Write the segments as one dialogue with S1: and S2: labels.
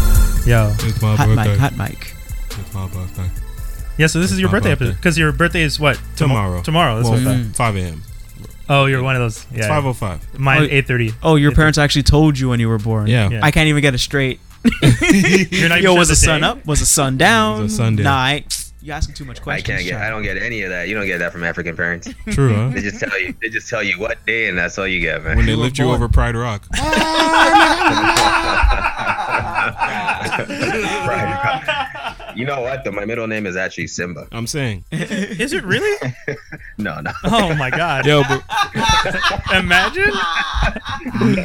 S1: show.
S2: It's my
S3: hot
S2: birthday.
S3: mic, hot mic.
S2: It's my birthday.
S1: Oh, Yeah, so this
S2: It's
S1: is your
S2: my
S1: birthday
S2: birthday.
S1: episode because your birthday is what Tom-
S2: Tomorrow.
S1: Tomorrow. That's
S2: Well,
S1: what I thought.
S3: Mm.
S2: 5 a.m.
S1: Oh, you're one of those.
S2: It's
S1: Yeah.
S2: 5.05.
S1: Mine
S3: Oh,
S1: eight thirty.
S3: Oh, your parents actually told you when you were born.
S2: Yeah.
S1: Yeah.
S3: I can't even get it straight.
S1: You're not even
S3: Yo,
S1: sure
S3: was
S1: the
S3: the sun
S1: day.
S3: up? Was the sun down?
S2: was a sun down.
S3: Nah, I, you asking too much
S4: I
S3: questions.
S4: can't get. I don't get any of that. You don't get that from African parents.
S2: True, huh?
S4: They just tell you. They just tell you what day, and that's all you get, man.
S2: When they lift you
S3: born.
S2: over Pride Rock.
S4: Right. You know what? Though my middle name is actually Simba.
S2: I'm saying.
S1: Is it really?
S4: No, no.
S1: Oh my god!
S2: Yo, but
S1: Imagine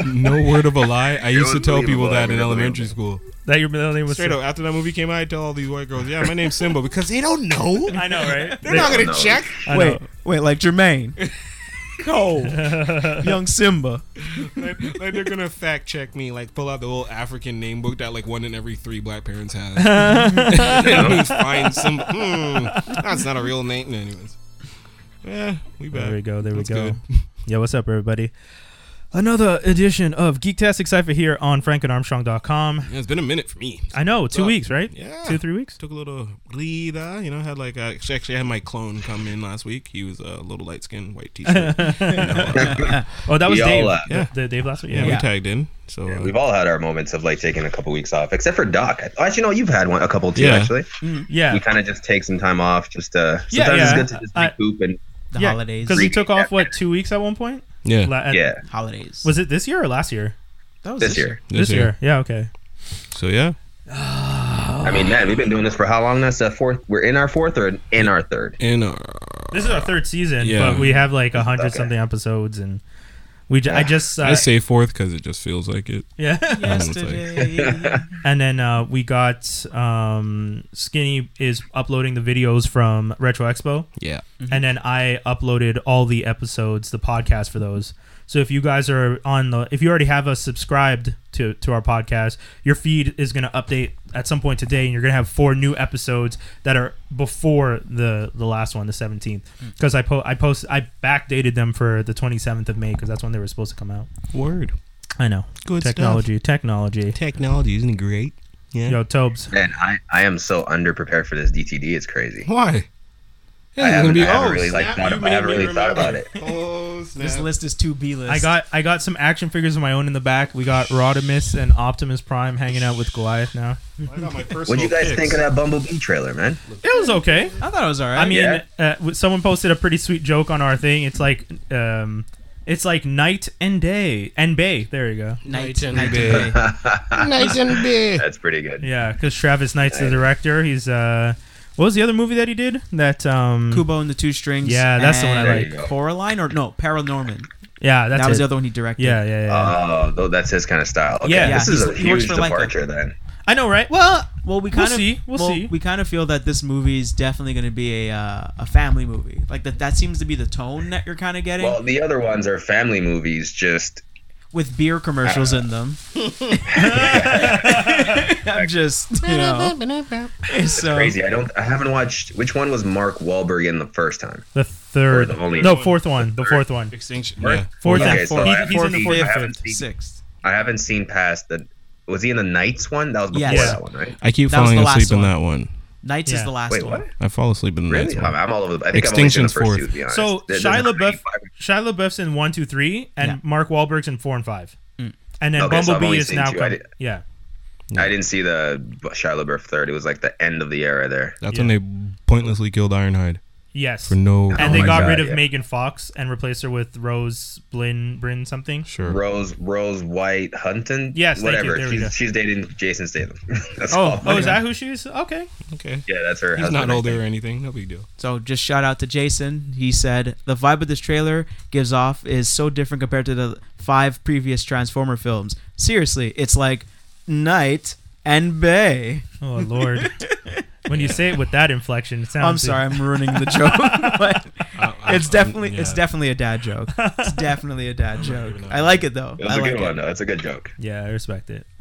S2: no word of a lie. I used to
S4: was
S2: tell
S4: believable.
S2: people that in
S4: Everything
S2: elementary school.
S1: that your middle name was
S2: Straight up, after that movie came out, I tell all these white girls, yeah, my name's Simba because they don't know.
S1: I know, right?
S2: They're not going to
S4: know.
S2: check.
S1: I
S3: Wait,
S1: know.
S3: wait, like Jermaine, Cole, young Simba.
S2: like, like they're gonna fact check me, like pull out the old African name book that like one in every three black parents has. And Find some. Hmm, that's not a real name, anyways. Yeah, we back.
S1: There we go. There we
S2: That's
S1: go.
S2: good.
S1: Yeah, what's up, everybody? Another edition of Geektastic Cipher here on frankenarmstrong.com.
S2: Yeah, it's been a minute for me.
S1: I know, two
S2: up?
S1: weeks, right?
S2: Yeah.
S1: Two, three weeks?
S2: Took a little breather, you know. Had like I actually, actually had my clone come in last week. He was a little light skinned white t-shirt.
S1: Oh, that was
S4: We all,
S1: Dave.
S4: uh,
S1: yeah. The, Dave last week?
S2: yeah,
S1: Yeah.
S2: we
S3: Yeah.
S2: tagged in. So uh,
S4: We've all had our moments of like taking a couple weeks off, except for Doc. I- Actually, no, you've had one, a couple too.
S2: Yeah.
S4: Actually,
S1: Yeah.
S4: we kind of just take some time off. Just uh, sometimes
S1: Yeah,
S4: it's
S1: yeah.
S4: good to just
S1: I-
S4: recoup and
S3: The holidays.
S1: Because he
S4: Three
S1: took
S4: weeks
S1: off, what, two weeks at one point?
S2: yeah,
S1: La- at-
S4: yeah,
S3: holidays.
S1: Was it this year or last year?
S3: that was
S4: this year.
S1: This, year. Yeah, okay.
S2: So yeah,
S4: I mean, man, we've been doing this for how long? That's the fourth. We're in our fourth or in our third.
S2: and uh,
S1: This is our third season,
S2: Yeah.
S1: but we have like a hundred
S4: Okay.
S1: something episodes and. We j- I just uh,
S2: I say fourth because it just feels like it.
S1: yeah,
S3: Yesterday.
S1: and then uh, we got um, Skinny is uploading the videos from Retro Expo.
S2: Yeah,
S1: Mm-hmm. and then I uploaded all the episodes, the podcast for those. So if you guys are on the, if you already have us subscribed to to our podcast, your feed is going to update at some point today, and you're going to have four new episodes that are before the the last one, the seventeenth,
S2: Mm.
S1: because I po- I post I backdated them for the twenty seventh of May because that's when they were supposed to come out.
S2: word.
S1: I know.
S2: Good stuff.
S1: technology, technology.
S2: Technology isn't it great. Yeah.
S1: Yo, Tobes.
S4: Man, I, I am so underprepared for this DTD. It's crazy.
S2: Why?
S4: I haven't- I haven't really, like, thought about- I haven't really thought about it.
S2: Oh, snap.
S3: This list is too B list.
S1: I got I got some action figures of my own in the back. We got Rodimus and Optimus Prime hanging out with Goliath now.
S2: I got my personal
S4: What'd you guys
S2: picks.
S4: think of that Bumblebee trailer, man?
S1: It was okay.
S3: I thought it was alright.
S1: I mean,
S4: Yeah.
S1: uh, w- someone posted a pretty sweet joke on our thing. It's like, um, it's like night and day and bay. There you go.
S3: night,
S2: Night and
S3: night
S2: day.
S3: and day.
S2: Nice and big.
S4: That's pretty good.
S1: Yeah, because Travis Knight's the director. He's uh, what was the other movie that he did? That um,
S3: Kubo and the Two Strings.
S1: Yeah, that's the one I
S3: and
S4: like. There you go.
S3: Coraline or no, Paranorman.
S1: yeah, that's
S3: that
S1: it.
S3: was the other one he directed.
S1: Yeah, yeah, yeah.
S4: Oh, though that's his kind of style. Okay,
S1: Yeah,
S4: this
S3: yeah,
S4: is a
S3: he's- he works
S4: huge
S3: for Leica.
S4: departure then.
S1: I know, right?
S3: Well, well, we kind
S1: We'll
S3: of
S1: see, we'll see.
S3: We kind of feel that this movie is definitely going to be a uh, a family movie. Like that, that seems to be the tone that you're kind of getting
S4: Well, the other ones are family movies. Just
S3: with beer commercials in them. I'm just, you know. so
S4: crazy. I don't. I haven't watched. Which one was Mark Wahlberg in the first time?
S1: The third,
S4: Or the only
S1: no,
S4: one.
S1: fourth one, the fourth one,
S2: Extinction.
S4: Right?
S2: Yeah.
S1: fourth
S4: Okay,
S1: and
S4: so
S1: fourth.
S4: I
S1: He-
S4: haven't
S1: he's in the
S4: seen-
S1: fourth
S4: I
S1: and
S4: haven't
S1: fifth.
S4: seen-
S3: sixth.
S4: I haven't seen past the. Was he in the Knights one? That was before
S3: Yes.
S4: that one, right?
S2: I keep
S3: That was
S2: falling
S3: the last
S2: asleep in
S3: one.
S2: that one.
S3: Nights
S1: Yeah.
S3: is the last
S4: Wait,
S3: one.
S4: what?
S2: I fall asleep in the
S4: Really?
S2: next
S4: I'm,
S2: one.
S4: I'm all over. The, I think I've only seen the
S2: Extinction's
S4: first
S2: fourth.
S4: two. To be honest.
S1: So
S4: There- there's
S1: Shia
S4: a three,
S1: LaBeouf, Shia LaBeouf's in one, two, three, and
S3: Yeah. Mm.
S1: Mark Wahlberg's in four and five, and then
S4: Okay, so I've
S1: Bumblebee
S4: only
S1: is
S4: seen
S1: now
S4: two. I
S1: coming.
S4: did-
S1: Yeah,
S4: I didn't see the Shia LaBeouf third. It was like the end of the era there.
S2: That's
S1: Yeah.
S2: when they pointlessly killed Ironhide
S1: yes.
S2: for no.
S1: and
S4: Oh
S1: they
S4: my
S1: got
S4: God,
S1: rid of
S4: yeah.
S1: Megan Fox and replaced her with Rose Blin Brin something.
S2: Sure.
S4: Rose Rose White Hunton.
S1: Yes, thank you.
S4: whatever.
S1: There we go.
S4: She's, she's dating Jason Statham. that's
S1: Oh,
S4: all.
S1: oh, is that who she is? Okay.
S2: Okay.
S4: Yeah, that's her.
S2: He's
S4: husband,
S2: not
S4: I
S2: older
S4: think.
S2: or anything. No big deal.
S3: So just shout out to Jason. He said the vibe of this trailer gives off is so different compared to the five previous Transformer films. Seriously, it's like night and bay.
S1: Oh Lord. when you say it with that inflection, it sounds.
S3: I'm sorry, I'm ruining the joke, but it's definitely it's
S2: yeah.
S3: definitely a dad joke. It's definitely a dad joke. I like it though.
S4: That was
S3: I
S4: a
S3: like
S4: good one.
S3: it.
S4: though. That's a good joke.
S1: Yeah, I respect it.
S4: Yeah.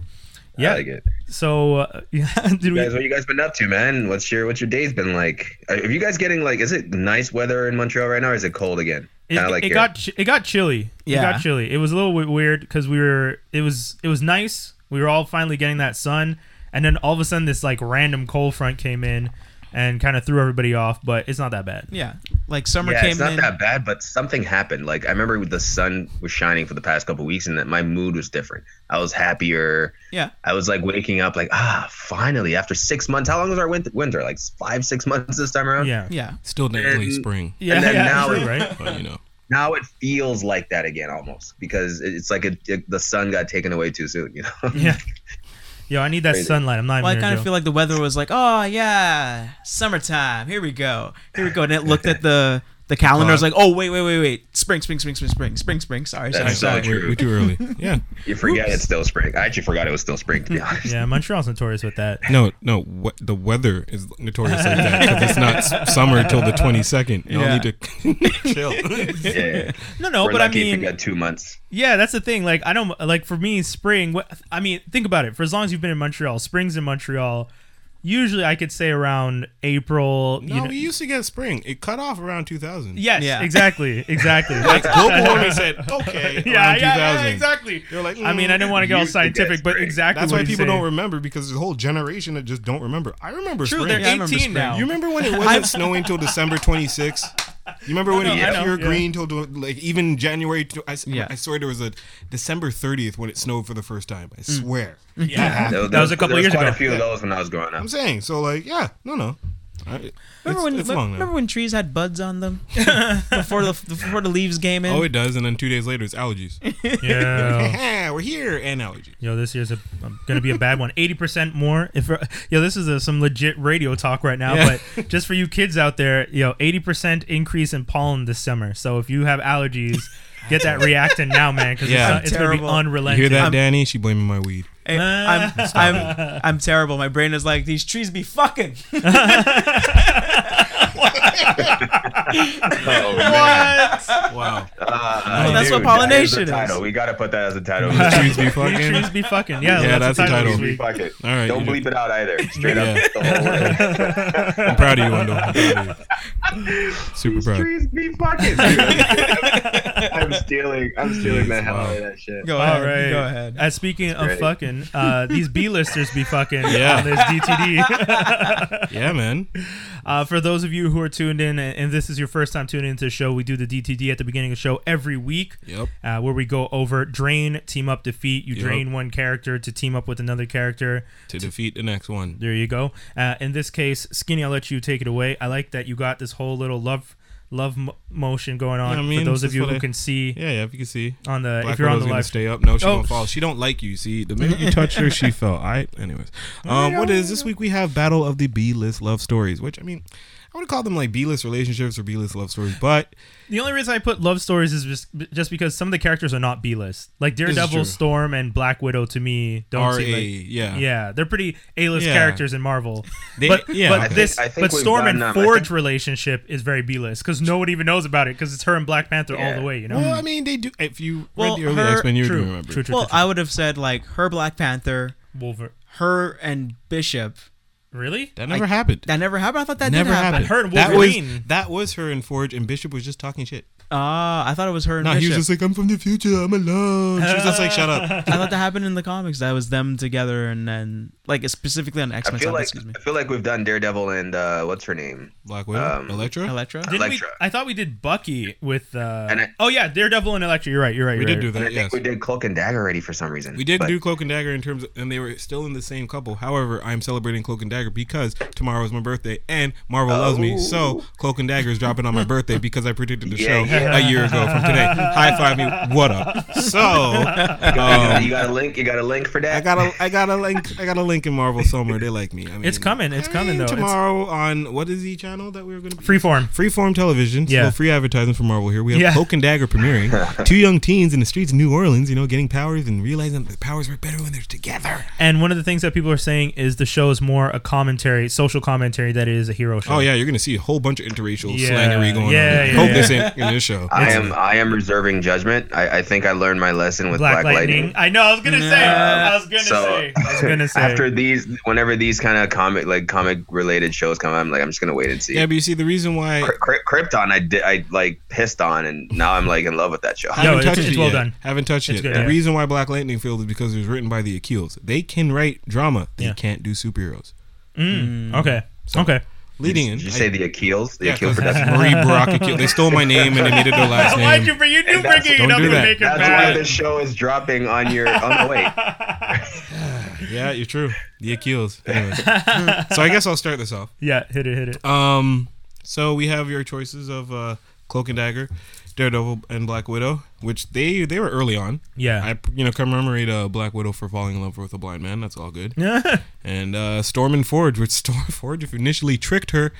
S1: Yeah.
S4: I like it.
S1: so, uh, yeah, did
S4: You guys,
S1: we?
S4: what you guys been up to, man? What's your what's your days been like? Are, are you guys getting like? Is it nice weather in Montreal right now? or Is it cold again?
S1: It,
S4: Kinda
S1: it
S4: here.
S1: got chi- it got chilly. It
S3: Yeah.
S1: got chilly. It was a little wi- weird because we were. It was it was nice. We were all finally getting that sun, and then all of a sudden this like random cold front came in and kind of threw everybody off. But it's not that bad.
S3: Yeah, like summer
S4: yeah,
S3: came
S4: it's not
S3: in.
S4: that bad, but something happened. Like I remember the sun was shining for the past couple weeks, and that my mood was different. I was happier.
S3: Yeah,
S4: I was like waking up, like ah, finally after six months. How long was our winter? Winter like five, six months this time around.
S1: Yeah,
S3: yeah,
S2: Still not really spring,
S1: yeah,
S4: then
S1: yeah,
S4: now
S1: true,
S4: it-
S1: right?
S2: but you know.
S4: Now it feels like that again almost because it- it's like it, it- the sun got taken away too soon. You know.
S1: Yeah. Yo, I need that
S4: Crazy.
S1: sunlight. I'm not
S3: Well, I
S1: even.
S3: kind of feel like the weather was like, oh yeah, summertime. Here we go. Here we go. And it looked at the the calendar. I was like, oh wait, wait, wait, wait. Spring, spring, spring, spring, spring, spring, spring. Sorry, sorry,
S4: That's
S3: sorry.
S4: so true.
S2: We're, we're too early. Yeah.
S4: You forget it's still spring. I actually forgot it was still spring to be honest.
S1: yeah, Montreal's notorious with that.
S2: No, no. What the weather is notorious like that because it's not s- summer till the twenty second. Y'all
S3: Yeah.
S2: need to chill.
S4: Yeah.
S1: No, no,
S4: We're
S1: but I
S4: lucky
S1: mean,
S4: if we got two months.
S1: Yeah, that's the thing. Like I don't like for me, spring. What I mean, think about it. For as long as you've been in Montreal, springs in Montreal. Usually, I could say around April. you
S2: No,
S1: know-
S2: we used to get spring. It cut off around two thousand.
S1: yes,
S3: Yeah.
S1: exactly, exactly.
S2: Like global warming said, okay,
S1: yeah, yeah, yeah,
S2: around 2000.
S1: exactly.
S2: They're like,
S1: I mean, I didn't want to get all
S4: Used to get
S1: scientific, but
S4: spring.
S1: exactly.
S2: That's
S1: what
S2: why
S1: he's
S2: people
S1: saying.
S2: don't remember because there's a whole generation that just don't remember. I remember
S3: True,
S2: spring.
S3: they're
S1: Yeah, I remember
S3: 18
S1: spring.
S3: now.
S2: You remember when it wasn't snowing till December 26th? You remember when
S1: I
S2: it was
S1: know,
S2: pure
S1: yeah.
S2: green till like even January? To, I, s-
S3: Yeah.
S2: I swear there was a December 30th when it snowed for the first time. I
S1: Mm.
S2: swear.
S1: Yeah.
S4: There-
S1: That
S4: there
S1: was a couple
S4: there
S1: years
S4: quite
S1: ago.
S4: a few of those when I was growing up.
S2: I'm saying so. Like yeah, no, no. I,
S3: Remember
S2: it's,
S3: when
S2: it's
S3: remember,
S2: long now.
S3: when trees had buds on them before the before the leaves came in?
S2: Oh, it does, and then two days later it's allergies.
S1: Yeah.
S2: Haha, We're here and allergies.
S1: Yo, this year's a, um, gonna be a bad one. Eighty percent more. If uh, yo, this is a, some legit radio talk right now.
S2: Yeah.
S1: But just for you kids out there, yo, eighty percent increase in pollen this summer. So if you have allergies, get that reactant now, man, because
S2: Yeah.
S1: it's, gonna be
S3: Terrible.
S2: You
S1: unrelenting.
S2: hear that, Danny? She blaming my weed.
S3: Hey, Eh, I'm, I'm I'm terrible. My brain is like these trees be fucking.
S4: Oh, man.
S2: Wow.
S3: that's
S4: Uh,
S3: what
S4: dude, that is
S3: pollination
S4: the title.
S3: is.
S4: We gotta put that as a title.
S2: Trees be
S1: These
S2: fucking.
S1: trees be fucking. Yeah,
S2: Yeah, that's the title.
S1: this
S4: Be
S1: week.
S4: fucking.
S2: All right,
S4: Don't
S2: you
S4: bleep
S2: do-
S4: it out either. Straight up.
S2: Yeah.
S4: the whole way.
S2: I'm proud of you, Wendell. I'm proud of you. Super
S4: These
S2: proud.
S4: trees be fucking. dude. I'm stealing. I'm stealing the hell
S2: Wow.
S4: out of that shit.
S3: Go
S1: All
S3: ahead.
S1: right.
S3: Go ahead.
S1: Uh, speaking of
S4: Great.
S1: fucking, uh, these B-listers be fucking
S2: Yeah.
S1: on this DTD.
S2: Yeah, man.
S1: Uh, for those of you who are tuned in, and and this is your first time tuning into the show, we do the DTD at the beginning of the show every week,
S2: Yep.
S1: uh, where we go over drain, team up, defeat. You
S2: Yep.
S1: drain one character to team up with another character.
S2: To defeat the next one.
S1: There you go. Uh, in this case, Skinny, I'll let you take it away. I like that you got this whole little love love mo- motion going on.
S2: Yeah, I mean,
S1: for those of
S2: this is
S1: you
S2: what
S1: who
S2: I-
S1: can see
S2: Yeah, yeah. If you can see,
S1: on the
S2: Black
S1: if you're on
S2: Widow's
S1: the
S2: gonna
S1: live.
S2: stay up. No, she
S1: Oh.
S2: won't fall. She don't like you. See, the minute you touched her, she fell. All right. Anyways, um, what is this week? We have Battle of the B-list love stories, which I mean, I would call them like B-list relationships or B-list love stories, but
S1: The only reason I put love stories is just just because some of the characters are not B list. Like
S2: is true.
S1: Daredevil, Storm, and Black Widow to me don't
S2: R A,
S1: seem like
S2: yeah,
S1: Yeah, they're pretty A-list
S2: Yeah.
S1: characters in Marvel.
S2: They-
S1: but
S2: yeah. I
S1: but
S2: think-
S1: this,
S4: I think
S1: but
S4: we've
S1: Storm
S4: gotten, um, I
S1: and Forge
S4: think-
S1: relationship is very B-list because no one even knows about it because it's her and Black Panther all
S4: Yeah.
S1: the way. You know,
S2: Well, Oh, I mean, they do. If you
S3: Well,
S2: read the early
S3: her-
S2: X Men, you would
S1: true,
S2: remember.
S1: true, true,
S3: Well,
S1: true.
S3: I would have said like her Black Panther,
S1: Wolver-
S3: her and Bishop.
S1: really?
S2: That never happened.
S3: That never happened. I thought that
S2: never
S3: did happen.
S2: happened.
S1: Her and
S2: that was
S1: Wolverine.
S2: that was her and Forge, and Bishop was just talking shit.
S3: Ah, I thought it was her and
S2: No,
S3: Bishop.
S2: he was just like, "I'm from the future. I'm alone." She was just like, "Shut up."
S3: I thought that happened in the comics. That was them together, and then like specifically on X
S4: I
S3: Men.
S4: feel like
S3: excuse me,
S4: I feel like we've done Daredevil and uh, what's her name?
S2: Black Widow,
S4: Um,
S2: Electra.
S3: Elektra.
S1: Didn't
S4: Elektra.
S1: we? I thought we did Bucky with. Uh,
S4: And I-
S1: oh yeah, Daredevil and Electra. You're right. You're right.
S2: we
S1: you're
S2: did
S1: right.
S2: do
S4: And I
S2: that. Yes,
S4: think we did Cloak and Dagger already for some reason.
S2: We did
S4: But-
S2: do Cloak and Dagger in terms, of, and they were still in the same couple. However, I'm celebrating Cloak and Dagger because tomorrow is my birthday, and Marvel loves me. So Cloak and Dagger is dropping on my birthday because I predicted the
S4: Oh. Yeah,
S2: show
S4: yeah.
S2: a year ago from today. High five me. What up? So um,
S4: you got a link. You got a link for that.
S2: I got a I got a link I got a link in Marvel somewhere. They like me. I mean,
S1: It's coming. It's
S2: I
S1: coming
S2: mean,
S1: though. It's
S2: Tomorrow on what is the channel that we were going to
S1: freeform.
S2: Freeform Television. Yeah.
S1: Yeah.
S2: free advertising for Marvel here. We have
S1: Yeah.
S2: Cloak and Dagger premiering. Two young teens in the streets of New Orleans, you know, getting powers and realizing that the powers work better when they're together.
S1: And one of the things that people are saying is the show is more a commentary, social commentary that it is a hero show.
S2: Oh yeah, you're gonna see a whole bunch of interracial
S1: Yeah,
S2: slangery going
S1: yeah,
S2: on.
S1: yeah,
S2: Hope
S1: yeah.
S2: this ain't in this show.
S4: I am I am reserving judgment. I, I think I learned my lesson with
S1: Black,
S4: Black,
S1: Lightning.
S4: Lightning.
S1: I know. I was gonna say.
S3: Yeah.
S1: I was gonna
S4: So-
S1: say. I was gonna say.
S4: After these, whenever these kind of comic like comic related shows come, I'm like I'm just gonna wait and see.
S2: Yeah, but you see the reason why
S4: Kry- Kry- Krypton, I did I like pissed on, and now I'm like in love with that show.
S1: No,
S2: I haven't
S1: it's-
S2: touched
S1: it's
S2: it
S1: well
S2: yet.
S1: done.
S2: Haven't touched
S1: It's
S2: it.
S1: good,
S2: the
S1: yeah.
S2: reason why Black Lightning failed is because it was written by the Akils. They can write drama. They
S1: Yeah.
S2: can't do superheroes.
S1: Mm, okay. Okay.
S2: Leading in,
S4: Did you
S2: I-
S4: say the Akils? The
S2: yeah,
S4: Akil
S2: 'cause
S4: production.
S2: Marie Brock Akil. They stole my name and they made it their last name.
S1: Why'd you bring? You knew
S4: that's-
S1: bringing it
S2: don't
S1: up
S2: do
S1: would
S2: that.
S1: make her
S4: That's why
S1: mad.
S4: this show is dropping on your. Oh no, wait.
S2: yeah, you're true. The Akils. Anyways. so I guess I'll start this off.
S1: Yeah. Hit it. Hit it.
S2: Um, so we have your choices of uh, Cloak and Dagger, Daredevil, and Black Widow, which they they were early on.
S1: Yeah.
S2: I you know commemorate uh, Black Widow for falling in love with a blind man. That's all good. and uh, Storm and Forge, which Storm Forge initially tricked her.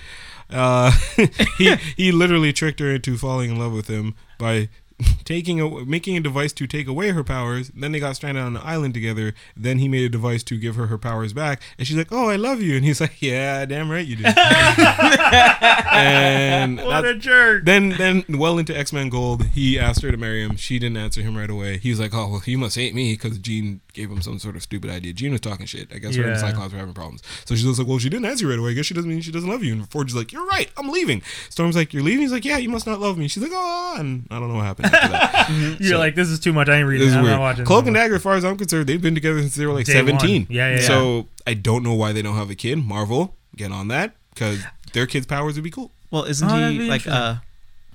S2: Uh, he he literally tricked her into falling in love with him by taking a, making a device to take away her powers. Then they got stranded on an island together. Then he made a device to give her her powers back, and she's like, "Oh, I love you," and he's like, "Yeah, damn right you do." and
S1: what a
S2: that's-
S1: jerk.
S2: then then well into X Men Gold, he asked her to marry him. She didn't answer him right away. He was like, "Oh well, you must hate me because Jean gave him some sort of stupid idea." Jean was talking shit. I guess her
S1: Yeah.
S2: and Cyclops were having problems. So she's just like, "Well, she didn't answer you right away. I guess she doesn't mean she doesn't love you." And Forge is like, "You're right. I'm leaving." Storm's like, "You're leaving?" He's like, "Yeah, you must not love me." She's like, "Oh," and I don't know what happened. After that.
S1: You're like, this is too much. I ain't reading. it.
S2: This is
S1: I'm
S2: weird.
S1: not watching.
S2: Cloak
S1: this
S2: and Dagger, as far as I'm concerned, they've been together since they were like
S1: Day one.
S2: 17.
S1: Yeah, yeah, yeah.
S2: So I don't know why they don't have a kid. Marvel, get on that because their kids' powers would be cool.
S3: Well, isn't
S1: Oh, that'd
S3: he
S1: be
S3: like a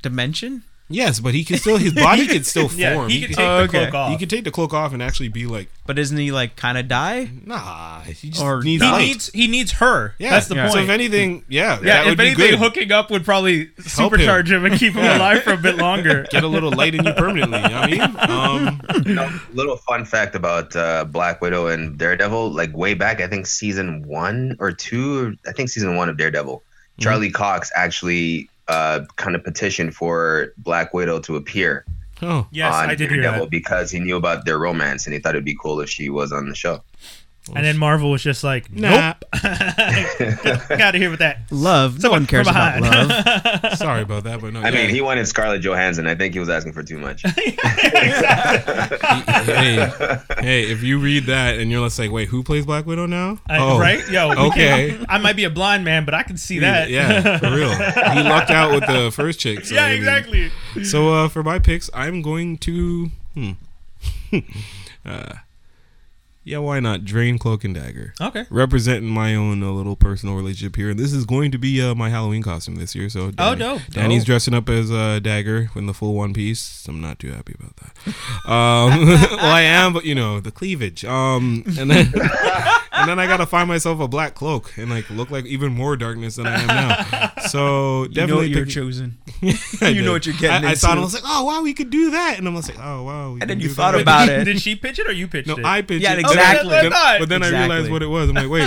S3: dimension?
S2: Yes, but he can still his body can still form.
S1: anymore. Yeah. He
S2: He
S1: could
S2: can-
S1: take
S3: Oh,
S1: the
S3: okay.
S1: cloak off.
S2: He could take the cloak off and actually be like,
S3: But isn't he like kind of die?
S2: nah, he just
S3: Or
S2: needs
S1: He
S2: light.
S1: needs. He needs her.
S2: yeah,
S1: That's the
S2: yeah.
S1: point.
S2: So if anything, yeah,
S1: yeah,
S2: that
S1: if
S2: would be
S1: anything,
S2: good.
S1: hooking up would probably
S2: Help him.
S1: supercharge him. and keep him alive for a bit longer.
S2: Get a little light in you permanently. You know what I mean, um,
S4: You know, little fun fact about uh, Black Widow and Daredevil. Like way back, I think season one or two. I think season one of Daredevil.
S1: Mm-hmm.
S4: Charlie Cox actually uh, kind of petitioned for Black Widow to appear
S2: oh,
S1: Yes,
S4: on
S1: I did hear
S4: Daredevil
S1: that.
S4: because he knew about their romance and he thought it'd be cool if she was on the show.
S1: And then Marvel was just like,
S2: nah,
S1: nope, got to here with that.
S3: Love. no one cares
S1: from
S3: about
S1: behind.
S3: love.
S2: sorry about that, but no.
S4: I
S2: yeah.
S4: mean, he wanted Scarlett Johansson. I think he was asking for too much.
S2: hey, hey, if you read that and you're just like, wait, who plays Black Widow now?
S1: I-
S2: oh,
S1: Uh, Right? Yo, we can't-
S2: Okay.
S1: I might be a blind man, but I can see that.
S2: Yeah, for real. He lucked out with the first chick. So
S1: yeah,
S2: I mean,
S1: exactly.
S2: So uh, for my picks, I'm going to. Hmm. uh, yeah, why not? Drain Cloak and Dagger.
S1: Okay.
S2: Representing my own uh, little personal relationship here, and this is going to be uh, my Halloween costume this year. So
S1: Oh,
S2: Danny-
S1: dope.
S2: Danny's
S1: Dope.
S2: dressing up as uh, Dagger in the full one piece. I'm not too happy about that. Um, well, I am, but you know the cleavage. Um, and then and then I gotta find myself a black cloak and like look like even more darkness than I am now. So
S3: You know
S2: definitely
S3: you're
S2: pick-
S3: chosen.
S2: I
S3: You know
S2: did.
S3: what you're getting
S2: I, I thought
S3: into.
S2: I was like, oh wow, we could do that, and I'm like, oh wow. We
S3: And
S2: can
S3: then you
S2: do
S3: thought
S2: that."
S3: about it.
S1: Did she pitch it or you pitched
S2: No,
S1: it?
S2: I pitched
S3: Yeah,
S2: it. But
S3: exactly.
S2: then,
S1: Exactly.
S2: but then I realized what it was. I'm like, wait,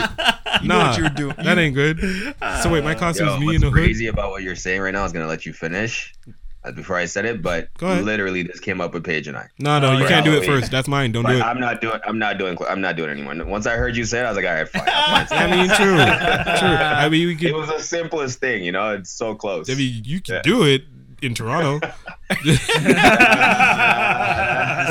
S3: know
S2: nah,
S3: what you were doing.
S2: that ain't good. So wait, my costume's
S4: Yo,
S2: me
S4: what's
S2: in the hood.
S4: crazy about what you're saying right now is going to let you finish uh, before I said it, but
S2: Go ahead.
S4: literally this came up with Paige and I.
S2: No, no,
S1: Oh,
S2: you
S1: yeah.
S2: can't do it
S4: Halloween.
S2: first. That's mine. Don't do
S4: But
S2: it.
S4: I'm not doing. I'm not doing. I'm not doing it anymore. Once I heard you say it, I was like, all right, fine. I'll find
S2: I mean, true, true. I mean, we
S4: it
S2: could.
S4: was the simplest thing, you know. It's so close.
S2: I mean, you can
S4: Yeah.
S2: do it in Toronto.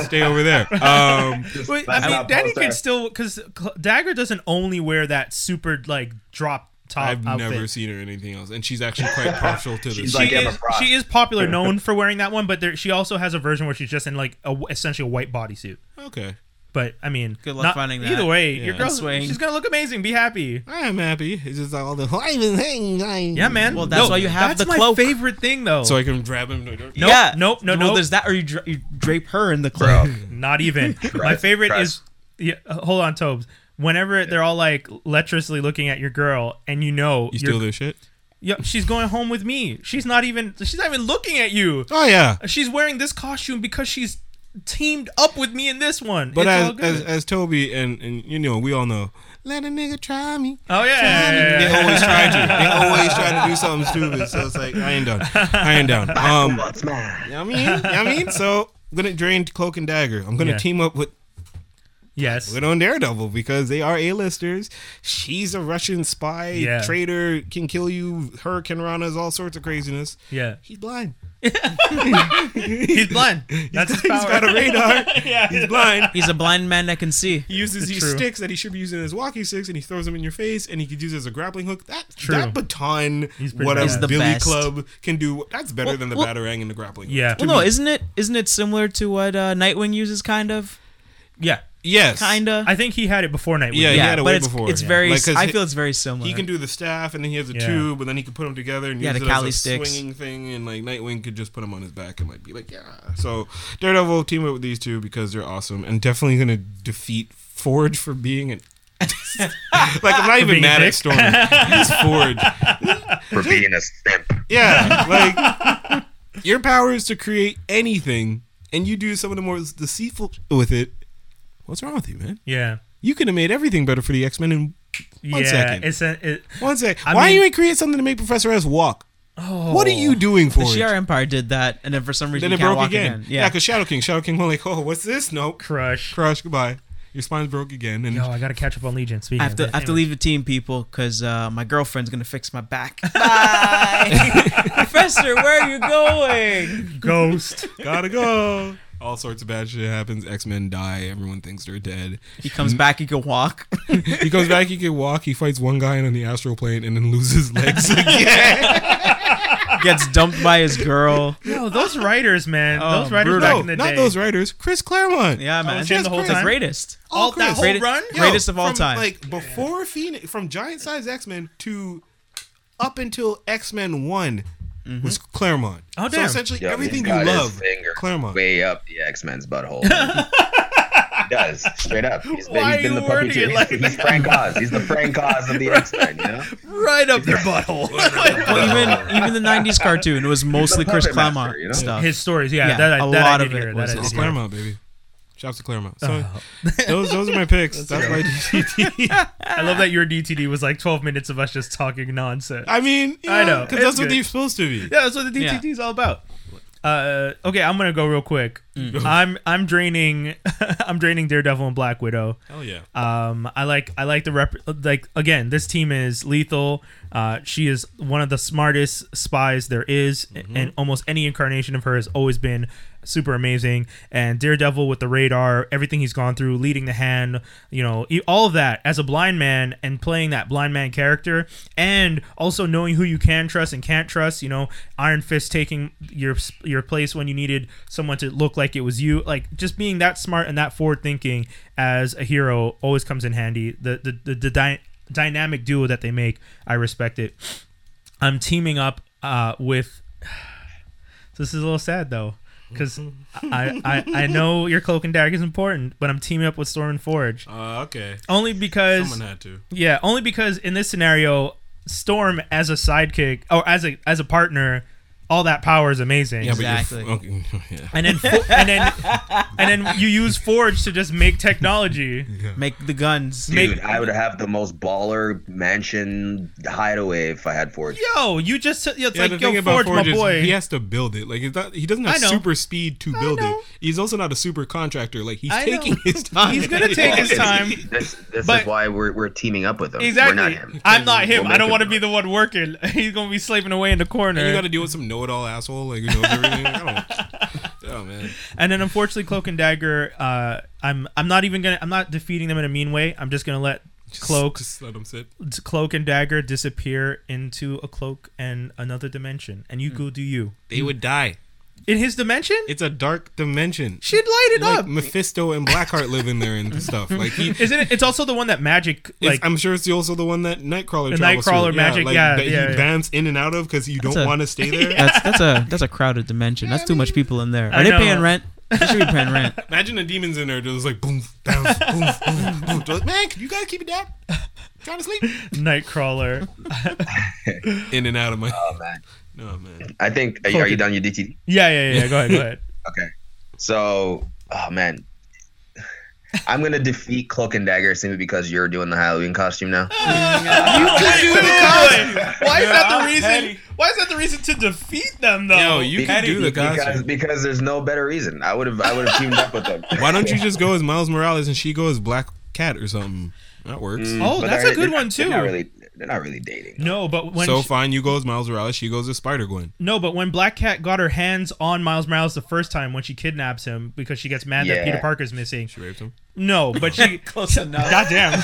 S2: Stay over there. Um,
S1: Wait,
S4: That's
S1: I mean,
S4: not
S1: Danny
S4: Bullseye.
S1: could still because Dagger doesn't only wear that super like drop top.
S2: I've
S1: outfit.
S2: never seen her in anything else, and she's actually quite partial to this.
S4: She's
S1: She
S4: like Emma
S1: is,
S4: Frost.
S1: she is popular, known for wearing that one, but there, she also has a version where she's just in like a, essentially a white bodysuit.
S2: okay,
S1: But I mean,
S3: Good luck
S1: not-
S3: finding
S1: Either
S3: that.
S1: way,
S2: Yeah.
S1: your girl,
S3: And swing.
S1: she's gonna look amazing. Be happy.
S2: I am happy. It's just all the thing.
S1: Yeah, man.
S3: Well, that's
S1: No,
S3: why you have
S1: that's
S3: the
S1: my
S3: cloak.
S1: favorite thing, though.
S2: So I can grab him.
S1: Nope,
S3: yeah.
S1: nope, no,
S3: well,
S1: nope.
S3: There's that, or you, dra- you drape her in the
S4: Bro.
S3: cloak.
S1: Not even. My favorite is.
S4: trust.
S1: Yeah, uh, hold on, Tobes. Whenever they're all like lecherously looking at your girl, and you know,
S2: You
S1: you're-
S2: steal their shit?
S1: yeah, she's going home with me. She's not even. She's not even looking at you.
S2: Oh yeah.
S1: She's wearing this costume because she's teamed up with me in this one.
S2: But
S1: it's all
S2: as,
S1: good.
S2: as as Toby and and you know we all know, let a nigga try me.
S1: oh yeah, yeah, yeah,
S2: They
S1: yeah.
S2: always try to. They always try to do something stupid. So it's like I ain't done. I ain't done. Um, you
S4: What's mine?
S2: know what I mean, you know what I mean. So I'm gonna drain cloak and dagger. I'm gonna
S1: Yeah.
S2: team up with
S1: Yes.
S2: Widow and Daredevil because they are A-listers. She's a Russian spy,
S1: Yeah.
S2: traitor, can kill you, hurricane ranas, all sorts of craziness.
S1: Yeah.
S2: He's blind.
S1: He's blind. That's his
S2: He's
S1: power.
S2: got a radar. He's blind.
S3: He's a blind man that can see.
S2: He uses these
S1: True.
S2: sticks that he should be using as walking sticks, and he throws them in your face, and he could use it as a grappling hook. That
S1: True.
S2: that baton,
S1: He's pretty
S2: whatever
S1: badass. Is
S3: the
S2: Billy
S3: best.
S2: Club can do, that's better
S3: Well-
S2: than the
S3: well-
S2: batarang and the grappling. hook.
S1: Yeah.
S3: Well, no, isn't it? Isn't it similar to what uh, Nightwing uses? Kind of,
S1: Yeah.
S2: Yes.
S3: kind of.
S1: I think he had it before Nightwing.
S2: Yeah, he had it
S3: but
S2: way
S3: it's,
S2: before.
S3: it's
S2: Yeah.
S3: very.
S2: Like, 'cause
S3: I
S2: he-
S3: feel it's very similar.
S2: He can do the staff, and then he has a
S1: Yeah.
S2: tube, and then he can put them together and
S3: Yeah,
S2: use
S3: the
S2: it as
S3: Cali
S2: a
S3: sticks.
S2: swinging thing. And like Nightwing could just put him on his back and like be like, yeah. So Daredevil team up with these two because they're awesome and definitely gonna defeat Forge for being an. like I'm not even
S1: being a
S2: mad
S1: dick.
S2: at Storm. He's Forge.
S4: for being a simp.
S2: Yeah, like your power is to create anything, and you do some of the more deceitful with it. What's wrong with you, man?
S1: Yeah.
S2: You could have made everything better for the X Men in one
S1: yeah.
S2: second.
S1: It's a, it,
S2: One sec.
S1: I
S2: Why
S1: mean-
S2: you ain't create something to make Professor S walk?
S1: oh.
S2: What are you doing for
S3: the
S2: it?
S3: Shi'ar Empire did that, and then for some reason
S2: Then
S3: he
S2: it
S3: can't
S2: broke
S3: walk
S2: again.
S3: again.
S2: Yeah, because Shadow King. Shadow King went like, oh, what's this? Nope.
S1: Crush.
S2: Crush. Goodbye. Your spine's broke again. And
S1: Yo, I gotta catch up on Legion. Speaking
S3: I have
S1: of
S3: to,
S1: that,
S3: I have to
S1: anyway.
S3: leave the team, people, because uh, my girlfriend's gonna fix my back. Bye, Professor. Where are you going?
S1: Ghost.
S2: gotta go. All sorts of bad shit happens. X Men die. Everyone thinks they're dead.
S3: He comes back. He can walk.
S2: He comes back. He can walk. He fights one guy on the astral plane and then loses legs again.
S3: Gets dumped by his girl.
S1: Yo, those writers, man.
S3: Oh,
S1: those writers
S3: brutal.
S1: back
S2: no,
S1: in the
S2: not
S1: day.
S2: those writers. Chris Claremont.
S3: Yeah, man.
S1: shit, the whole
S3: the
S1: time?
S3: greatest.
S2: All
S1: that
S2: Chris.
S1: whole
S3: Greatest-
S1: run?
S2: Yo,
S3: greatest of all
S2: from,
S3: time.
S2: Like before Phoenix, from giant size X Men to up until X Men One was Claremont.
S1: Oh,
S2: So
S1: damn.
S2: essentially,
S4: Yo,
S2: everything
S4: he's
S2: you
S4: got his
S2: love,
S4: finger
S2: Claremont.
S4: way up the X Men's butthole. he does straight up. He's been,
S1: Why
S4: he's been
S1: are
S4: the
S1: you wording it
S4: puppeteer.
S1: like
S4: he's Frank Oz. He's the Frank Oz of the X Men. You know,
S1: right up their butthole.
S3: Well, even even the '90s cartoon was mostly Chris
S4: puppet master,
S3: Claremont
S4: you know?
S3: stuff.
S1: His stories, yeah,
S3: Yeah,
S1: that, I-
S3: a
S1: that I
S3: lot
S1: did
S3: of it
S1: hear,
S3: was
S1: that I
S2: It's
S1: did hear.
S2: Claremont, baby. Shouts to Claremont. So those those are my picks. That's my DTD.
S1: I love that your DTD was like 12 minutes of us just talking nonsense.
S2: I mean, you
S1: I know.
S2: because
S1: It's
S2: that's what
S1: good.
S2: they're supposed to be.
S1: yeah, that's what the DTD is all about. Uh, okay, I'm gonna go real quick. I'm I'm draining, I'm draining Daredevil and Black Widow.
S2: Hell yeah.
S1: Um, I like I like the rep. Like again, this team is lethal. Uh, she is one of the smartest spies there is, and almost any incarnation of her has always been super amazing. And Daredevil with the radar, everything he's gone through, leading the hand, you know, e- all of that as a blind man and playing that blind man character, and also knowing who you can trust and can't trust. You know, Iron Fist taking your your place when you needed someone to look like it was you. Like just being that smart and that forward thinking as a hero always comes in handy. The the the, the dy- dynamic duo that they make, I respect it. I'm teaming up uh, with. This is a little sad though, because I, I I know your cloak and dagger is important, but I'm teaming up with Storm and Forge
S2: Uh, okay.
S1: only because
S2: Someone had to.
S1: yeah, only because in this scenario, Storm as a sidekick or as a as a partner, all that power is amazing.
S2: Yeah, but you're f-
S3: Exactly.
S2: okay, yeah.
S1: and then Fo- and then and then you use Forge to just make technology.
S3: Make the guns.
S4: dude, I would have the most baller mansion hideaway if I had Forge.
S1: Yo, you just it's
S2: Yeah,
S1: like
S2: the
S1: yo
S2: thing about
S1: Forge,
S2: Forge
S1: my
S2: is
S1: boy.
S2: he has to build it. Like he's not, he doesn't
S1: I
S2: have
S1: know.
S2: super speed to build it.
S1: know.
S2: He's also not a super contractor. Like he's
S1: I know.
S2: taking his time.
S1: He's gonna take his
S4: Well,
S1: time.
S4: This, this
S1: But-
S4: is why we're, we're teaming up with him.
S1: Exactly.
S4: We're not him.
S1: I'm not him.
S4: We'll
S1: I
S4: make
S1: don't
S4: him
S1: want to
S4: do
S1: be
S4: it.
S1: the one working. He's gonna be slaving away in the corner.
S2: And you got to deal with some know-it-all asshole like who knows everything. I don't. Oh man.
S1: And then unfortunately, Cloak and Dagger. Uh, I'm I'm not even gonna. I'm not defeating them in a mean way. I'm just gonna let Cloak
S2: Just, just let him sit.
S1: cloak and dagger disappear into a cloak and another dimension, and you go do you
S2: They would die.
S1: in his dimension.
S2: It's a dark dimension.
S1: She'd light it
S2: like
S1: up.
S2: Mephisto and Blackheart live in there and stuff. Like he,
S1: Isn't it? It's also the one that magic
S2: It's-
S1: like.
S2: I'm sure it's also the one that Nightcrawler.
S1: The
S2: travels
S1: Nightcrawler
S2: through.
S1: magic,
S2: like,
S1: yeah,
S2: that
S1: yeah,
S2: he
S1: yeah.
S2: bams in and out of because you
S3: That's
S2: don't
S3: a-
S2: want to stay there.
S3: That's that's a that's a crowded dimension. That's too much people in there. Are
S1: I
S3: they
S1: know.
S3: paying rent? They should be paying rent.
S2: Imagine the demons in there just like boom, bounce, boom, boom, boom. Just, Man, can you guys keep it down? Trying to sleep.
S1: Nightcrawler.
S2: In and out of my.
S4: Oh, man.
S2: No man.
S4: I think. Are you, are you done your DT?
S1: Yeah, yeah, yeah. Go ahead, go ahead.
S4: Okay. So, oh man, I'm gonna defeat Cloak and Dagger simply because you're doing the Halloween costume now.
S1: Why is that the reason? Why is that the reason to defeat them though?
S2: Yo, you
S4: Because-
S2: can do the
S4: because,
S2: concert.
S4: because there's no better reason. I would have I would have teamed up with them.
S2: Why don't you just go as Miles Morales and she go as Black Cat or something? That works.
S4: Mm,
S1: Oh,
S4: but
S1: that's
S4: they're-
S1: a good
S4: they're
S1: one,
S4: not- They're
S1: too.
S4: not really they're not really dating.
S1: no, but when
S2: so
S1: she-
S2: fine, you go as Miles Morales, she goes as Spider Gwen.
S1: no, but when Black Cat got her hands on Miles Morales the first time when she kidnaps him because she gets mad that
S4: Yeah.
S1: Peter Parker's missing.
S2: She raped him.
S1: No, but she
S3: Close enough.
S1: goddamn.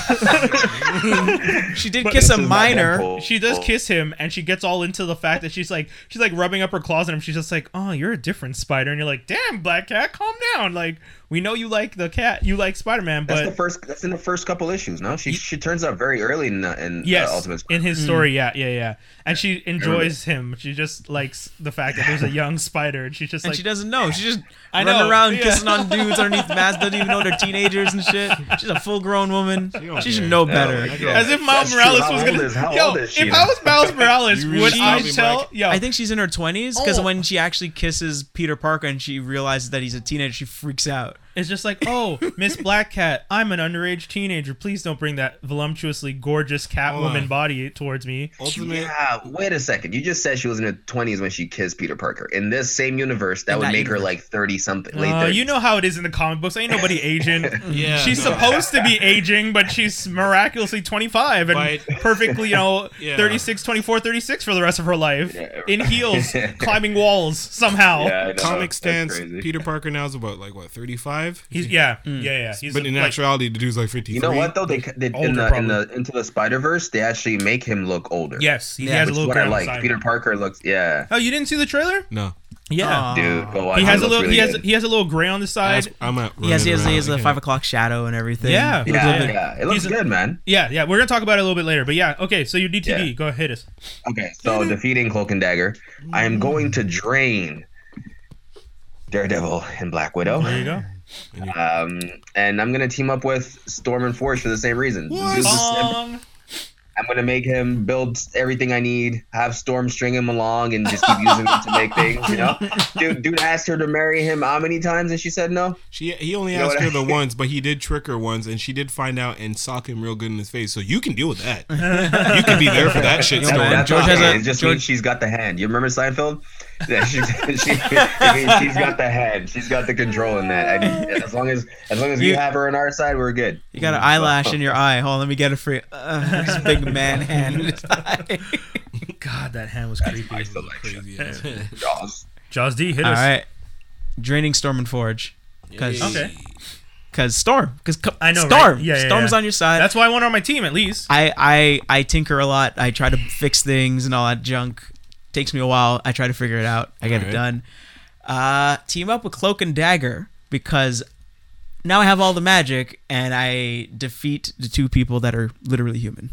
S3: She did
S1: But
S3: kiss
S4: This
S3: a
S4: is not
S3: minor.
S4: Deadpool.
S1: she does kiss him and she gets all into the fact that she's like she's like rubbing up her claws on him she's just like oh you're a different spider and you're like damn black cat calm down like we know you like the cat you like spider-man
S4: That's
S1: but
S4: the first. That's in the first couple issues. No, she she turns up very early in, the- in uh,
S1: yes
S4: Ultimate.
S1: in
S4: Spider-Man.
S1: his
S3: Mm.
S1: story yeah yeah yeah and she enjoys him she just likes the fact that there's a young spider and she's just
S3: And
S1: like
S3: she doesn't know. She's just
S1: I
S3: running
S1: know,
S3: around
S1: yeah.
S3: kissing on dudes underneath masks. Doesn't even know they're teenagers and shit. She's a full grown woman.
S2: don't
S3: She
S2: care.
S3: should know better.
S4: Oh, my
S2: Yeah.
S1: as if Miles
S4: That's true.
S1: Morales
S4: How
S1: was
S4: old
S1: gonna.
S4: is- how
S1: yo,
S4: old is she
S1: if
S4: now?
S1: I was Miles Morales,
S2: You really
S1: would I
S2: should be
S1: tell?
S2: black.
S1: Yo,
S3: I think she's in her 20s because
S1: Oh.
S3: when she actually kisses Peter Parker and she realizes that he's a teenager, she freaks out.
S1: It's just like, oh, Miss Black Cat, I'm an underage teenager. Please don't bring that voluptuously gorgeous
S2: Hold on.
S3: Oh.
S1: Catwoman body towards me.
S2: Ultimate.
S4: Yeah, wait a second. You just said she was in her twenties when she kissed Peter Parker. In this same universe, that
S3: In
S4: would
S3: that
S4: make her
S3: universe.
S4: like thirty something. late
S1: Uh,
S4: 30s.
S1: you know how it is in the comic books. Ain't nobody aging.
S2: Yeah,
S1: she's
S2: no.
S1: supposed to be aging, but she's miraculously 25 and
S2: Right.
S1: perfectly, you know,
S2: Yeah.
S1: 36, 24, 36 for the rest of her life.
S4: Yeah.
S1: In heels, climbing walls somehow.
S4: Yeah, I know.
S2: Comic
S4: That's
S2: stance.
S4: crazy.
S2: Peter Parker now is about like what thirty five,
S1: He's, yeah, yeah, yeah. He's
S2: Mm. but in
S1: like-
S2: actuality, the dude's like fifty three.
S4: You know what though? They, they in
S1: Older,
S4: the in the into the Spider Verse, they actually make him look older.
S1: yes, he
S3: Yeah,
S1: has a
S4: which is
S1: little
S4: what I
S1: gray
S4: like.
S1: side.
S4: Peter Parker looks. Yeah,
S1: Oh, you didn't see the trailer?
S2: No,
S1: Yeah.
S3: Aw.
S4: dude, go watch.
S1: Ah. He has a
S4: looks
S1: little.
S4: really
S1: he has.
S4: good.
S1: He has a little gray on the side.
S2: That's- I'm at.
S3: Yes, he has, he
S2: running
S3: has the
S2: around.
S3: five o'clock shadow and everything.
S1: Yeah.
S3: He looks a
S4: yeah,
S3: little bit-
S4: yeah, it looks
S1: he's a-
S4: good, man.
S1: Yeah, yeah. We're gonna talk about it a little bit later, but yeah. Okay, so your DTD,
S4: Yeah.
S1: go hit us.
S4: Okay, so defeating Cloak and Dagger, I am going to drain Daredevil and Black Widow.
S1: There you go.
S4: Um, and I'm gonna team up with Storm and Forge for the same reason.
S2: What?
S4: Dude's just-
S1: Bong.
S4: I'm gonna make him build everything I need, have Storm string him along, and just keep using him to make things. You know, dude, dude asked her to marry him how many times, and she said no.
S2: She he only
S4: know
S2: asked
S4: what
S2: her the
S4: I-
S2: once, but he did trick her once, and she did find out and sock him real good in his face. So you can deal with that. you can be there for that shit.
S3: Yo,
S4: That-
S2: still.
S3: man,
S4: that's
S3: George
S4: not
S3: has
S4: hand.
S3: a-
S4: it just
S3: George-
S4: means she's got the hand. You remember Seinfeld? Yeah, she, she, has got the hand. She's got the control in that. I mean, as long as as long as we
S3: You-
S4: have her on our side, we're good.
S3: You got an eyelash in your eye. Hold on, let me get it for you. Uh, this big man hand in his eye.
S1: God, that hand was
S4: I
S1: creepy.
S4: still like that.
S2: Crazy ass.
S4: Jaws.
S1: Jaws D hit
S3: All
S1: us.
S3: right. Draining Storm and Forge. Because
S1: Okay.
S3: Storm. Because
S1: I know,
S3: Storm.
S1: right? Yeah, yeah,
S3: Storm's
S1: yeah.
S3: on your side.
S1: That's why I want her on my team at least.
S3: I, I I tinker a lot. I try to fix things and all that junk. Takes me a while. I try to figure it out. I get
S2: Alright.
S3: it done. Uh, team up with Cloak and Dagger because now I have all the magic and I defeat the two people that are literally human.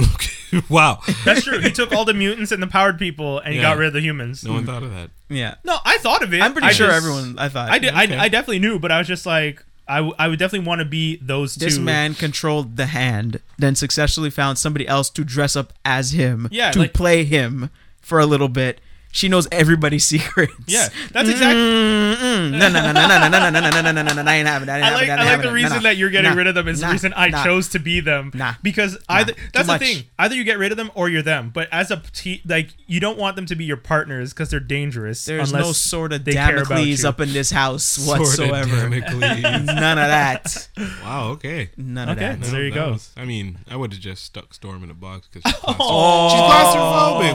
S2: Okay. wow.
S1: That's true. He took all the mutants and the powered people and he
S2: Yeah.
S1: got rid of the humans.
S2: No one thought of that.
S3: Yeah,
S1: No, I thought of it.
S3: I'm pretty
S1: I
S3: sure
S1: just-
S3: everyone. I thought
S1: I did.
S2: Okay.
S1: I, I definitely knew, but I was just like, I, w- I would definitely want to be those two.
S3: This man controlled the hand, then successfully found somebody else to dress up as him
S1: Yeah,
S3: to
S1: like-
S3: play him for a little bit. She knows everybody's secrets.
S1: Yeah, that's exactly.
S3: Mm, Mm-mm. No, no, no, no, no, no, no, no, no, no, no, no, no, no, no, I ain't having it. I ain't
S1: I
S3: having
S1: like
S3: it.
S1: I like the reason that you're getting rid of them is the reason I
S3: chose.
S1: chose to be them.
S3: Nah.
S1: Because either
S3: Too
S1: that's the
S3: much.
S1: thing. Either you get rid of them or you're them. But as a te- like you don't want them to be your partners because they're dangerous.
S3: There's
S1: unless
S3: no sort of
S1: they care about
S3: Damocles
S1: you.
S3: up in this house
S2: Sorta
S3: whatsoever.
S2: damnically.
S3: None of that.
S2: wow. Okay.
S3: None
S1: Okay.
S3: of
S1: So
S3: that.
S1: there you
S2: that
S1: go.
S2: Was, I mean, I would have just stuck Storm in a box because she's
S1: Oh.
S2: claustrophobic.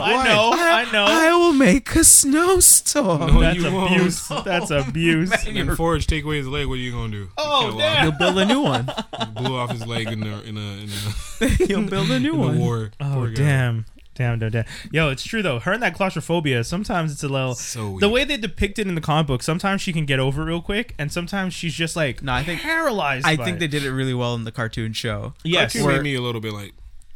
S1: I
S2: Why?
S1: know. I know.
S3: I will make a snowstorm.
S2: No,
S1: that's
S2: you won't.
S1: abuse.
S3: Oh,
S1: That's abuse.
S2: And then Forge take away his leg. What are you gonna do?
S1: Oh,
S2: Kill
S1: damn.
S3: You'll build a new one.
S2: off- Blew off his leg in the in a in a,
S3: You'll build a new
S2: in a
S3: one.
S2: war.
S1: Oh
S2: Poor guy.
S1: damn. Damn, damn, damn. Yo, it's true though. Her and that claustrophobia, sometimes it's a little.
S2: So
S1: the
S2: weak.
S1: way they depict it in the comic book, sometimes she can get over it real quick, and sometimes she's just like
S3: No, I think-
S1: paralyzed.
S3: I
S1: by
S3: think
S1: it.
S3: they did it really well in the cartoon show.
S1: Yes.
S2: Cartoon
S3: Or-
S2: made me a little bit like.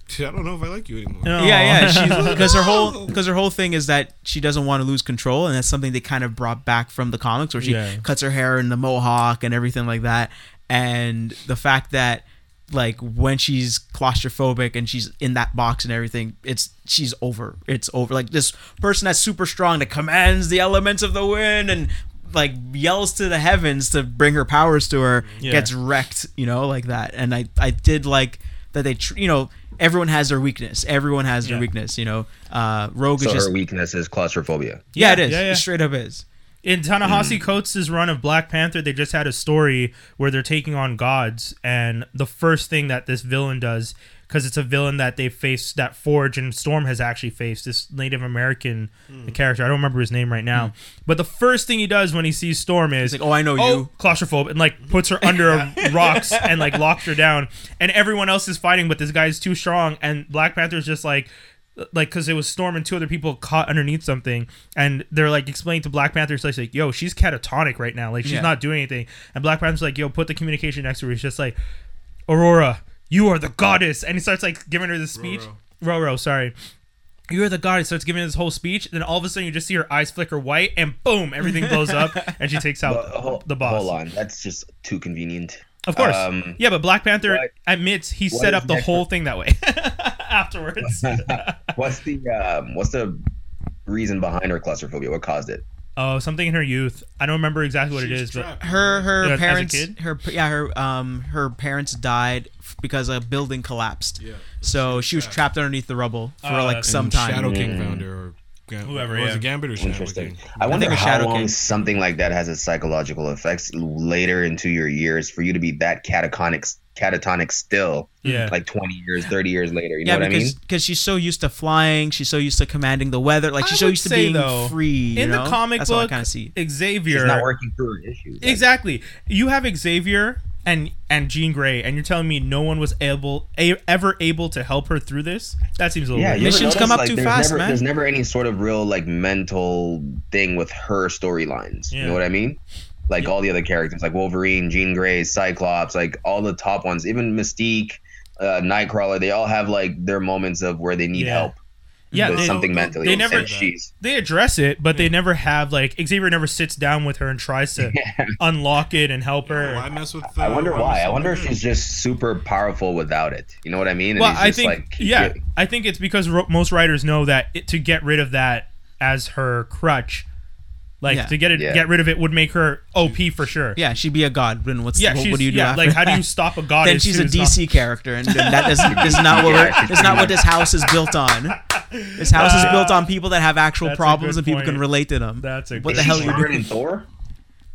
S2: "Shit, I don't know if I like you anymore.
S1: No.
S3: Yeah,
S1: Aw.
S3: yeah. Because her whole because her whole thing is that she doesn't want to lose control, and that's something they kind of brought back from the comics, where she
S1: Yeah.
S3: cuts her hair and the mohawk and everything like that. And the fact that like when she's claustrophobic and she's in that box and everything, it's she's over. It's over. Like this person that's super strong that commands the elements of the wind and like yells to the heavens to bring her powers to her
S1: Yeah.
S3: gets wrecked, you know, like that. And I I did like that they tr- you know everyone has their weakness. Everyone has their
S1: Yeah.
S3: weakness. You know, uh, Rogue
S4: So
S3: is just
S4: her weakness is claustrophobia.
S3: yeah, it is.
S1: Yeah, yeah.
S3: It straight up is.
S1: In Tanahashi Coates' run of Black Panther, they just had a story where they're taking on gods, and the first thing that this villain does, because it's a villain that they faced, that Forge and Storm has actually faced, this Native American character. I don't remember his name right now, but the first thing he does when he sees Storm is,
S3: like, "Oh, I know you."
S1: claustrophobe, and like puts her under a- rocks and like locks her down, and everyone else is fighting, but this guy's too strong, and Black Panther's just like like because it was Storm and two other people caught underneath something, and they're like explaining to Black Panther, it's like, like, yo, she's catatonic right now, like she's
S3: Yeah.
S1: not doing anything, and Black Panther's like, yo, put the communication next to her. He's just like, Aurora, you are the goddess, and he starts like giving her this speech. Roro, sorry. You're the goddess. Starts giving this whole speech, then all of a sudden you just see her eyes flicker white, and boom, everything blows up, and she takes out
S4: But hol-
S1: the boss.
S4: Hold on, that's just too convenient.
S1: Of course.
S4: Um,
S1: yeah, but Black Panther
S4: what-
S1: admits he
S4: what
S1: set
S4: is
S1: up the
S4: next
S1: whole thing that way afterwards.
S4: What's the um, what's the reason behind her claustrophobia? What caused it?
S1: oh, something in her youth. I don't remember exactly what it
S2: She's
S1: is,
S2: trapped.
S3: her her
S1: Yeah, as a
S3: parents
S1: kid?
S3: her yeah her um her parents died f- because a building collapsed.
S2: Yeah.
S3: So she was trapped underneath the rubble for
S1: Oh,
S3: like
S1: that's-
S3: some time.
S2: Shadow King founder or Gam-
S1: Whoever,
S2: was
S1: yeah.
S2: it Gambit or Shadow
S4: Interesting.
S2: King?
S4: I wonder
S3: think a
S4: how
S3: shadow
S4: long
S3: came.
S4: something like that has a psychological effects later into your years for you to be that catatonic, catatonic still.
S1: Yeah.
S4: Like twenty years, thirty years later. You
S3: yeah,
S4: know what I mean?
S3: because because she's so used to flying, she's so used to commanding the weather, like
S1: I
S3: she's so
S1: would
S3: used to
S1: say,
S3: being
S1: though,
S3: free. you
S1: in the
S3: know?
S1: comic
S3: That's all I
S1: book,
S3: kind of see.
S1: Xavier
S4: She's not working through her issues. Like,
S1: Exactly. You have Xavier and and Jean Grey, and you're telling me no one was able a, ever able to help her through this? That seems a little
S4: Yeah,
S1: weird.
S4: you ever
S3: Missions
S4: notice,
S3: come up
S4: like,
S3: too
S4: there's
S3: fast,
S4: never,
S3: man.
S4: There's never any sort of real like mental thing with her storylines. You
S1: Yeah.
S4: know what I mean? Like all the other characters, like Wolverine, Jean Grey, Cyclops, like all the top ones, even Mystique, uh, Nightcrawler, they all have like their moments of where they need
S1: Yeah.
S4: help
S1: Yeah,
S4: with
S1: they,
S4: something mentally.
S1: they
S4: and
S1: never-
S4: she's
S1: they address it, but they never have like Xavier never sits down with her and tries to unlock it and help her.
S2: Why mess with?
S4: I wonder why. I wonder if
S2: she's.
S4: she's just super powerful without it. You know what I mean? And
S1: well,
S4: it's
S1: I
S4: just,
S1: think yeah, I think it's because ro- most writers know that it, to get rid of that as her crutch, like
S3: Yeah.
S1: to get it
S4: Yeah.
S1: get rid of it would make her OP for sure.
S3: Yeah, she'd be a god. Then what's
S1: yeah.
S3: what,
S1: she's,
S3: what do you do?
S1: yeah,
S3: after
S1: like how do you
S3: that?
S1: stop a goddess?
S3: then she's a
S1: who's not-
S3: DC character, and, and that is, is not what we're,
S4: Yeah, she's
S3: is not what this house is built on. This house is built on people that have actual
S1: Uh, that's a
S3: problems
S1: good
S3: and people can
S1: point.
S3: relate to them.
S1: That's a
S3: what
S1: good
S3: the hell
S4: Is
S3: you
S4: she
S3: doing?
S4: stronger than Thor?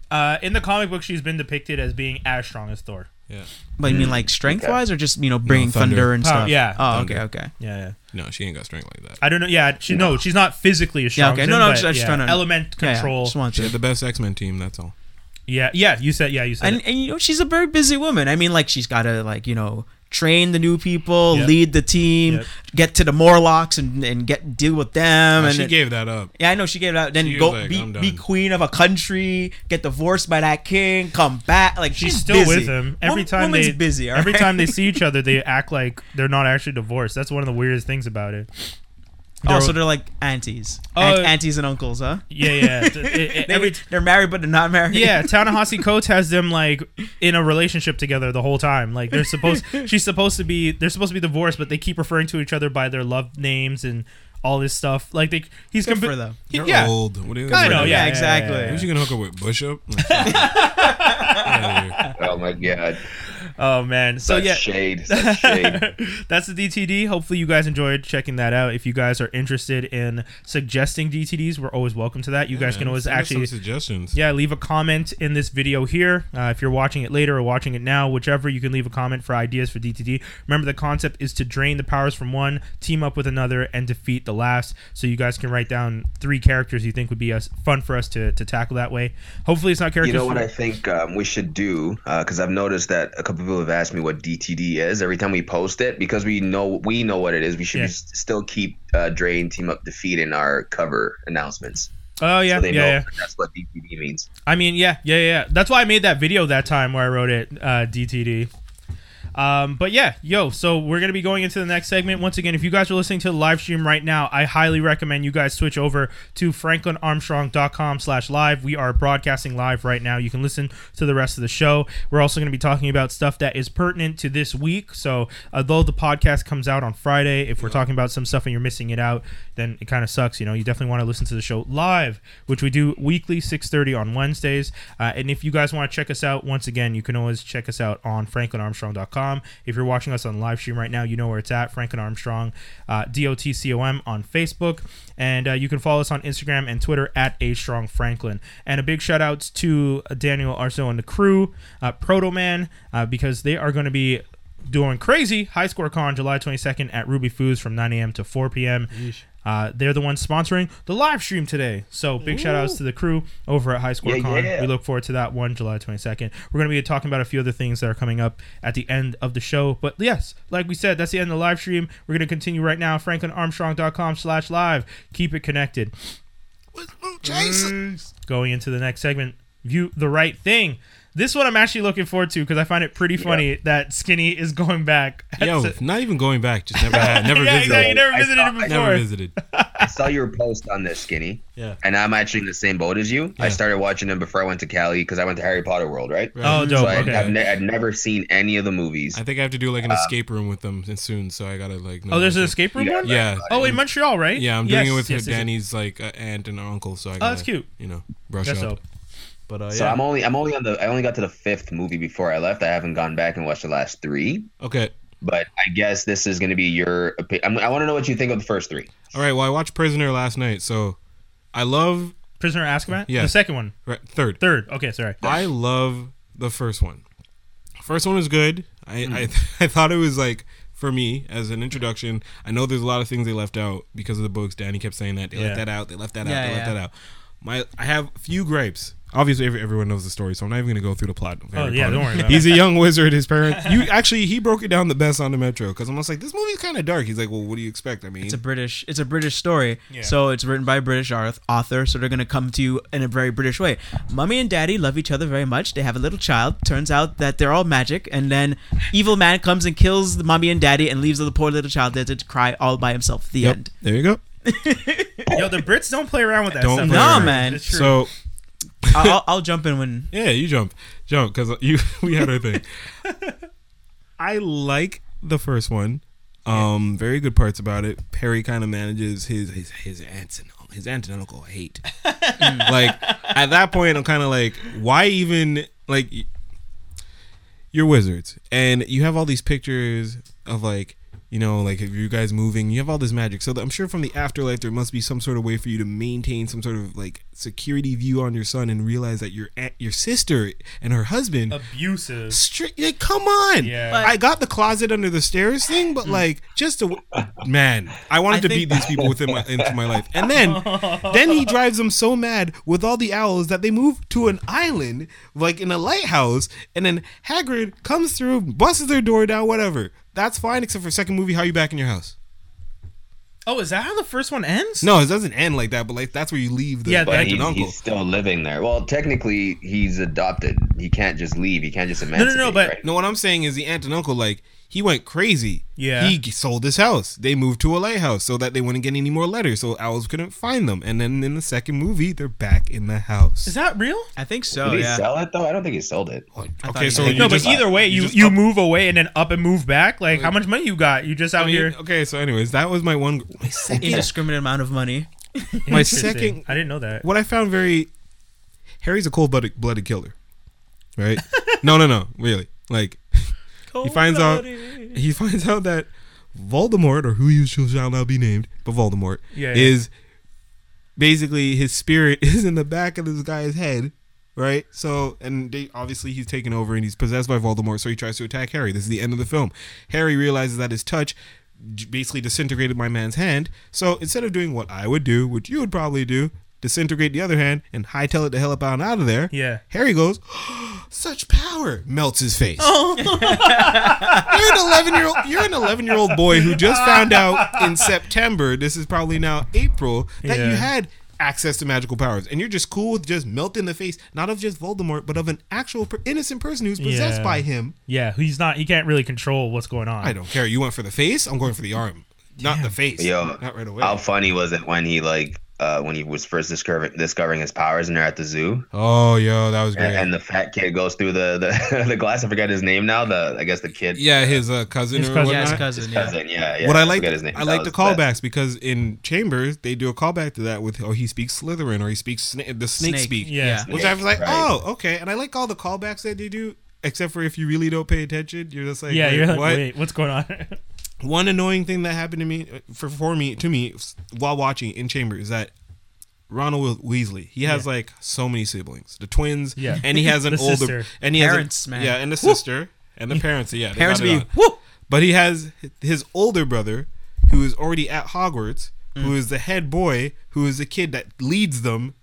S1: Uh, in the comic book, she's been depicted as being as strong as Thor.
S2: Yeah.
S3: But you
S2: Mm.
S3: mean like strength wise, or just you know bringing
S2: thunder.
S3: thunder. and
S1: Power-
S3: stuff?
S1: yeah,
S3: Oh,
S2: thunder.
S3: okay, okay.
S1: Yeah, yeah.
S2: No, she ain't got strength like that.
S1: I don't know. Yeah, she no, she's not physically as strong.
S3: Yeah, okay.
S1: as
S3: No,
S1: him,
S3: no, I'm
S1: but
S3: just, I'm just
S1: yeah.
S3: trying to
S1: element
S3: yeah, yeah,
S1: control.
S3: just wanted
S2: She
S3: to-
S2: had the best X Men team. That's all.
S1: Yeah, yeah. You said yeah. You said
S3: and,
S1: it.
S3: and you know she's a very busy woman. I mean, like she's got to like you know train the new people,
S1: Yep.
S3: lead the team,
S1: Yep.
S3: get to the Morlocks and and get deal with them. and
S2: she
S3: it-
S2: gave that up.
S3: yeah, I know she gave it out. Then
S2: She
S3: go
S2: was like,
S3: be,
S2: "I'm
S3: be
S2: done."
S3: queen of a country, get divorced by that king, come back. Like she's,
S1: She's still
S3: busy.
S1: with him every
S3: Wom-
S1: time.
S3: Woman's
S1: they,
S3: busy. all
S1: every
S3: right?
S1: time they see each other, they act like they're not actually divorced. That's one of the weirdest things about it. They're-
S3: also Oh, they're like aunties,
S1: Oh,
S3: Aunt-
S1: uh,
S3: aunties and uncles, huh?
S1: yeah, yeah. It- it- it-
S3: They,
S1: every
S3: they're married but they're not married.
S1: yeah, Tanahashi Coates has them like in a relationship together the whole time. Like they're supposed, she's supposed to be, they're supposed to be divorced, but they keep referring to each other by their love names and all this stuff. Like they, he's
S3: Good
S1: compa-
S3: for them.
S1: he-
S2: They're
S1: yeah,
S2: old. What is
S1: I know. Yeah,
S3: Yeah, exactly.
S1: yeah, yeah,
S2: Who's
S1: yeah.
S2: she gonna hook up with? Bush up? Outta here.
S4: Oh my god.
S1: Oh man. So
S4: Such
S1: yeah.
S4: shade. Such shade.
S1: That's the DTD. Hopefully, you guys enjoyed checking that out. If you guys are interested in suggesting DTDs, we're always welcome to that. You guys can
S2: Man,
S1: always
S2: send us
S1: actually
S2: some suggestions.
S1: yeah leave a comment in this video here uh, if you're watching it later or watching it now whichever you can leave a comment for ideas for dtd remember the concept is to drain the powers from one team up with another and defeat the last so you guys can write down three characters you think would be us fun for us to, to tackle that way hopefully it's not characters
S4: You know
S1: from-
S4: what I think um, we should do? Because I've noticed that a couple people have asked me what DTD is every time we post it. Because we know we know what it is. We should
S1: Yeah.
S4: be, still keep uh, Drain Team Up Defeat in our cover announcements.
S1: oh yeah
S4: so they
S1: yeah,
S4: know
S1: yeah
S4: that's what DTD means.
S1: i mean yeah yeah yeah that's why i made that video that time where i wrote it uh, dtd Um, but yeah, yo, so we're going to be going into the next segment. Once again, if you guys are listening to the live stream right now, I highly recommend you guys switch over to franklinarmstrong.com slash live. We are broadcasting live right now. You can listen to the rest of the show. We're also going to be talking about stuff that is pertinent to this week. So although the podcast comes out on Friday, if we're talking about some stuff and you're missing it out, then it kind of sucks. You know, you definitely want to listen to the show live, which we do weekly 6.30 on Wednesdays. Uh, and if you guys want to check us out, once again, you can always check us out on franklinarmstrong.com. frankenarmstrong.com. If you're watching us on live stream right now, you know where it's at Franken Armstrong, uh, D O T C O M on Facebook. And uh, you can follow us on Instagram and Twitter at A Strong Franklin. And a big shout outs to Daniel Arso and the crew, uh, Proto Man, uh, because they are going to be doing crazy high score con July 22nd at Ruby Foods from 9 a.m. to 4 p.m. Uh, they're the ones sponsoring the live stream today. So big shout outs to the crew over at High Score
S4: Yeah,
S1: Con.
S4: yeah.
S1: We look forward to that one July 22nd. We're going to be talking about a few other things that are coming up at the end of the show. But yes, like we said, that's the end of the live stream. We're going to continue right now. FranklinArmstrong.com slash live. Keep it connected.
S2: Jason.
S1: Going into the next segment, view the right thing. This one I'm actually looking forward to because I find it pretty funny that Skinny is going back.
S2: Yo, not even going back. Just never had. Never
S1: Mm, yeah,
S2: visited.
S1: exactly. You never Oh,
S4: I
S1: visited
S4: saw-
S1: it
S4: I
S1: before.
S2: Never visited.
S4: I saw your post on this, Skinny.
S2: Yeah.
S4: And I'm actually in the same boat as you. I
S2: Yeah.
S4: started watching them before I went to Cali because I went to Harry Potter World, right?
S1: Oh,
S4: So
S1: dope.
S4: I,
S1: okay.
S4: have ne- I've never Uh, seen any of the movies.
S2: I think I have to do like an escape room with them soon, so I gotta like. know
S1: Oh, there's an
S2: what to-
S1: escape room
S4: Yeah.
S1: one.
S2: Yeah.
S1: Oh, in Montreal, right?
S2: Yeah, I'm
S1: Yes,
S2: doing it with
S1: yes, yes,
S2: Danny's like uh, aunt and uncle, so I. Gotta,
S1: Oh, that's cute.
S2: You know, brush
S1: Yes, so.
S2: up. But uh,
S4: so
S2: yeah.
S4: I'm only I'm only on the I only got to the fifth movie before I left. I haven't gone back and watched the last three.
S2: okay.
S4: But I guess this is going to be your. opi- I'm, I want to know what you think of the first three.
S2: All right. Well, I watched Prisoner last night, so I love
S1: Prisoner of Azkaban.
S2: Yeah.
S1: The second one,
S2: right, third.
S1: third. Okay, sorry.
S2: I love the first one. First one was good. I,
S1: Hmm.
S2: I I thought it was like for me as an introduction. I know there's a lot of things they left out because of the books. Danny kept saying that they
S1: Yeah.
S2: left that out. They left that
S3: Yeah,
S2: out. They left
S3: yeah.
S2: that out. My I have a few gripes. Obviously, every, everyone knows the story, so I'm not even gonna go through the plot. Of Harry
S1: Oh, yeah,
S2: Potter.
S1: don't worry about
S2: He's a young wizard. His parents. You actually, he broke it down the best on the Metro because I'm just like, this movie's kind of dark. He's like, well, what do you expect? I mean,
S3: It's a British. It's a British story, so it's written by a British arth- author. So they're gonna come to you in a very British way. Mummy and Daddy love each other very much. They have a little child. Turns out that they're all magic, and then evil man comes and kills the mummy and daddy and leaves the poor little child there to cry all by himself. The
S2: Yep,
S3: end.
S2: There you go.
S1: Yo, the Brits don't play around with that. stuff.
S2: Don't play
S3: No,
S1: It's
S3: around. man.
S1: true.
S2: So
S3: I'll, I'll- I'll jump in when
S2: Yeah, you jump, jump, because you we had our thing. I like the first one. Um, very good parts about it. Perry kind of manages his his his aunts and his aunt and uncle hate. like at that point, I'm kind of like, why even like y- you're wizards and you have all these pictures of like you know like if you guys moving you have all this magic so i'm sure from the afterlife there must be some sort of way for you to maintain some sort of like security view on your son and realize that your aunt, your sister and her husband
S1: abusive.
S2: Straight, like, come on!
S1: Yeah. Mm.
S3: But-
S2: I got the closet under the stairs thing, but like, just to, man, I wanted
S3: I
S2: to
S3: think-
S2: beat these people within my into my life, and then, then he drives them so mad with all the owls that they move to an island, like in a lighthouse, and then Hagrid comes through, busts their door down, whatever. That's fine, except for second movie, how you back in your house?
S1: Oh, is that how the first one ends?
S2: No, it doesn't end like that, but like that's where you leave the
S1: Yeah,
S2: aunt
S1: that-
S4: But
S2: and
S4: he's,
S2: uncle.
S4: he's still living there. Well, technically, he's adopted. He can't just leave. He can't just
S1: no,
S4: emancipate.
S1: but-
S4: right?
S2: No, what I'm saying is the aunt and uncle, like, he went crazy.
S1: Yeah.
S2: He g- sold his house. They moved to a lighthouse so that they wouldn't get any more letters, so owls couldn't find them. And then in the second movie, they're back in the house.
S1: Is that real?
S3: I think so.
S2: oh,
S4: Did he
S3: Yeah.
S4: sell it though? I don't think he sold it.
S2: okay,
S3: thought
S2: so
S3: you-
S2: you
S1: no, but
S2: just,
S1: either way, you, you,
S2: just up-
S1: move away and then up and move back. Like, how much money you got? You just out
S2: I mean,
S1: here.
S2: okay, so anyways, that was my one. gr- My second.
S3: Indiscriminate amount of money.
S2: my
S1: Interesting.
S2: second.
S1: I didn't know that.
S2: What I found very. Harry's a cold blooded blooded killer, right? no, no, no, really. Like he finds out. He finds out that Voldemort, or who you shall shall not be named, but Voldemort,
S1: Yeah, yeah.
S2: is basically his spirit is in the back of this guy's head, right? So, and they, obviously he's taken over and he's possessed by Voldemort, so he tries to attack Harry. This is the end of the film. Harry realizes that his touch j- basically disintegrated my man's hand. So instead of doing what I would do, which you would probably do, disintegrate the other hand and hightail it the hell up out and out of there.
S1: Yeah.
S2: Harry goes, such power melts his face.
S1: Oh.
S2: you're an eleven year old. You're an eleven year old boy who just found out in September. This is probably now April that
S1: Yeah.
S2: you had access to magical powers, and you're just cool with just melting the face, not of just Voldemort, but of an actual per- innocent person who's possessed
S1: Yeah.
S2: by him.
S1: Yeah, he's not. He can't really control what's going on.
S2: I don't care. You went for the face. I'm going for the arm, not the face.
S4: Yo,
S2: not right away.
S4: How funny was it when he like uh, when he was first discovering discovering his powers and they're at the zoo
S2: oh, yo, that was
S4: and,
S2: great.
S4: and the fat kid goes through the, the the glass. I forgot his name now. The I guess the kid.
S2: yeah, his uh, cousin
S1: His
S2: or
S1: cousin.
S2: whatnot.
S3: Yeah, his cousin. Yeah.
S4: Cousin, yeah, yeah.
S2: what I
S4: I
S2: like,
S4: forgot his name.
S2: I
S4: That
S2: like the
S4: was
S2: callbacks
S4: best.
S2: because in Chambers they do a callback to that with oh he speaks Slytherin or he speaks sna- the snake, speak.
S1: Yeah.
S2: Which
S4: Yeah,
S2: I was like,
S4: right.
S2: oh, okay. And I like all the callbacks that they do except for if you really don't pay attention, you're just like,
S1: yeah,
S2: wait,
S1: you're like,
S2: what?
S1: wait, what's going on?
S2: One annoying thing that happened to me uh, for for me to me while watching in chamber is that Ronald Wea- Weasley he has like so many siblings, the twins,
S1: Yeah.
S2: and he has an
S1: The
S2: older
S1: sister.
S2: and he
S3: Parents,
S2: has a,
S3: man.
S2: yeah, and the sister and the parents, yeah, they
S3: Parents
S2: got it
S3: be
S2: on.
S3: whoop.
S2: But he has his older brother, who is already at Hogwarts, who is the head boy, who is the kid that leads them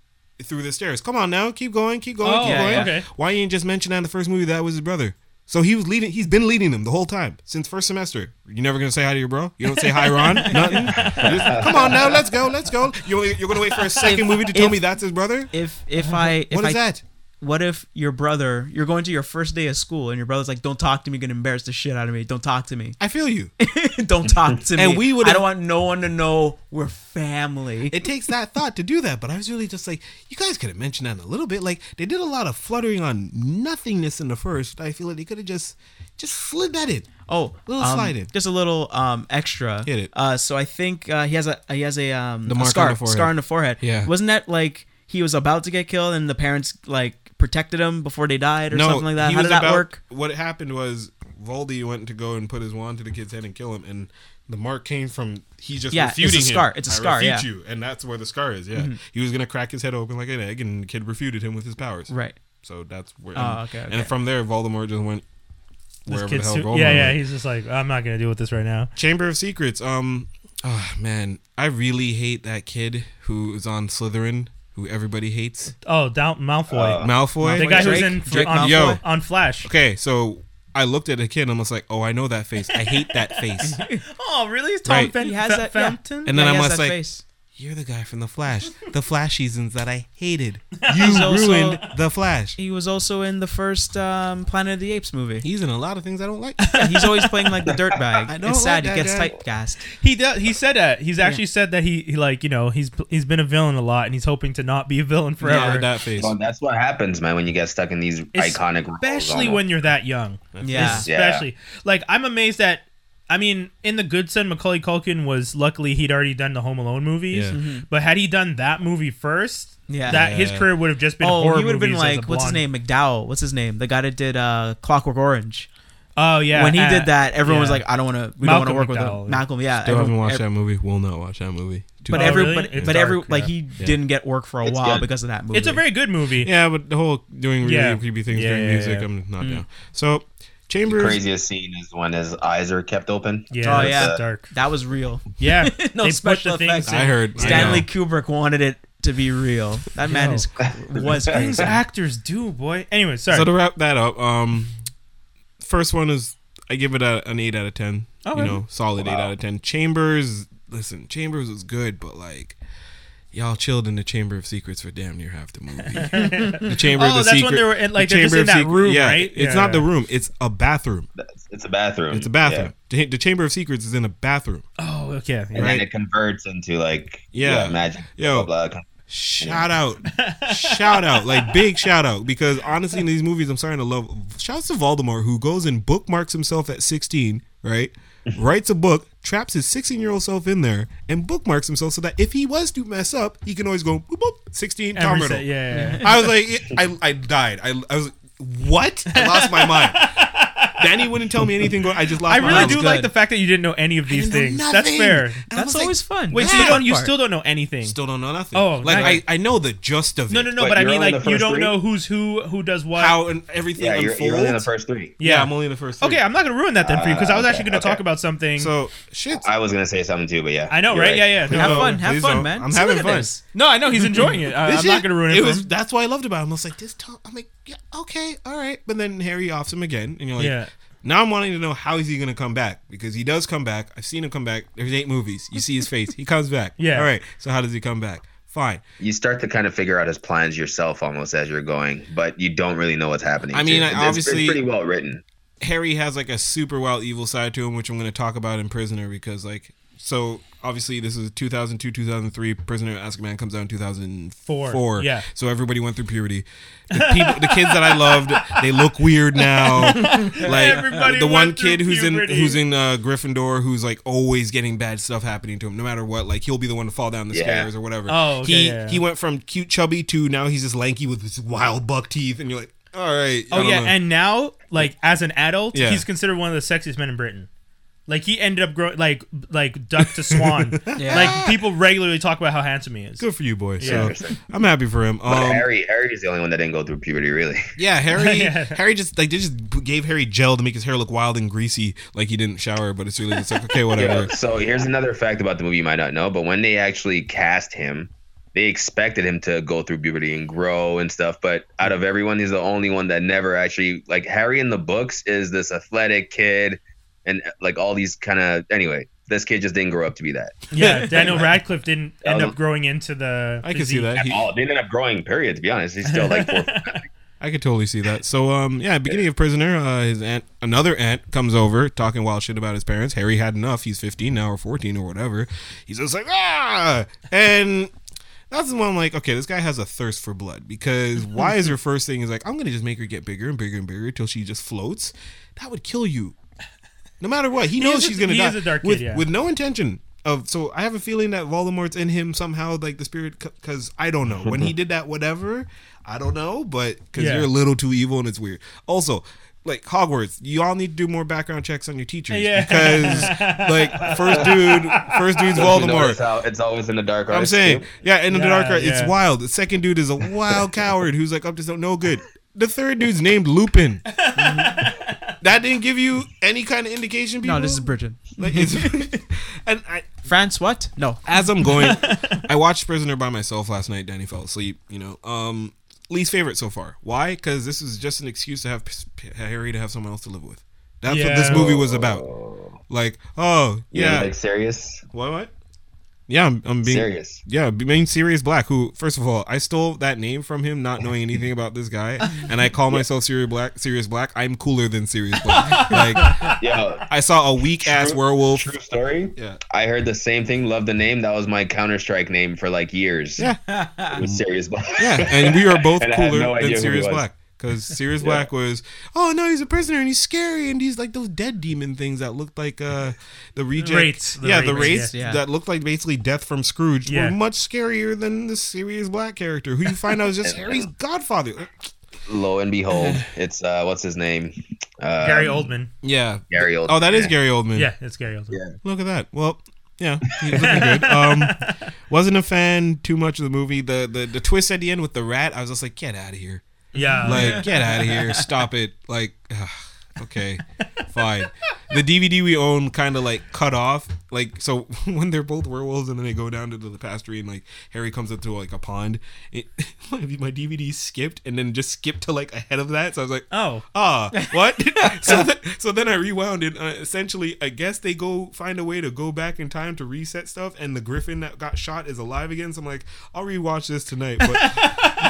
S2: through the stairs. Come on now, keep going, keep going,
S1: Oh,
S2: keep
S1: yeah,
S2: going.
S1: yeah. Okay.
S2: Why you didn't just mention that in the first movie that was his brother? So he was leading. He's been leading them the whole time since first semester. You're never gonna say hi to your bro. You don't say hi, Ron. Nothing. Just, Come on now, let's go, let's go. You, you're gonna wait for a second movie to tell
S3: if-
S2: me that's his brother.
S3: If if I if
S2: What
S3: I
S2: is that?
S3: what if your brother you're going to your first day of school and your brother's like don't talk to me you're gonna embarrass the shit out of me don't talk to me
S2: I feel you.
S3: don't talk to me
S2: And we would've-
S3: i don't want no one to know we're family
S2: it takes that thought to do that. But I was really just like, you guys could have mentioned that a little bit. Like they did a lot of fluttering on nothingness in the first. I feel like they could have just just slid that in.
S3: oh
S2: Little
S3: um,
S2: slide it.
S3: just a little um extra
S2: Hit it.
S3: uh so i think uh, he has a he has a um
S2: The
S3: a
S2: mark on
S3: scar
S2: the forehead.
S3: scar on the forehead
S2: Yeah.
S3: wasn't that like he was about to get killed and the parents like protected him before they died or something like that
S2: he
S3: how
S2: was
S3: did that
S2: about-
S3: work
S2: What happened was Voldy went to go and put his wand to the kid's head and kill him, and the mark came from he's just
S3: Yeah, it's a
S2: refuting him.
S3: scar. It's a
S2: "I
S3: scar,
S2: refute
S3: yeah. Mm-hmm.
S2: you, and that's where the scar is. Yeah, he was gonna crack his head open like an egg, and the kid refuted him with his powers.
S3: right
S2: So that's where.
S3: Oh,
S2: and-
S3: okay, okay.
S2: And from there, Voldemort just went
S1: This
S2: wherever the
S1: kid's
S2: hell.
S1: too-
S2: Voldemort
S1: yeah, yeah.
S2: went.
S1: He's just like, I'm not gonna deal with this right now.
S2: Chamber of Secrets. Um, oh man, I really hate that kid who is on Slytherin, who everybody hates.
S1: Oh, down
S2: Uh,
S1: Malfoy,
S2: Malfoy.
S1: the guy who's
S3: Uh, Drake-
S1: in
S3: Drake
S1: on,
S2: Malfoy? Yo.
S1: on Flash.
S2: Okay, so I looked at a kid and I was like, oh, I know that face. I hate that face.
S3: oh really
S1: Tom
S2: Right.
S1: Fen-
S3: he has
S1: Fe-
S3: that yeah.
S1: Fenton?
S2: And then
S3: Yeah,
S2: I'm
S3: he has
S2: just
S3: that
S2: like-
S3: face.
S2: You're the guy from the Flash, the Flash seasons that I hated.
S3: He's
S2: You
S3: also-
S2: ruined the Flash.
S3: He was also in the first um, Planet of the Apes movie.
S2: He's in a lot of things I don't like.
S3: And he's always playing like the dirtbag.
S2: I
S3: It's
S2: don't
S3: sad.
S2: like
S3: he
S2: that
S3: gets
S2: guy.
S3: typecast.
S1: He does. He said that. He's actually said that he, he like you know he's he's been a villain a lot and he's hoping to not be a villain
S2: Yeah,
S1: forever.
S2: that face.
S4: Well, that's what happens, man, when you get stuck in these iconic roles.
S1: especially
S4: almost.
S1: when you're that young.
S3: Yeah.
S1: Especially like I'm amazed that I mean in the good son Macaulay Culkin was luckily he'd already done the Home Alone movies,
S2: Yeah.
S1: but had he done that movie first,
S3: Yeah.
S1: that his
S2: Yeah.
S1: career would have just been
S3: Oh,
S1: horror
S3: he would have been
S1: movies as a
S3: like, what's his
S1: blonde.
S3: name? McDowell. What's his name? The guy that did uh, Clockwork Orange.
S1: Oh yeah,
S3: when he
S1: uh,
S3: did that, everyone was
S1: yeah.
S3: like, "Oh, I don't want to. We don't want to
S1: Malcolm
S3: work with
S1: McDowell.
S3: him. Malcolm. Yeah.
S2: Still haven't
S3: everyone-
S2: watched
S3: ev-
S2: that movie. Will not watch that movie. Too
S3: But
S1: Oh,
S2: bad.
S3: every
S1: really?
S3: but,
S1: It's
S3: but every
S1: dark,
S3: like
S1: yeah.
S3: he didn't get work for a
S4: It's
S3: while
S4: good.
S3: because of that movie.
S1: it's a very good movie.
S2: yeah, but the whole doing really
S1: Yeah.
S2: creepy things
S1: Yeah,
S2: during
S1: yeah,
S2: music,
S1: yeah. Mm.
S2: I'm not down. So,
S4: the
S2: Chambers.
S4: craziest scene is when his eyes are kept open.
S1: Yeah,
S3: Oh,
S1: that's
S3: yeah.
S1: dark.
S3: that was real.
S1: Yeah,
S3: No
S1: they put
S3: special
S1: the things.
S3: effects.
S1: in-
S2: I heard
S3: Stanley
S2: I know.
S3: Kubrick wanted it to be real. That man
S1: Yo.
S3: is cr- was
S1: Things
S3: crazy.
S1: actors do, boy. Anyway, sorry.
S2: So to wrap that up, um, first one is I give it a, an eight out of ten.
S1: Okay.
S2: You know, solid eight
S4: Wow.
S2: out of ten. Chambers, listen, Chambers was good, but like. Y'all chilled in the Chamber of Secrets for damn near half the movie. the Chamber
S1: Oh,
S2: of the
S1: that's when
S2: Secret.
S1: they were in, like,
S2: the
S1: they're just
S2: Chamber
S1: in
S2: of
S1: that
S2: Secret-
S1: room,
S2: yeah,
S1: right? Yeah.
S2: It's not the room. It's a bathroom.
S4: That's- It's a bathroom.
S2: It's a
S4: Yeah.
S2: bathroom. The, the Chamber of Secrets is in a bathroom.
S1: oh, okay.
S4: And
S2: Right.
S4: then it converts into like
S2: Yeah.
S4: yeah, magic.
S2: Yo.
S4: blah, blah, blah.
S2: Shout out. shout out. Like big shout out. Because honestly in these movies I'm starting to love shouts to Voldemort who goes and bookmarks himself at sixteen, right? Writes a book, traps his sixteen year old self in there, and bookmarks himself so that if he was to mess up, he can always go boop boop sixteen
S1: Every
S2: Tom Riddle.
S1: se- yeah, yeah, yeah.
S2: I was like I, I died. I, I was like, what? I lost my mind. Danny wouldn't tell me anything going I just lost
S1: I
S2: my
S1: really
S2: mind.
S1: do
S3: good.
S1: like the fact that you didn't know any of these
S2: didn't
S1: things.
S2: know
S1: That's
S2: nothing.
S1: fair.
S2: And I
S3: That's
S2: was like,
S3: always fun.
S1: Wait,
S3: That's
S1: so you
S3: the
S1: don't
S3: fun
S1: you
S3: part.
S1: still don't know anything?
S2: still don't know nothing.
S1: Oh,
S2: like
S1: nice.
S2: I, I know the gist of it.
S1: no, no, no.
S4: What,
S1: But I
S4: you're
S1: mean,
S4: only in
S1: like
S4: the
S1: you
S4: first
S1: don't
S4: three?
S1: know who's who, who does what.
S2: How and everything
S4: Yeah, you're,
S2: unfolds.
S4: you're only in the first three.
S2: Yeah,
S1: Yeah.
S2: I'm only in the first.
S1: Okay, I'm not gonna ruin that then for you because I was
S4: Ah,
S1: actually
S4: okay,
S1: gonna talk
S4: okay.
S1: about something.
S2: So shit.
S4: I was gonna say something too, but yeah.
S1: I know,
S4: you're
S1: right? Yeah, yeah.
S3: Have
S2: No,
S3: fun. Have
S2: please
S3: fun,
S2: don't.
S3: man.
S2: I'm
S3: See,
S2: having
S3: look at
S2: fun.
S3: this.
S1: No, I know he's enjoying it. I,
S2: This
S1: I'm not gonna ruin it.
S2: It
S1: for
S2: was
S1: him.
S2: that's why I loved about him. I was like, this. Tom, I'm like, yeah, okay, all right. But then Harry offs him again, and you're like,
S1: Yeah.
S2: Now I'm wanting to know how is he gonna come back because he does come back. I've seen him come back. There's eight movies. You see his face. He comes back.
S1: Yeah.
S2: All right. So how does he come back? Fine.
S4: You start to kind of figure out his plans yourself almost as you're going, but you don't really know what's happening.
S2: I mean,
S4: too.
S2: I-
S4: It's- it's
S2: obviously-
S4: pretty well written.
S2: Harry has like a super wild evil side to him, which I'm going to talk about in Prisoner because like so obviously this is 2002 2003 Prisoner of Azkaban comes out in 2004.
S1: Four, yeah.
S2: So everybody went through puberty. The people the kids that I loved, they look weird now. Like uh,
S1: Everybody
S2: the
S1: went
S2: one
S1: through
S2: kid who's
S1: puberty.
S2: in who's in uh, Gryffindor who's like always getting bad stuff happening to him no matter what. Like he'll be the one to fall down the
S4: Yeah.
S2: stairs or whatever.
S1: Oh, okay,
S2: he
S1: yeah, yeah.
S2: he went from cute chubby to now he's just lanky with his wild buck teeth and you're like All right. I
S1: Oh
S2: don't
S1: yeah,
S2: know.
S1: and now like as an adult,
S2: Yeah.
S1: he's considered one of the sexiest men in Britain. Like he ended up growing like like duck to swan.
S3: Yeah.
S1: Like people regularly talk about how handsome he is.
S2: good for you, boy.
S1: Yeah.
S2: So I'm happy for him.
S4: But
S2: Um,
S4: Harry, Harry is the only one that didn't go through puberty, really.
S2: yeah, Harry.
S1: Yeah.
S2: Harry just like they just p- gave Harry gel to make his hair look wild and greasy, like he didn't shower. But it's really it's like okay, whatever.
S4: Yeah, so here's another fact about the movie you might not know, but when they actually cast him, they expected him to go through puberty and grow and stuff. But out of everyone, he's the only one that never actually like Harry in the books is this athletic kid, and like all these kind of anyway. This kid just didn't grow up to be that.
S1: Yeah, Daniel Radcliffe didn't end
S4: Um,
S1: up growing into the.
S2: I can see
S1: physique.
S2: that. He-
S4: Oh, they ended up growing. Period. To be honest, he's still like four.
S2: I could totally see that. So, um, yeah, beginning of Prisoner, uh, his aunt, another aunt comes over talking wild shit about his parents. Harry had enough. He's 15 now or 14 or whatever. He's just like, ah! And that's when I'm like, okay, this guy has a thirst for blood because why is her first thing is like, I'm going to just make her get bigger and bigger and bigger till she just floats? That would kill you. No matter what. He, knows
S1: is a-
S2: she's going to
S1: he
S2: die.
S1: is a dark kid,
S2: with,
S1: yeah.
S2: with no intention of so i have a feeling that voldemort's in him somehow like the spirit because i don't know when he did that whatever i don't know but because
S1: Yeah.
S2: you're a little too evil and it's weird also like hogwarts you all need to do more background checks on your teachers
S1: Yeah.
S2: because like first dude first dude's
S4: You
S2: voldemort
S4: notice how it's always in the dark.
S2: i'm
S4: arts,
S2: saying
S4: too?
S2: yeah and in the dark
S1: Yeah,
S2: art
S1: yeah.
S2: it's wild the second dude is a wild coward who's like up to something no good the third dude's named lupin that didn't give you any kind of indication people?
S3: No, this is Britain.
S2: Like, it's, and I,
S3: France, what? No.
S2: as I'm going, I watched Prisoner by myself last night. Danny fell asleep. You know, um, least favorite so far. Why? Because this is just an excuse to have p- Harry to have someone else to live with. That's what this
S1: Yeah.
S2: movie was about. Like, oh
S4: Yeah,
S2: yeah,
S4: like serious,
S2: what? What? Yeah, I'm, I'm being
S4: serious.
S2: yeah, b- main Sirius Black, who first of all, I stole that name from him not knowing anything about this guy, and I call myself Sirius Black Sirius Black. I'm cooler than Sirius Black. like
S4: Yeah,
S2: I saw a weak ass
S4: True-
S2: werewolf.
S4: true story.
S2: Yeah.
S4: I heard the same thing. Love the name. That was my Counter Strike name for like years.
S2: Yeah.
S4: it was serious. Black.
S2: Yeah, and we are both
S4: And I had
S2: cooler
S4: no
S2: than
S4: idea who he
S2: Sirius
S4: was.
S2: Black. Because Sirius
S4: Yeah.
S2: Black was, oh no, he's a prisoner and he's scary and he's like those dead demon things that looked like uh, the reject,
S1: Wraiths, the
S2: yeah, the
S1: wraiths,
S2: wraiths
S3: yeah.
S2: that looked like basically death from Scrooge
S1: Yeah.
S2: were much scarier than the Sirius Black character, who you find out is just Harry's godfather.
S4: Lo and behold, it's uh, what's his name? Uh,
S1: Gary Oldman.
S2: Um, Yeah.
S4: Gary Oldman.
S2: Oh, that is
S4: yeah.
S2: Gary Oldman.
S1: Yeah, it's Gary Oldman.
S4: Yeah.
S2: Look at that. Well, yeah, he's looking good. Um, wasn't a fan too much of the movie. The, the the twist at the end with the rat, I was just like, get out of here.
S1: Yeah,
S2: Like, get out of here. Stop it. Like, ugh, okay, fine. The DVD we own kind of like cut off. Like, so when they're both werewolves and then they go down to the pasture and like Harry comes up to like a pond, it, my, my DVD skipped and then just skipped to like ahead of that. So I was like,
S1: Oh,
S2: ah, what? so, th- so then I rewound it. Uh, essentially, I guess they go find a way to go back in time to reset stuff, and the griffin that got shot is alive again. So I'm like, I'll rewatch this tonight. But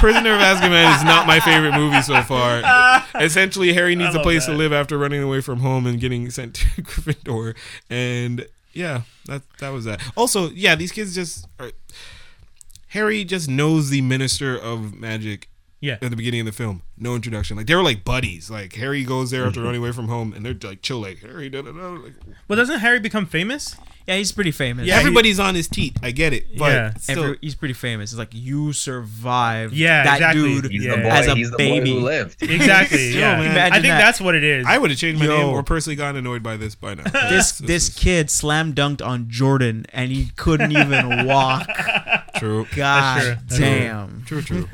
S2: Prisoner of Azkaban is not my favorite movie so far. essentially, Harry needs a
S1: love
S2: place to
S1: that.
S2: live after running away from home and getting sent to Gryffindor. And yeah, that that was that. Also, yeah, these kids just are. Harry just knows the minister of magic
S1: yeah.
S2: at the beginning of the film. No introduction. Like they were like buddies. Like Harry goes there after running away from home, and they're like chill. Like Harry, da da da. Like,
S1: Well, doesn't Harry become famous?
S3: Yeah, he's pretty famous.
S1: Yeah, he-
S2: everybody's on his teeth. I get it, but
S1: Yeah.
S2: still,
S3: Every, he's pretty famous. It's like you survived.
S1: Yeah,
S3: that
S1: exactly.
S3: dude.
S4: He's
S1: Yeah.
S4: the boy.
S3: As a
S4: he's the
S3: baby.
S4: boy who lived.
S1: Exactly.
S2: Still,
S1: yeah.
S2: man.
S1: I think
S3: Imagine that.
S1: that's what it is.
S2: I would have changed my
S3: Yo.
S2: name or personally gotten annoyed by this by now.
S3: This this
S2: is
S3: kid slam dunked on Jordan and he couldn't even walk.
S2: true.
S3: God
S1: true. That's
S3: damn.
S2: True, true.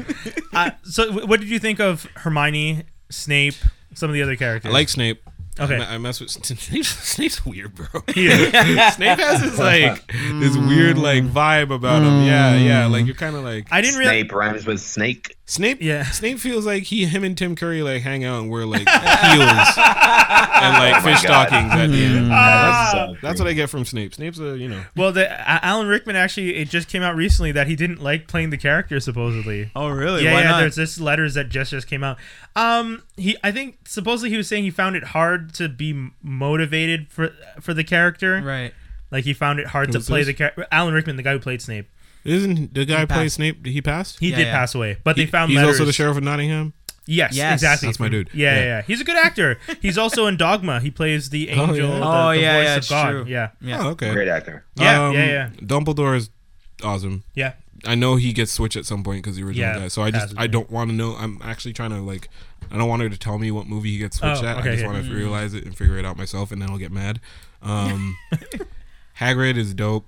S1: Uh, so, w- what did you think of Hermione, Snape, some of the other
S2: I
S1: characters?
S2: like Snape.
S1: Okay.
S2: I, me- I mess with Snape. Snape's weird, bro.
S1: Yeah.
S2: Snape has this like this weird like vibe about him. Yeah, yeah. Like you're kind of like
S1: I didn't really.
S4: Snape rhymes with snake.
S2: Snape,
S1: Yeah.
S2: Snape feels like he, him, and Tim Curry like hang out and wear like heels and like fish
S4: God. Mm-hmm.
S2: stockings at the end.
S1: Ah!
S4: so
S2: That's what I get from Snape. Snape's a you know.
S1: Well, the, A- Alan Rickman actually, it just came out recently that he didn't like playing the character supposedly.
S3: Oh really?
S1: yeah,
S3: Why
S1: yeah.
S3: not?
S1: There's this letters that just just came out. Um, he, I think supposedly he was saying he found it hard to be m- motivated for for the character.
S3: right.
S1: Like he found it hard to
S2: Who's
S1: play
S2: this?
S1: the character. Alan Rickman, the guy who played Snape,
S2: Isn't the guy
S3: He
S2: who played
S3: passed.
S2: Snape? Did he pass?
S1: he
S3: Yeah,
S1: did
S3: yeah.
S1: pass away, but they found
S2: He's
S1: letters.
S2: also the sheriff of Nottingham.
S1: Yes,
S3: Yes.
S1: exactly.
S2: That's my dude.
S1: Yeah, yeah,
S2: Yeah.
S1: yeah. He's a good actor. He's also in Dogma. He plays the angel.
S2: yeah.
S1: the-
S3: Oh,
S1: the
S3: yeah,
S1: voice
S3: yeah,
S1: of
S3: it's
S1: God.
S3: true.
S1: Yeah,
S3: Yeah.
S2: Oh, okay.
S4: great actor.
S1: Yeah, yeah, yeah.
S2: Dumbledore is awesome.
S1: yeah.
S2: I know he gets Switch at some point because the original
S1: Yeah,
S2: guy. So I just
S1: has
S2: I
S1: been.
S2: don't want to know. I'm actually trying to like I don't want her to tell me what movie he gets Switch
S1: Oh,
S2: at.
S1: okay,
S2: I just
S1: yeah.
S2: want to realize it and figure it out myself, and then I'll get mad. Um, Hagrid is dope.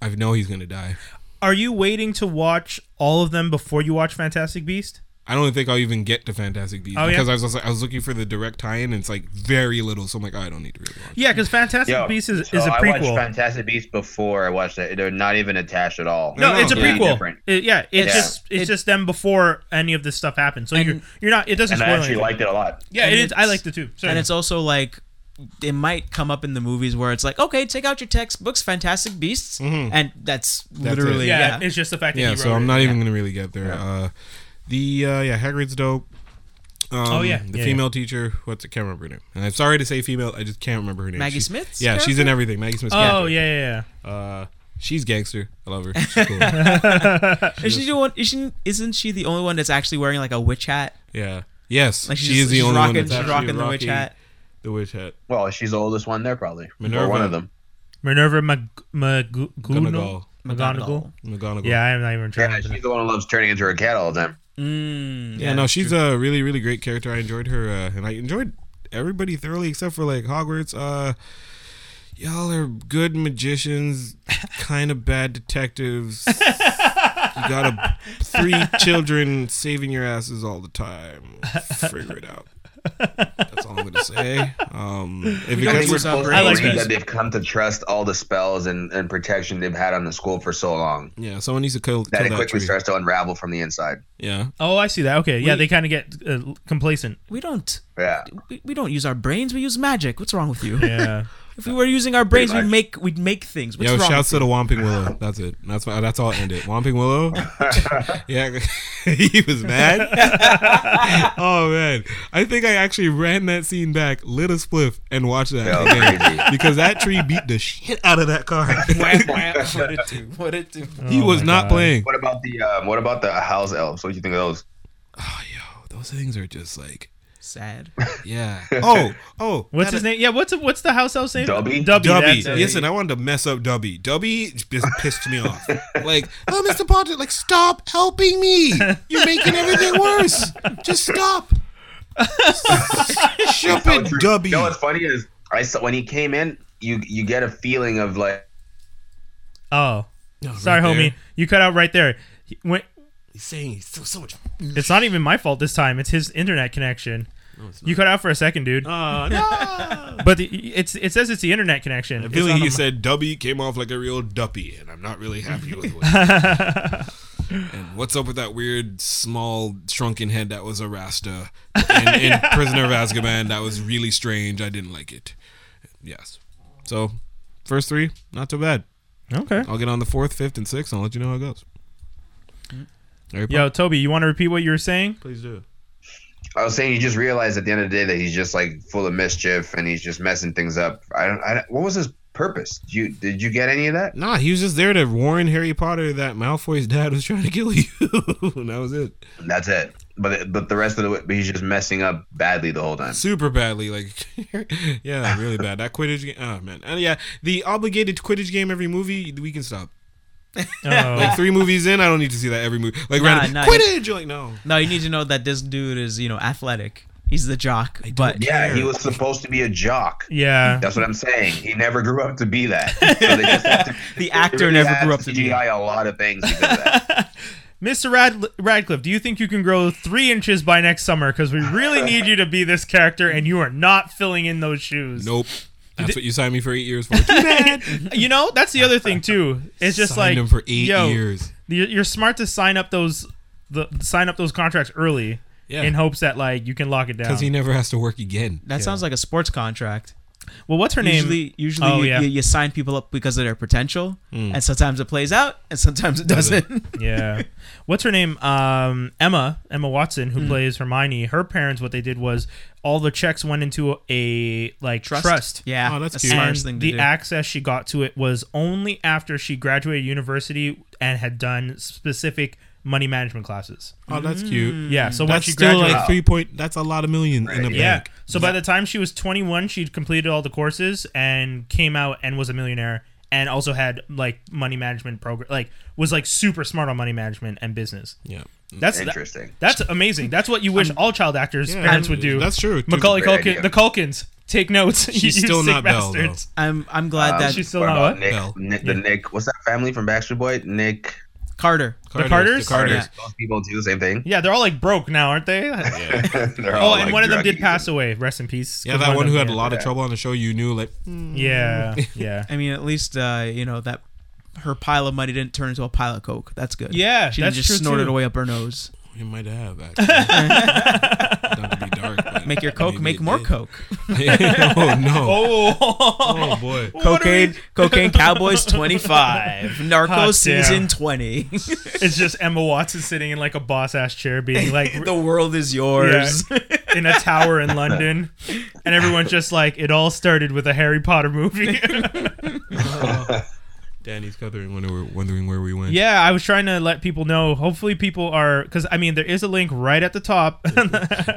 S2: I know he's gonna die.
S1: Are you waiting to watch all of them before you watch Fantastic Beast?
S2: I don't think I'll even get to Fantastic Beasts
S1: Oh, yeah?
S2: because I was also, I was looking for the direct tie-in, and it's like very little. So I'm like, oh, I don't need to rewatch.
S1: Yeah, because Fantastic
S4: Yo,
S1: Beast is,
S4: so
S1: is a
S4: I watched
S1: prequel.
S4: Fantastic Beasts before I watched that. They're not even attached at all.
S1: no, it's a
S4: They're completely
S1: prequel.
S4: Oh, different.
S1: It- yeah, it's
S4: Yeah.
S1: just it's
S3: It-
S1: just them before any of this stuff happened. So you're you're not. It doesn't
S4: And I
S1: spoil
S4: actually
S1: anything.
S4: liked it a lot.
S1: yeah,
S3: and
S1: it is. I
S3: it's-
S1: liked it too. Sorry.
S3: and it's also like it might come up in the movies where it's like, okay, take out your textbooks, Fantastic Beasts, and that's, literally
S1: yeah,
S3: yeah.
S1: it's just the fact that
S2: Yeah,
S1: he
S2: so
S1: wrote
S2: I'm
S1: it.
S2: not even gonna really get there. Uh, the uh, yeah, Hagrid's dope. Um,
S1: Oh, yeah.
S2: the
S1: Yeah,
S2: female teacher. What's I can't remember her name. And I'm sorry to say female. I just can't remember her name.
S3: Maggie
S2: She-
S3: Smith's
S2: Yeah, she's
S3: character?
S2: in everything. Maggie Smith's
S1: Oh
S2: character.
S1: yeah, yeah, yeah.
S2: Uh, she's gangster. I love her. She's cool.
S3: Is she the one? Isn't isn't she the only one that's actually wearing like a witch hat?
S2: yeah. Yes.
S3: Like she's,
S2: she is the
S3: she's
S2: only
S3: rocking,
S2: one that's
S3: she's
S2: actually
S3: rocking the witch hat.
S2: The witch hat.
S4: Well, she's the oldest one there, probably.
S2: Minerva.
S4: Or one of them.
S1: Minerva Mag- Magu-
S2: McGonagall.
S1: McGonagall.
S2: McGonagall.
S1: Yeah, I'm not even
S4: Yeah,
S1: trying. to
S4: she's the one who loves turning into a cat all the time.
S3: Mm,
S2: Yeah, no, she's a really, really great character. I enjoyed her, uh, and I enjoyed everybody thoroughly except for like Hogwarts. Uh, y'all are good magicians, kind of bad detectives. you got a, three children saving your asses all the time. Figure it out. That's all I'm gonna say. Um, if it
S3: don't
S2: gets
S3: think
S4: we're
S3: it's
S2: to,
S3: up,
S4: supposed
S3: right?
S1: I like
S4: to believe
S1: this.
S4: that they've come to trust all the spells and, and protection they've had on the school for so long
S2: yeah, someone needs to kill, kill
S4: that it
S2: that,
S4: quickly
S2: tree.
S4: starts to unravel from the inside.
S2: Yeah,
S1: Oh, I see that. Okay, yeah,
S3: We-
S1: they kind of get uh, complacent.
S3: we don't
S4: Yeah.
S3: we, we don't use our brains. We use magic. What's wrong with you?
S1: Yeah,
S3: If we were using our brains, we
S4: much.
S3: make we'd make things. What's
S2: Yo,
S3: wrong?
S2: shouts to the Whomping Willow. That's it. That's my, that's all. End it. Whomping Willow. yeah, he was mad. oh man, I think I actually ran that scene back, lit a spliff, and watched that
S4: Yeah,
S2: again.
S4: crazy.
S2: because that tree beat the shit out of that car.
S3: what it do? What it do?
S2: he
S1: Oh
S2: was
S1: my
S2: not
S1: God.
S2: playing.
S4: What about the um, what about the house elves? What do you think of those?
S2: Oh, yo, those things are just like,
S3: Sad.
S2: yeah. Oh, oh,
S1: what's
S2: that-
S1: his name? Yeah, what's what's the house elf name?
S4: Dubby?
S1: Dubby.
S2: Dubby.
S1: that's it.
S2: Listen, I wanted to mess up Dubby. Dubby just pissed me off. Like, oh, Mr. Potter, like, stop helping me. You're making everything worse. Just stop. Ship
S4: No,
S2: it,
S4: it's true.
S2: Dubby.
S4: You know what's funny is I saw when he came in, you you get a feeling of like
S1: Oh,
S2: No, right
S1: sorry,
S2: there.
S1: homie. You cut out right there. He- When,
S2: He's saying he's so, so much.
S1: it's not even my fault this time. It's his internet connection. You cut out for a second, dude.
S2: Uh, no.
S1: but the, it's it says it's the internet connection.
S2: I
S1: It's
S2: feel like
S1: not
S2: he
S1: a-
S2: said Dubby came off like a real duppy, and I'm not really happy with what. and what's up with that weird, small, shrunken head that was a Rasta in, in Prisoner of Azkaban? That was really strange. I didn't like it. Yes. So, first three, not too bad.
S1: okay.
S2: I'll get on the fourth, fifth, and sixth, and I'll let you know how it goes. Harry
S1: Mm-hmm. Yo, Toby, you want to repeat what you were saying?
S2: please do.
S4: I was saying, you just realize at the end of the day that he's just like full of mischief and he's just messing things up. I don't. I, don't- what was his purpose? Did you did you get any of that?
S2: Nah, he was just there to warn Harry Potter that Malfoy's dad was trying to kill you. and that was it.
S4: That's it. But but the rest of the but he's just messing up badly the whole time.
S2: super badly. Like, yeah, really bad. That Quidditch game. Oh man, and yeah, the obligated Quidditch game every movie. We can stop.
S1: Oh,
S2: Like three movies in, I don't need to see that every movie. Like,
S3: Nah,
S2: random,
S3: nah,
S2: Quidditch. You're like, no.
S3: No, you need to know that this dude is you know athletic. He's the jock, but
S4: Yeah, he was supposed to be a jock.
S1: yeah.
S4: That's what I'm saying. He never grew up to be that. So they just have to-
S3: the
S4: they
S3: actor
S4: really
S3: never
S4: had
S3: grew up to be.
S4: CGI a lot of things because of that.
S1: Mr. Rad- Radcliffe, do you think you can grow three inches by next summer? Because we really need you to be this character, and you are not filling in those shoes.
S2: Nope. That's what you signed me for eight years for. You
S1: you know, that's the other thing too. It's just
S2: signed
S1: like
S2: him for eight
S1: yo,
S2: years.
S1: You're, you're smart to sign up those the sign up those contracts early
S2: Yeah.
S1: in hopes that like you can lock it down.
S2: Because he never has to work again.
S3: That sounds like a sports contract.
S1: well, what's her name?
S3: Usually, usually
S1: Oh,
S3: you,
S1: yeah.
S3: you, you sign people up because of their potential, and sometimes it plays out, and sometimes it doesn't.
S1: yeah. What's her name? Um, Emma Emma Watson,
S2: Hmm.
S1: who plays Hermione. Her parents, what they did was all the checks went into a like trust.
S3: Yeah,
S2: Oh, that's
S3: the
S2: cute.
S3: smartest
S1: and
S3: thing to
S1: the
S3: do.
S1: access she got to it was only after she graduated university and had done specific money management classes.
S2: Oh, that's cute.
S1: Yeah, so when
S2: Mm. That's
S1: she
S2: still
S1: graduated,
S2: like three point. That's a lot of million in a bank.
S1: yeah. So by the time she was 21, she'd completed all the courses and came out and was a millionaire and also had like money management program, like was like super smart on money management and business.
S2: Yeah.
S1: That's
S4: Interesting.
S1: That's amazing. That's what you wish all child actors'
S2: Yeah,
S1: parents
S2: I'm-
S1: would do.
S2: That's true.
S1: Macaulay
S4: Great
S1: Culkin,
S4: idea.
S1: the Culkins. Take notes. you
S2: She's still
S1: sick
S2: not Belle, though.
S1: bastards.
S3: I'm I'm glad
S4: Um,
S3: that
S1: She's still
S4: what
S1: not
S4: about
S1: what?
S4: Nick,
S2: No.
S4: Nick, the
S1: Yeah.
S4: Nick. What's that family from Backstreet Boy? Nick
S3: Carter.
S1: The Carters?
S2: The Carters.
S4: Carter. Those people do the same thing.
S1: Yeah, they're all like broke now, aren't they?
S2: Yeah.
S4: They're
S1: oh,
S4: all,
S1: and
S4: like,
S1: one of them
S4: drug
S1: did
S4: users.
S1: pass away. Rest in peace.
S2: Yeah,
S1: 'Cause
S2: that one
S1: of
S2: who
S1: them-
S2: had a lot of
S4: Yeah.
S2: trouble on the show, you knew, like, mm,
S1: Yeah, yeah,
S3: I mean, at least uh, you know that her pile of money didn't turn into a pile of coke. That's good.
S1: yeah.
S3: She didn't
S1: that's
S3: just
S1: true
S3: snort
S1: too.
S3: it away up her nose.
S2: we might have, actually. Not to be dark. but
S3: Make your coke,
S2: maybe
S3: make
S2: it
S3: more
S2: did.
S3: coke.
S2: oh, no.
S1: Oh,
S2: Oh, boy.
S1: What are we-
S3: Cocaine, cocaine cowboys twenty five, narco
S1: Hot
S3: season
S1: damn.
S3: twenty.
S1: it's just Emma Watson sitting in like a boss ass chair, being like
S3: the world is yours.
S1: in a tower in London, and everyone's just like, it all started with a Harry Potter movie.
S2: Danny's covering wondering, wondering where we went.
S1: yeah, I was trying to let people know. Hopefully, people are because I mean there is a link right at the top.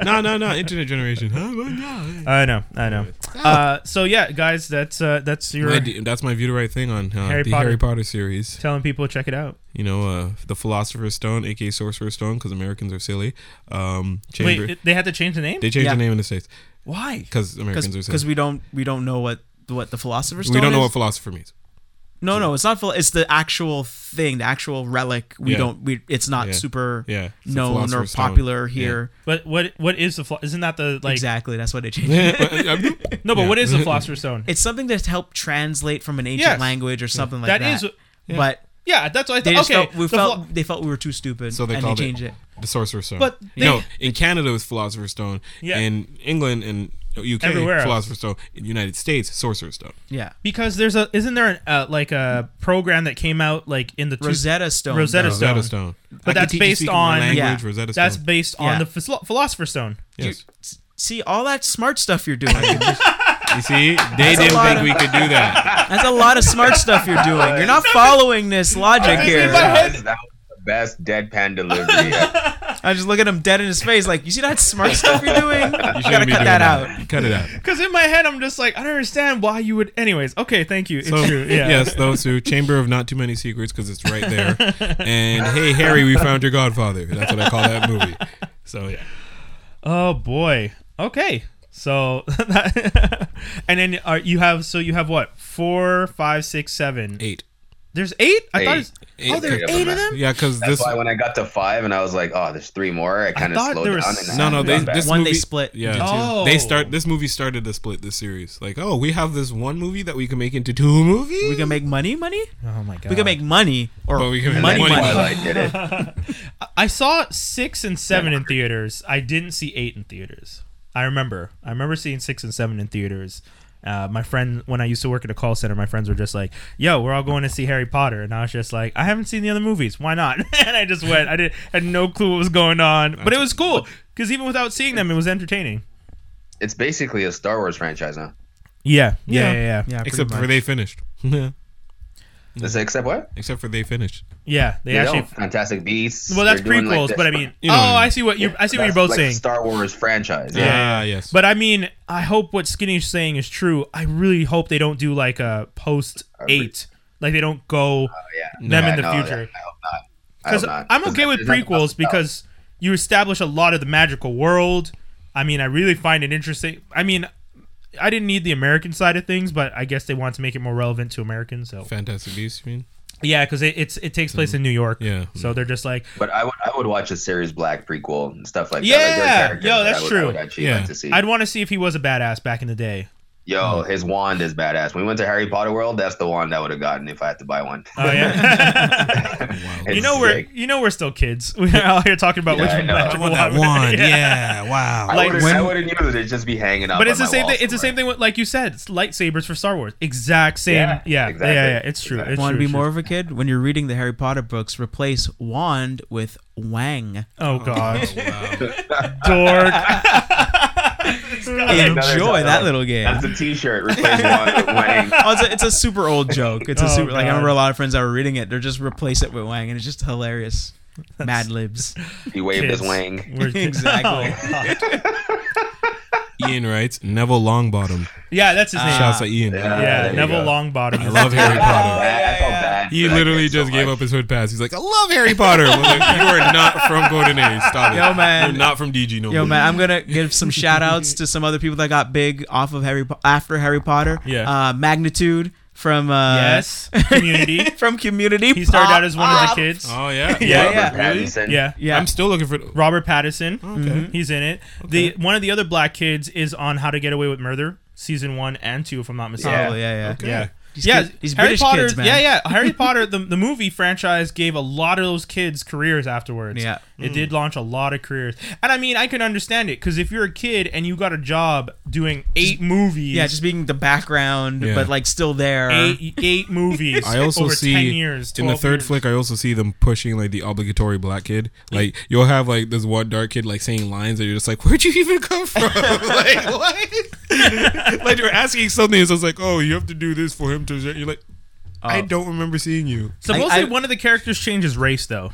S2: No, no, no. Internet generation. Huh? Well, no.
S1: I know, I know. Uh, so yeah, guys, that's uh, that's your
S2: My d- that's my view to right thing on uh,
S1: Harry
S2: the
S1: Potter.
S2: Harry Potter series.
S1: telling people to check it out.
S2: You know, uh, the Philosopher's Stone, aka Sorcerer's Stone, because Americans are silly. Um, Chamber.
S1: Wait, they had to change the name.
S2: they changed
S3: Yeah.
S2: the name in the states
S1: Why?
S2: because Americans are
S3: Because
S2: silly.
S3: we don't we don't know what what the philosopher's
S2: We
S3: stone
S2: don't know
S3: is.
S2: what philosopher means.
S3: no, no, it's not. Phil- it's the actual thing, the actual relic. We
S2: Yeah.
S3: don't. We it's not
S2: Yeah.
S3: super
S2: Yeah, it's the
S3: known or
S2: Philosopher's Stone.
S3: popular here.
S1: But what what is the flo- isn't that the like
S3: exactly. That's why they changed. it.
S2: uh, no,
S1: no? But what
S3: Mm-hmm.
S1: is the philosopher's stone?
S3: It's something that's helped translate from an ancient
S1: Yes.
S3: language or something like
S1: That
S3: that.
S1: is-
S3: But
S1: yeah, that's what I
S3: they
S1: thought.
S3: just
S1: Okay,
S3: felt, we
S1: the
S3: felt
S1: philo-
S3: they felt we were too stupid,
S2: So they
S3: and they
S2: called it-
S3: changed it.
S2: the Sorcerer's Stone.
S1: But they-
S2: no, in Canada it was Philosopher's Stone.
S1: Yeah.
S2: In England and UK,
S1: Everywhere else.
S2: Philosopher's Stone. In the United States, Sorcerer's Stone.
S3: Yeah,
S1: because there's a isn't there an, uh, like a program that came out like in the two-
S3: Rosetta Stone.
S1: Rosetta
S3: though.
S1: Stone.
S2: Rosetta Stone.
S1: But that's
S2: I could teach you
S1: based
S2: speaking my
S1: on-
S2: language,
S3: Yeah.
S2: Rosetta Stone.
S1: that's based on
S3: Yeah.
S1: the philo- philosopher's stone.
S2: yes.
S3: See all that smart stuff you're doing. that's
S2: You see, they
S3: a
S2: didn't
S3: lot
S2: think
S3: of-
S2: we could do that.
S3: a lot of smart stuff you're doing. You're not following this logic here.
S4: That was, that was the best deadpan delivery. ever.
S3: I just look at him dead in his face, like you see that smart stuff you're doing. You,
S2: You
S3: gotta
S2: shouldn't be
S3: cut
S2: doing
S3: that out.
S2: that. Cut it out.
S1: Because in my head, I'm just like, I don't understand why you would. Anyways, okay, thank you. It's
S2: So,
S1: true. Yeah.
S2: Yes, those who Chamber of Not Too Many Secrets because it's right there. and hey, Harry, we found your Godfather. That's what I call that movie. So yeah,
S1: Oh boy. Okay. So, that, and then are, you have so you have what four, five, six, seven.
S2: eight.
S1: There's eight. I thought.
S4: Eight.
S1: It's,
S2: Eight.
S1: oh, there are
S4: Straight up
S1: eight
S4: on
S1: of
S4: that.
S1: them.
S2: Yeah, because
S4: That's
S2: this.
S4: why when I got to five and I was like, oh, there's three more. I kind of
S1: thought
S4: slowed
S1: there was
S4: down.
S1: six.
S4: And
S2: No, no, they,
S4: they,
S2: this
S3: One,
S2: movie,
S3: they split
S2: Yeah,
S3: into two.
S1: Oh.
S2: they start. This movie started to split the series. Like, oh, we have this one movie that we can make into two movies.
S3: We can make money, money.
S1: Oh my god.
S3: We can make money or
S2: Uh, But we can make
S3: money,
S2: money.
S3: money.
S4: Twilight did it.
S1: I saw six and seven in theaters. I didn't see eight in theaters. I remember. I remember seeing six and seven in theaters. Uh, my friend, when I used to work at a call center, my friends were just like, "Yo, we're all going to see Harry Potter," and I was just like, "I haven't seen the other movies. Why not?" and I just went. I did had no clue what was going on, but it was cool because even without seeing them, it was entertaining.
S4: It's basically a Star Wars franchise now.
S1: Yeah,
S2: Yeah.
S1: yeah, yeah, yeah. yeah.
S3: Yeah, pretty
S2: Except for
S3: much.
S2: they finished. Yeah.
S4: It's like, except what?
S2: Except for they finished.
S1: they
S4: You know,
S1: actually.
S4: Fantastic Beasts.
S1: Well, that's
S4: They're doing like
S1: prequels,
S4: this,
S1: but I mean,
S2: You know
S1: oh,
S2: what I mean.
S1: I see what you. are I see what you're
S4: that's
S1: both
S4: like
S1: saying.
S4: Star Wars franchise.
S1: Yeah.
S2: Ah, yes.
S1: But I mean, I hope what Skinny's saying is true. I really hope they don't do like a post eight, like they don't go
S4: Oh, yeah.
S1: them
S4: Yeah,
S1: in the
S4: no,
S1: future.
S4: yeah, I hope not. I
S1: Because
S4: hope not.
S1: I'm okay with
S4: there's nothing
S1: prequels
S4: else out.
S1: because you establish a lot of the magical world. I mean, I really find it interesting. I mean, I didn't need the American side of things, but I guess they want to make it more relevant to Americans. So
S2: Fantastic Beasts, you mean?
S1: yeah, because it, it's it takes place in New York.
S2: Yeah.
S1: So they're just like,
S4: But I would I would watch a series Black prequel and stuff like that.
S1: Yeah.
S4: Like, there are characters
S1: Yo,
S4: that
S1: that's
S4: I would,
S1: true.
S4: I would actually
S2: Yeah.
S4: like to see.
S1: I'd want to see if he was a badass back in the day.
S4: Yo, his wand is badass. When we went to Harry Potter World, that's the wand I would have gotten if I had to buy one.
S1: Oh yeah.
S2: Wow.
S1: You
S4: It's
S1: know we're
S4: sick.
S1: you know we're still kids. We're out here talking about
S4: Yeah,
S1: which
S4: I
S1: one
S4: know.
S1: magical
S4: I
S2: want that
S1: wand.
S2: wand. Yeah. Wow.
S4: I,
S1: like
S4: wouldn't,
S1: when-
S4: I wouldn't use it. It'd just be hanging out.
S1: But
S4: on
S1: it's the
S4: my
S1: same
S4: wall
S1: thing. It's the
S4: somewhere.
S1: same thing with like you said, it's lightsabers for Star Wars. Exact same. Yeah,
S4: Yeah,
S1: yeah,
S4: exactly.
S1: yeah, yeah. It's true.
S4: Exactly.
S1: It's
S3: Want to
S1: true,
S3: be
S1: it's
S3: more of a kid? When you're reading the Harry Potter books, replace wand with wang.
S1: true. Oh God,
S2: wow.
S1: dork.
S4: another
S3: Enjoy that
S4: dialogue.
S3: little game.
S4: That's a T-shirt. Replace wand with wang.
S3: Oh, it's, a, it's a super old joke. It's a
S1: Oh,
S3: super like I
S1: God.
S3: remember a lot of friends that were reading it. They're just replace it with wang, and it's just hilarious. Mad libs.
S4: He waved
S1: Kids.
S4: his wang.
S1: We're kids.
S3: Exactly.
S1: Oh, God.
S2: Ian writes Neville Longbottom.
S1: Yeah, that's his name.
S2: Shouts to Ian.
S4: Yeah.
S1: yeah,
S4: there you
S1: Neville
S4: go.
S1: Longbottom.
S2: I love Harry Potter.
S4: I felt bad.
S2: He
S4: for that
S2: literally
S4: kid so
S2: just gave
S4: much.
S2: up his hood pass. He's like, I love Harry Potter. I'm like, you are not from Golden Age. Stop it.
S3: Yo, man.
S2: You're not from DG. No.
S3: Yo,
S2: more.
S3: man, I'm gonna give some shout outs to some other people that got big off of Harry po- after Harry Potter.
S1: Yeah.
S3: Uh, Magnitude from uh,
S1: yes, Community.
S3: from Community.
S1: He started
S3: Pop
S1: out as one of the
S3: up.
S1: kids.
S2: Oh yeah.
S1: Yeah,
S4: Robert
S2: yeah. Really?
S4: Pattinson.
S1: Yeah,
S3: Yeah.
S2: I'm still looking for.
S1: Robert Pattinson. Mm-hmm.
S2: Okay.
S1: He's in it. The one of the other black kids is on How to Get Away with Murder, season one and two, if I'm not mistaken.
S3: oh yeah, yeah.
S2: Okay.
S1: Yeah.
S3: These
S1: yeah,
S3: kid- these
S1: Harry
S3: British
S1: Potter,
S3: kids, man.
S1: Yeah, yeah. Harry Potter, the, the movie franchise, gave a lot of those kids careers afterwards.
S3: Yeah.
S1: It did launch a lot of careers. And I mean, I can understand it because if you're a kid and you got a job doing eight movies,
S3: Yeah, just being the background,
S2: Yeah.
S3: but like still there.
S1: eight, eight movies
S2: I also
S1: over
S2: see
S1: 10 years.
S2: in the
S1: 12
S2: third
S1: years.
S2: flick. I also see them pushing like the obligatory black kid. Like you'll have like this one dark kid like saying lines that you're just like, where'd you even come from? like what? like you're asking something, and so it's like, oh, you have to do this for him to. You're like,
S1: Oh.
S2: I don't remember seeing you.
S1: Supposedly,
S3: I-
S1: one of the characters changes race, though.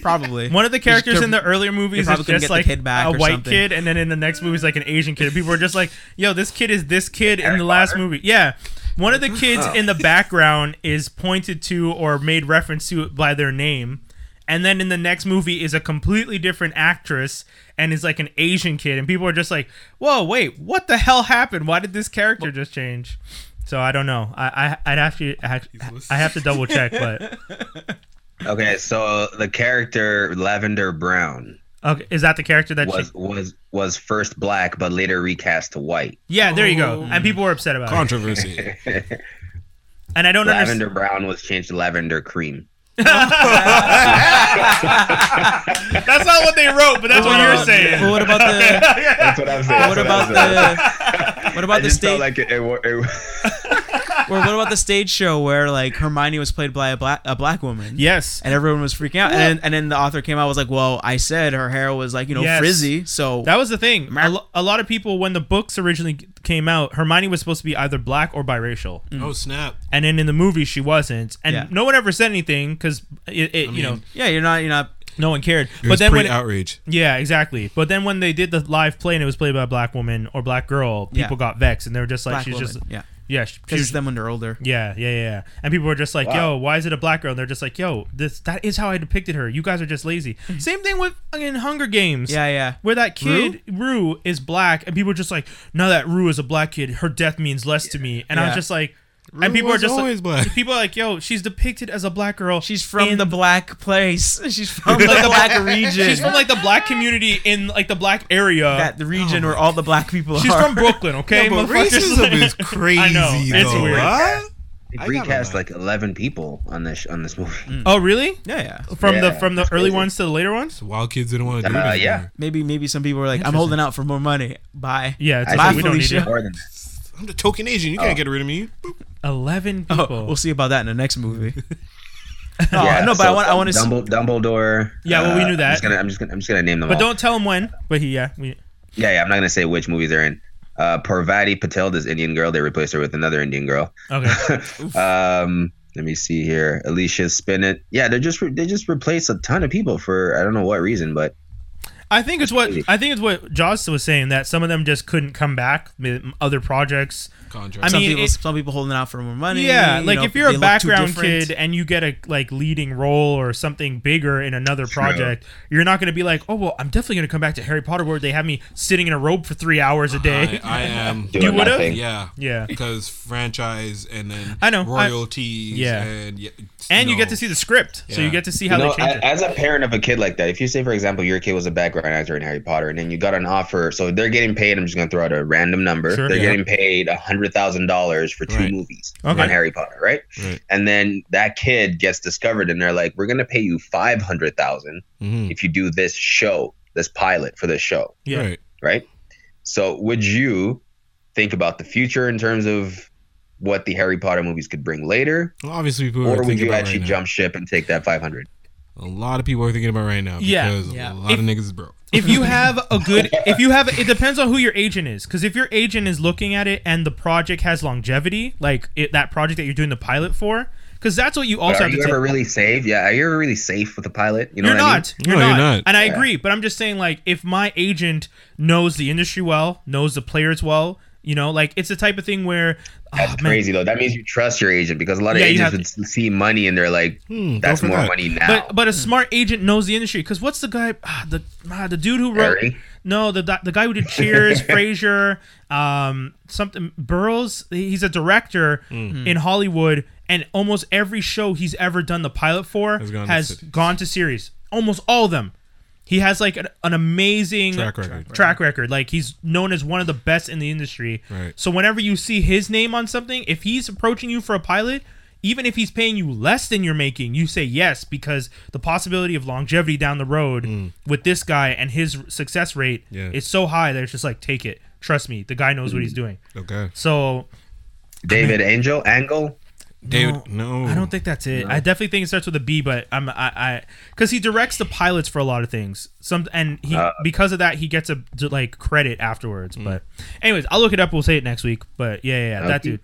S3: probably.
S1: One of the characters
S3: could-
S1: in the earlier movies
S3: probably
S1: is
S3: couldn't
S1: just
S3: get the
S1: like
S3: kid back
S1: a
S3: or
S1: white
S3: something.
S1: kid, and then in the next movie is like an Asian kid. People are just like, "Yo, this kid is this kid in
S4: Harry
S1: the last
S4: Potter?
S1: movie." Yeah, one of the kids in the background is pointed to or made reference to by their name, and then in the next movie is a completely different actress and is like an Asian kid, and people are just like, "Whoa, wait, what the hell happened? Why did this character just change?" So I don't know. I, I I'd have to I have to double check, but
S4: Okay, so the character Lavender Brown
S1: okay, is that the character that she-
S4: was was was first black, but later recast to white.
S1: Yeah, there you go.
S2: Oh.
S1: And people were upset about it.
S2: Controversy.
S1: And I don't
S4: Lavender
S1: understand.
S4: Brown was changed to Lavender Cream.
S1: That's not what they wrote, but that's what
S3: Uh, But
S1: you're
S3: what
S1: saying.
S3: about the?
S4: That's what I'm saying.
S3: What about the? What about the state?
S4: like it, it, wa- it-
S3: or what about the stage show where like Hermione was played by a black a black woman?
S1: Yes.
S3: And everyone was freaking out, and then, and then the author came out was like, "Well, I said her hair was like you know
S1: Yes.
S3: frizzy, so
S1: That was the thing. A, lo- a lot of people, when the books originally came out, Hermione was supposed to be either black or biracial,
S2: oh snap!
S1: and then in the movie she wasn't, and
S3: Mm. Yeah.
S1: no one ever said anything because it, it you know,
S2: mean,
S3: yeah, you're not you're not
S1: no one cared.
S2: It
S1: But
S2: was
S1: then
S2: pre
S1: when,
S2: outrage.
S1: yeah, exactly. But then when they did the live play and it was played by a black woman or black girl,
S3: Yeah.
S1: people got vexed and they were just like,
S3: black
S1: she's
S3: woman."
S1: just,
S3: yeah,
S1: yeah, she,
S3: because it's
S1: she's
S3: them when they're older.
S1: Yeah, yeah, yeah, yeah. And people were just like,
S4: Wow.
S1: "Yo, why is it a black girl?" And they're just like, "Yo, this that is how I depicted her. You guys are just lazy." Same thing with fucking Hunger Games.
S3: Yeah, yeah.
S1: Where that kid Rue? is black, and people are just like, "No, that Rue is a black kid. Her death means less to me." And I was
S3: Yeah.
S1: just like,
S2: Rue
S1: and people are
S2: was
S1: just
S2: always
S1: like,
S2: black.
S1: people are like, "Yo, she's depicted as a black girl.
S3: She's from
S1: in-
S3: the black place. She's from like the black region.
S1: she's from like the black community in like the black area."
S3: that the region where all the black people
S1: She's
S3: are.
S1: from Brooklyn, okay?
S2: Yeah, but
S1: motherfuckers?
S2: racism is crazy.
S1: I know. It's
S2: though,
S1: weird.
S2: huh?
S4: it
S2: gotta
S4: recast
S2: laugh.
S4: like eleven people on this on this movie. Uh,
S1: Oh, really?
S3: yeah, yeah.
S1: From the
S4: Yeah,
S1: from the
S4: that's
S1: early
S4: crazy.
S1: ones to the later ones?
S2: Wild kids didn't want to do
S4: Uh,
S2: this.
S4: yeah.
S2: anymore.
S3: Maybe maybe some people were like, I'm holding out for more money. Bye.
S1: Yeah, it's
S4: I
S1: like,
S4: think
S1: we don't need
S3: Felicia.
S1: it.
S4: More than that.
S2: I'm the token Asian.
S4: Oh.
S2: You can't get rid of me.
S1: Eleven people.
S3: Oh, we'll see about that in the next movie. oh,
S4: Yeah,
S3: no, but I
S4: so
S3: want I want to see.
S4: Dumble- Dumbledore. uh,
S1: Yeah, well, we knew that.
S4: I'm just gonna, I'm just gonna, I'm just gonna name them
S1: But
S4: all.
S1: don't tell him when. But he, yeah, we,
S4: Yeah, yeah. I'm not gonna say which movies they're in. Uh, Parvati Patel, this Indian girl, they replaced her with another Indian girl.
S1: okay.
S4: um, let me see here. Alicia Spinett. Yeah, they just re- they just replaced a ton of people for I don't know what reason, but
S1: I think it's what I think it's what Joss was saying that some of them just couldn't come back. m- Other projects.
S2: Contrast.
S1: I
S3: some
S1: mean,
S3: people
S1: it-
S3: some people holding out for more money.
S1: yeah,
S3: you
S1: like
S3: know,
S1: if you're
S3: they
S1: a
S3: look too
S1: background
S3: different.
S1: kid and you get a like leading role or something bigger in another project, you're not going to be like, oh well, I'm definitely going to come back to Harry Potter where they have me sitting in a robe for three hours a day.
S2: I, I am.
S4: doing
S1: would've?
S4: nothing.
S2: Yeah.
S1: yeah,
S2: Because franchise and then
S1: I know, I-
S2: royalties.
S1: yeah.
S2: And, yeah, it's-
S1: and you
S2: no.
S1: get to see the script, so you
S2: Yeah.
S1: get to see
S4: You
S1: how
S4: know,
S1: they change
S4: a-
S1: it.
S4: as a parent of a kid like that, if you say, for example, your kid was a background actor in Harry Potter, and then you got an offer, so they're getting paid. I'm just gonna throw out a random number.
S1: Sure,
S4: they're
S1: yeah.
S4: getting paid a hundred thousand dollars for two
S2: Right.
S4: movies
S1: Okay.
S4: on Harry Potter, right?
S2: Right.
S4: And then that kid gets discovered, and they're like, "We're gonna pay you five hundred thousand
S1: Mm-hmm.
S2: Mhm.
S4: if you do this show, this pilot for this show."
S1: yeah.
S2: Right.
S4: right? So would you think about the future in terms of what the Harry Potter movies could bring later,
S2: Well, obviously, people
S4: or
S2: are
S4: would
S2: thinking
S4: you
S2: about
S4: actually
S2: right
S4: jump ship and take that 500?
S2: now. A lot of people are thinking about right now
S1: Yeah.
S2: because
S3: Yeah.
S2: a lot
S1: If-
S2: of niggas is broke.
S1: if you have a good if you have it depends on who your agent is because if your agent is looking at it and the project has longevity like it, that project that you're doing the pilot for because because that's what you
S4: But
S1: also
S4: are
S1: have to
S4: you
S1: take.
S4: ever really safe? Yeah, are you ever really safe with a pilot? You know
S1: You are
S4: what I mean?
S1: not. You're,
S2: No,
S1: not.
S2: you're not.
S1: And I agree, but I'm just saying, like, if my agent knows the industry well, knows the players well, you know, like it's the type of thing where oh,
S4: That's
S1: man.
S4: crazy though. That means you trust your agent because a lot of
S1: Yeah, you have
S4: agents would s- see money and they're like,
S2: Hmm,
S4: "That's
S2: go for
S4: more
S2: that."
S4: money now."
S1: But but a smart agent knows the industry because what's the guy ah, the ah, the dude who wrote
S4: Barry?
S1: no the the guy who did Cheers Frasier um something Burroughs he's a director in Hollywood and almost every show he's ever done the pilot for
S2: Has gone to
S1: has
S2: series.
S1: gone to series almost all of them he has like an, an amazing
S2: Track record.
S1: track record. Like he's known as one of the best in the industry.
S2: Right.
S1: So whenever you see his name on something, if he's approaching you for a pilot, even if he's paying you less than you're making, you say yes because the possibility of longevity down the road with this guy and his success rate
S2: Mm. Yeah. Mm.
S1: is so high that it's just like take it. Trust me, the guy knows what he's doing.
S2: Okay.
S1: So
S4: David Angel Angle.
S2: David, no.
S1: I don't think that's it. I definitely think it starts with a B, but I'm I I because he directs the pilots for a lot of things. Some and he
S2: Uh.
S1: because of that he gets a d- like credit
S2: Mm.
S1: afterwards. But anyways, I'll look it up. We'll say it next week. But yeah, yeah, yeah that
S4: Okay.
S1: dude.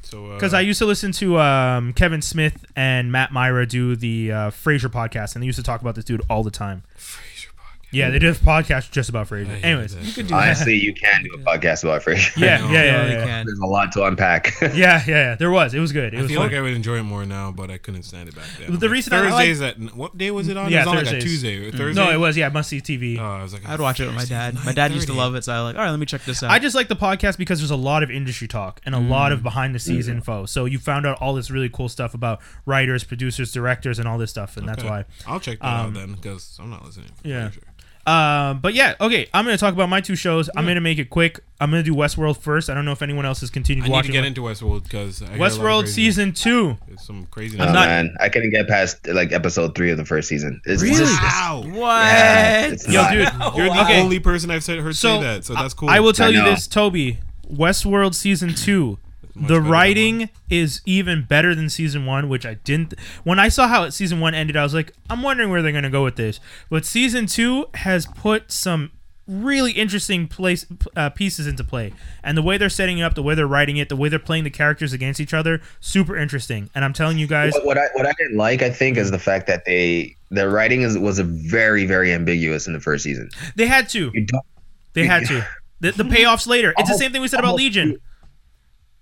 S2: So, uh,
S1: Because I used to listen to um, Kevin Smith and Matt Myra do the uh, Frasier podcast, and they used to talk about this dude all the time.
S2: Frasier podcast.
S1: Yeah, they did a podcast just about Frasier.
S2: hated
S1: Anyways,
S2: that shit.
S4: Honestly, you can do a podcast about Frasier.
S1: yeah, yeah, yeah,
S2: know.
S3: Yeah,
S1: yeah,
S3: they
S1: yeah. yeah.
S3: can.
S4: There's a lot to unpack.
S1: Yeah, yeah, there was. It was good. It
S2: I
S1: was
S2: feel
S1: fun.
S2: like I would enjoy it more now, but I couldn't stand it back then.
S1: But the
S2: Like,
S1: reason I like-
S2: Thursdays at what day was it on?
S1: Yeah,
S2: it was on like a
S1: Thursdays. Mm.
S2: Tuesday or Thursday.
S1: no, it was. Yeah, must see TV.
S2: Oh, I was like,
S3: I'd watch it with my dad. My dad used to love it, so I like, all right, let me check this out.
S1: I just like the podcast because there's a lot of industry talk and a lot
S2: Mm.
S1: of behind the
S2: Mm-hmm.
S1: scenes info. So you found out all this really cool stuff about writers, producers, directors, and all this stuff, and that's why.
S2: I'll check that out then because I'm not listening. For
S1: Um, yeah.
S2: Frasier.
S1: Um, but yeah, okay. I'm gonna talk about my two shows. I'm gonna make it quick. I'm gonna do Westworld first. I don't know if anyone else has continued
S2: I need to
S1: watching
S2: get into Westworld because
S1: Westworld season two.
S2: Some crazy.
S4: Oh,
S1: not-
S4: man, I couldn't get past like episode three of the first season. It's
S3: Really?
S4: just-
S2: Wow.
S3: what?
S4: yeah, it's
S1: Yo,
S4: not-
S1: dude,
S2: You're the
S1: okay.
S2: only person I've said, heard
S1: So
S2: say that, so
S1: I-
S2: that's cool.
S1: I, will tell
S4: I
S1: you
S4: know.
S1: this, Toby. Westworld season two.
S2: much
S1: The
S2: better than
S1: writing is even better than season one, which I didn't. When I saw how it- season one ended, I was like, I'm wondering where they're going to go with this. But season two has put some really interesting place uh, pieces into play, and the way they're setting it up, the way they're writing it, the way they're playing the characters against each other, super interesting. And I'm telling you guys,
S4: What, what I what I didn't like, I think, is the fact that they the writing is was a very very ambiguous in the first season.
S1: they had to.
S4: You don't
S1: They had to. The, the payoffs later. It's the same thing we said about
S4: Almost-
S1: Legion.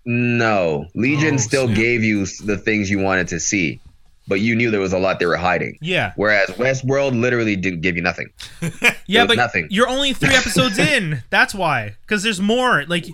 S4: No, Legion
S2: Oh,
S4: still
S2: snap.
S4: gave you s- the things you wanted to see, but you knew there was a lot they were hiding.
S1: Yeah.
S4: Whereas Westworld literally didn't give you nothing.
S1: Yeah, but
S4: It was nothing.
S1: you're only three episodes in. That's why, because there's more. Like,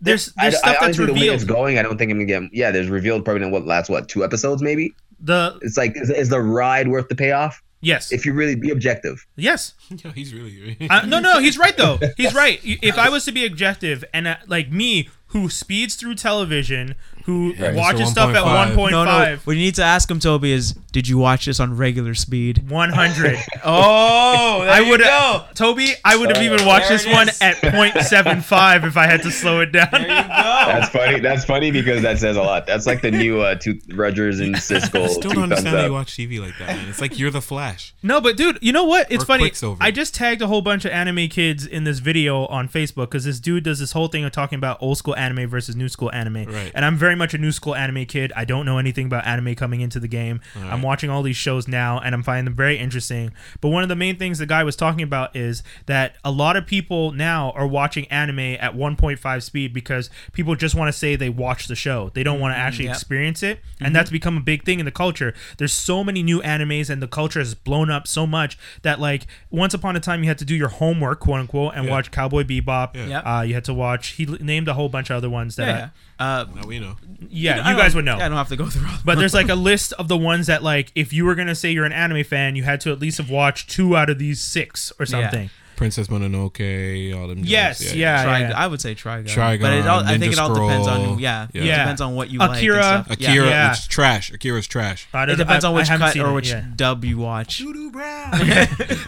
S1: there's
S4: I,
S1: there's stuff
S4: I,
S1: that's
S4: honestly, the way
S1: revealed.
S4: it's going, I don't think I'm gonna get. Yeah, there's revealed probably in what last what two episodes maybe.
S1: the
S4: It's like is, is the ride worth the payoff?
S1: yes,
S4: If you really be objective,
S1: yes.
S2: Yo, he's really.
S1: Uh, no, no, he's right though. He's right. You- If I was to be objective and uh, like me, who speeds through television, who
S2: Right.
S1: watches
S2: So
S1: stuff at
S2: 1.5.
S1: 1.5,
S3: no, no. What you need to ask him, Toby, is did you watch this on regular speed?
S1: 100.
S3: Oh,
S1: I would have Toby. I would have even watched
S3: there
S1: this
S3: it
S1: one
S3: is.
S1: at 0.75 if I had to slow it down.
S2: Oh.
S4: that's funny. That's funny because that says a lot. That's like the new uh, two Rogers and Cisco.
S2: I still don't understand how you watch TV like that. Man. It's like you're the Flash.
S1: No, but dude, you know what? It's
S2: Or
S1: funny.
S2: Quicksilver.
S1: I just tagged a whole bunch of anime kids in this video on Facebook because this dude does this whole thing of talking about old school anime versus new school anime.
S2: Right.
S1: And I'm very much a new school anime kid. I don't know anything about anime coming into the game. I'm watching all these shows now and I'm finding them very interesting. But one of the main things the guy was talking about is that a lot of people now are watching anime at 1.5 speed because people just want to say they watch the show. They don't want to actually
S3: yeah.
S1: experience it and that's become a big thing in the culture there's so many new animes and the culture has blown up so much that like once upon a time you had to do your homework quote unquote and
S2: Yeah.
S1: watch cowboy bebop
S2: Yeah.
S3: Yep.
S1: uh, you had to watch he l- named a whole bunch of other ones that
S3: Yeah.
S1: yeah,
S3: Uh,
S2: Now we know.
S1: you guys would know
S3: I don't have to go through all the
S1: but there's like a list of the ones that like if you were gonna say you're an anime fan you had to at least have watched two out of these six or
S3: Yeah.
S1: something
S2: Princess Mononoke, all them. jokes.
S1: yes yeah, yeah,
S3: Trig-
S1: yeah.
S3: I would say Trigon.
S2: Trigon,
S3: But it all, I
S2: Ninja
S3: think it all depends on
S2: Scroll.
S3: yeah. It
S2: Yeah.
S3: depends on what you
S1: Akira.
S3: like. and stuff. Yeah.
S2: Akira,
S1: Yeah.
S2: it's trash. Akira's trash.
S1: I don't
S3: It
S1: know.
S3: depends
S1: I-
S3: on
S1: I
S3: which
S1: haven't
S3: cut
S1: seen
S3: or
S1: it,
S3: which
S1: yeah.
S3: dub you watch.
S2: Voodoo Brown.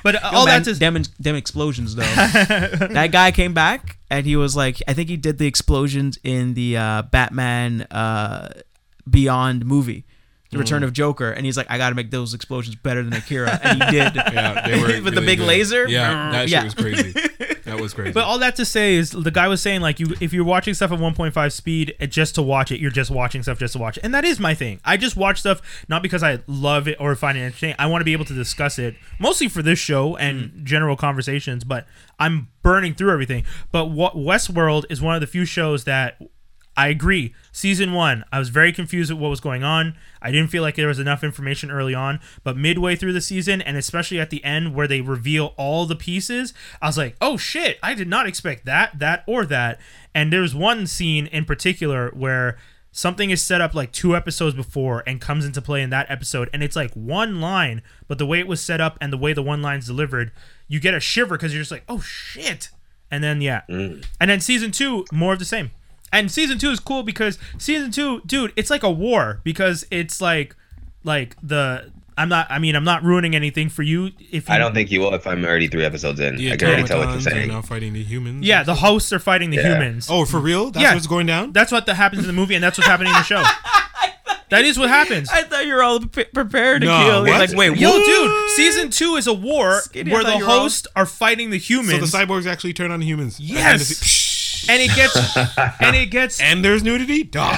S1: But uh, all
S3: man,
S1: that to
S3: them, them explosions though. that guy came back and he was like, I think he did the explosions in the uh, Batman uh, Beyond movie, The
S1: Mm.
S3: Return of Joker, and he's like, I got to make those explosions better than Akira, and he did.
S2: Yeah, they were
S3: With the
S2: really
S3: big
S2: good.
S3: laser?
S2: Yeah, that shit
S3: Yeah.
S2: was crazy. That That was crazy.
S1: But all that to say is the guy was saying like you if you're watching stuff at 1.5 speed uh, just to watch it, you're just watching stuff just to watch it. And that is my thing. I just watch stuff not because I love it or find it entertaining. I want to be able to discuss it mostly for this show and general conversations, but I'm burning through everything. But what Westworld is one of the few shows that I agree. Season one, I was very confused with what was going on. I didn't feel like there was enough information early on, but midway through the season, and especially at the end where they reveal all the pieces, I was like, oh shit, I did not expect that, that, or that. And there's one scene in particular where something is set up like two episodes before and comes into play in that episode, and it's like one line, but the way it was set up and the way the one line's delivered, you get a shiver because you're just like, oh shit. And then, yeah. And then season two, more of the same. And season two is cool because season two, dude, it's like a war because it's like, like the I'm not. I mean, I'm not ruining anything for you. If you,
S4: I don't think you will if I'm already three episodes in.
S2: yeah,
S4: I can already tell what you're
S2: automatons are
S4: saying.
S2: now fighting the humans.
S1: yeah, the hosts are fighting the
S4: Yeah.
S1: humans.
S2: Oh, for real? That's
S1: Yeah.
S2: what's going down.
S1: that's what that happens in the movie, and that's what's happening in the show. That is what happens.
S3: I thought you were all pre- prepared to
S2: No,
S3: kill. You're
S2: what?
S3: like, wait,
S1: Yo,
S3: what?
S1: dude, season two is a war
S3: Skinny, I
S1: where
S3: thought
S1: the
S3: you were all-
S1: hosts are fighting the
S2: So
S1: humans,
S2: the cyborgs actually turn on humans.
S1: Yes! and it gets, and it gets,
S2: And there's nudity. Duh.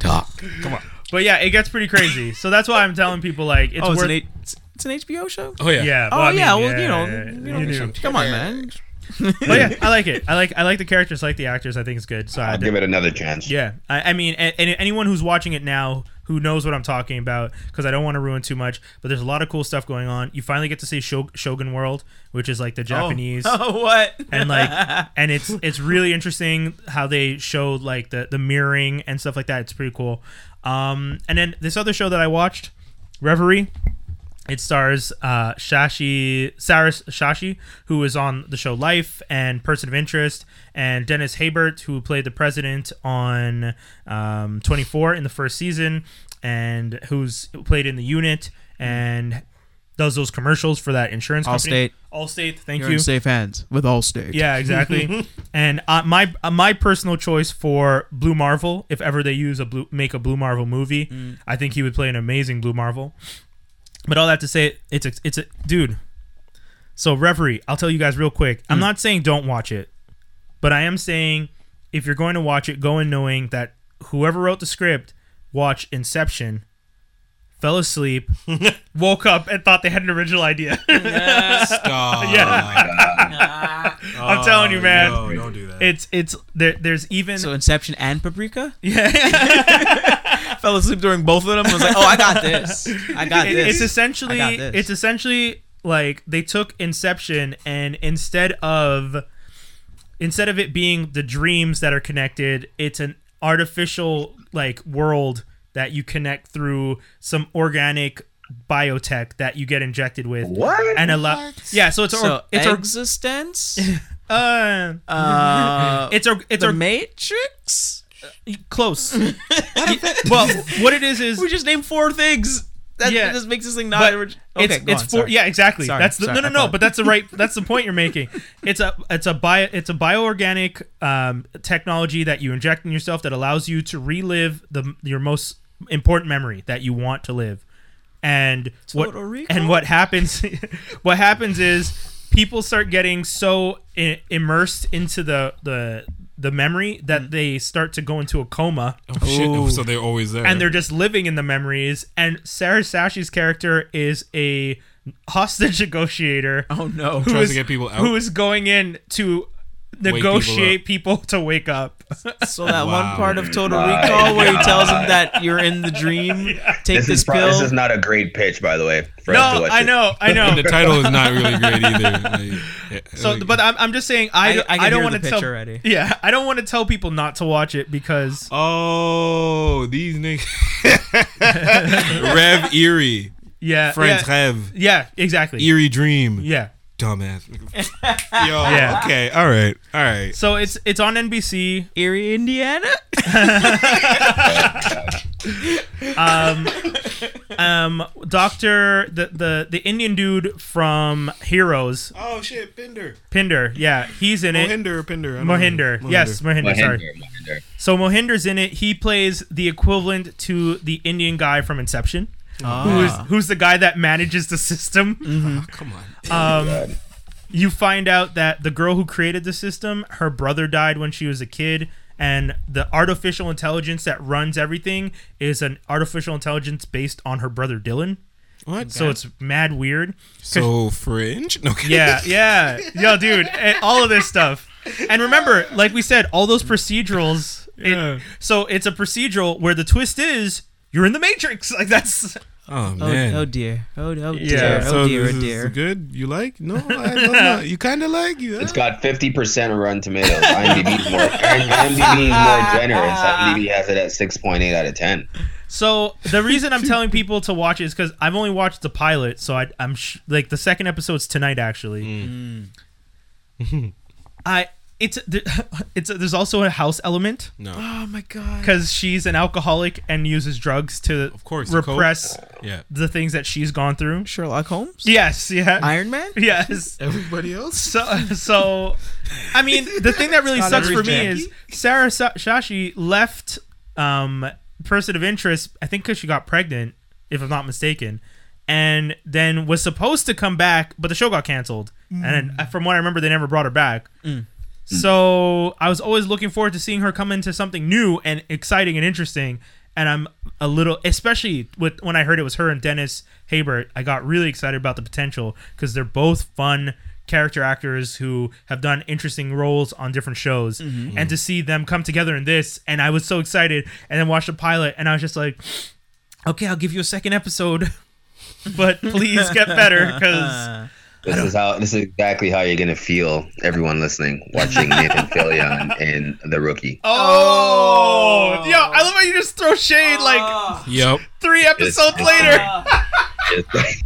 S3: Talk.
S2: Come on.
S1: but yeah, it gets pretty crazy. So that's why I'm telling people like it's
S3: Oh, it's
S1: worth.
S3: an, H- it's, it's an HBO show.
S2: Oh yeah.
S1: yeah.
S3: Oh
S1: well, I mean,
S3: yeah, well you know,
S1: yeah,
S3: you
S1: yeah,
S3: know,
S1: you do.
S3: come on, man.
S1: but yeah, I like it. I like I like the characters, I like the actors. I think it's good. So I,
S4: I'll give it another chance.
S1: yeah, I, I mean, and, and anyone who's watching it now who knows what I'm talking about, because I don't want to ruin too much. But there's a lot of cool stuff going on. You finally get to see Shog- Shogun World, which is like the Japanese.
S3: Oh what?
S1: and like and it's it's really interesting how they showed like the the mirroring and stuff like that it's pretty cool um and then this other show that i watched reverie it stars uh shashi saris shashi who is on the show life and person of interest and dennis habert who played the president on um 24 in the first season and who's played in the unit and does those commercials for that insurance company
S3: Allstate.
S1: Allstate, thank
S3: You're
S1: you.
S3: in safe hands with Allstate.
S1: Yeah, exactly. and uh, my uh, my personal choice for Blue Marvel, if ever they use a blue make a Blue Marvel movie, I think he would play an amazing Blue Marvel. But all that to say, it's a, it's a dude. So Reverie, I'll tell you guys real quick. I'm not saying don't watch it, but I am saying if you're going to watch it, go in knowing that whoever wrote the script watched Inception, fell asleep, woke up, and thought they had an original idea.
S2: Stop.
S1: I'm telling you, man.
S2: Oh, No, don't do that.
S1: It's it's there, there's even
S3: So Inception and Paprika?
S1: yeah.
S3: fell asleep during both of them. I was like, oh, I got this. I got
S1: It-
S3: this.
S1: It's essentially
S3: I got this.
S1: it's essentially like they took Inception and instead of instead of it being the dreams that are connected, it's an artificial like world that you connect through some organic biotech that you get injected with.
S4: What?
S1: And allow yeah, so it's or-
S3: so
S1: it's or-
S3: existence.
S1: uh,
S3: uh,
S1: it's or- it's
S3: the
S1: or-
S3: Matrix.
S1: close. well, what it is is
S3: We just named four things. That
S1: Yeah.
S3: just makes this thing not
S1: But
S3: original. Okay,
S1: it's,
S3: go
S1: it's
S3: on,
S1: for
S3: sorry.
S1: yeah exactly
S3: Sorry,
S1: that's the
S3: sorry,
S1: no
S3: I
S1: no no
S3: thought-
S1: but that's the right that's the point you're making it's a it's a bio it's a bioorganic um, technology that you inject in yourself that allows you to relive the your most important memory that you want to live and what
S3: Total Recall?
S1: and what happens what happens is people start getting so I- immersed into the the the memory that
S3: Mm.
S1: they start to go into a coma
S2: oh, shit.
S3: Ooh.
S2: So they're always there.
S1: and they're just living in the memories. And Sarah Sashi's character is a hostage negotiator
S3: Oh no.
S1: who
S2: tries
S1: is
S2: to get people out.
S1: who is going in to negotiate people, to wake up.
S3: So that one
S2: Wow.
S3: part of Total
S4: My
S3: Recall where he
S4: God.
S3: tells him that you're in the dream, take
S4: This,
S3: this,
S4: is pro-
S3: pill.
S4: this is not a great pitch, by the way. For us to
S1: no,
S4: watch
S1: I
S4: it.
S1: know, I know.
S2: And the title is not really great either. Like, yeah,
S1: so,
S2: like-
S1: but uh, I'm, I'm just saying, I,
S3: I-
S1: don't-
S3: I can
S1: don't
S3: hear
S1: want
S3: the
S1: to
S3: pitch
S1: tell.
S3: already.
S1: Yeah, I don't want to tell people not to watch it
S2: Uh,
S1: because
S2: oh, these niggas. Rev Erie.
S1: yeah,
S2: Friends
S1: yeah,
S2: Rev.
S1: yeah, exactly,
S2: Eerie Dream.
S1: yeah.
S2: Dumbass. Yo. Okay. All right. All right.
S1: So it's it's on NBC.
S3: Erie, Indiana?
S1: um, um, Doctor, the, the the Indian dude from Heroes,
S2: Oh shit, Pinder.
S1: Pinder. Yeah, he's in it.
S2: Mohinder or Pinder? I don't know.
S1: Mohinder. Yes, Mohinder. Sorry.
S4: Mohinder, Mohinder.
S1: So Mohinder's in it. He plays the equivalent to the Indian guy from Inception. who is
S3: Ah.
S1: who's the guy that manages the system.
S2: Oh, come on.
S1: Um, you find out that the girl who created the system, her brother died when she was a kid, and the artificial intelligence that runs everything is an artificial intelligence based on her brother Dylan.
S2: What?
S1: So it's mad weird.
S2: so fringe. No. kidding.
S1: Yeah, yeah, yo, dude, eh, all of this stuff. And remember, like we said, all those procedurals. it-
S2: Yeah.
S1: so it's a procedural where the twist is you're in the Matrix. Like that's
S2: Oh
S3: Oh,
S2: man.
S3: oh dear. Oh, oh dear.
S1: Yeah,
S3: oh
S2: so
S3: dear.
S2: this
S3: Oh
S2: is
S3: dear.
S2: good. You like? No, I love not. You kind of like? Yeah.
S4: It's got 50% Rotten Tomatoes. IMDb is more, IMDb is more generous. IMDb has it at 6.8 out of 10.
S1: so. The reason I'm telling people to watch it is because I've only watched the pilot. So I, I'm sh- like the second episode's tonight actually.
S2: Mm.
S1: Mm. I it's there- it's there's also a house element
S2: no.
S3: Oh my god.
S1: because she's an alcoholic and uses drugs to
S2: Of course, the coke.
S1: repress
S2: Yeah.
S1: the things that she's gone through.
S3: Sherlock Holmes.
S1: Yes, yeah.
S3: Iron Man.
S1: Yes.
S2: Everybody else.
S1: So, so, I mean, the thing that really
S2: Not
S1: sucks for
S2: every
S1: me
S2: Jackie.
S1: is Sarah Sa- Shashi left um, person of interest, I think, because she got pregnant, if I'm not mistaken, and then was supposed to come back, but the show got canceled. And then, from what I remember, they never brought her back. So I was always looking forward to seeing her come into something new and exciting and interesting. And I'm a little, especially with when I heard it was her and Dennis Haybert, I got really excited about the potential because they're both fun character actors who have done interesting roles on different shows. And to see them come together in this, and I was so excited. And then watched the pilot, and I was just like, okay, I'll give you a second episode, but please get better because
S4: This is how. This is exactly how you're gonna feel. Everyone listening, watching Nathan Fillion in The Rookie.
S1: oh, yo, I love how you just throw shade like.
S2: Yep.
S1: three episodes
S4: It's-
S1: later.
S4: It's-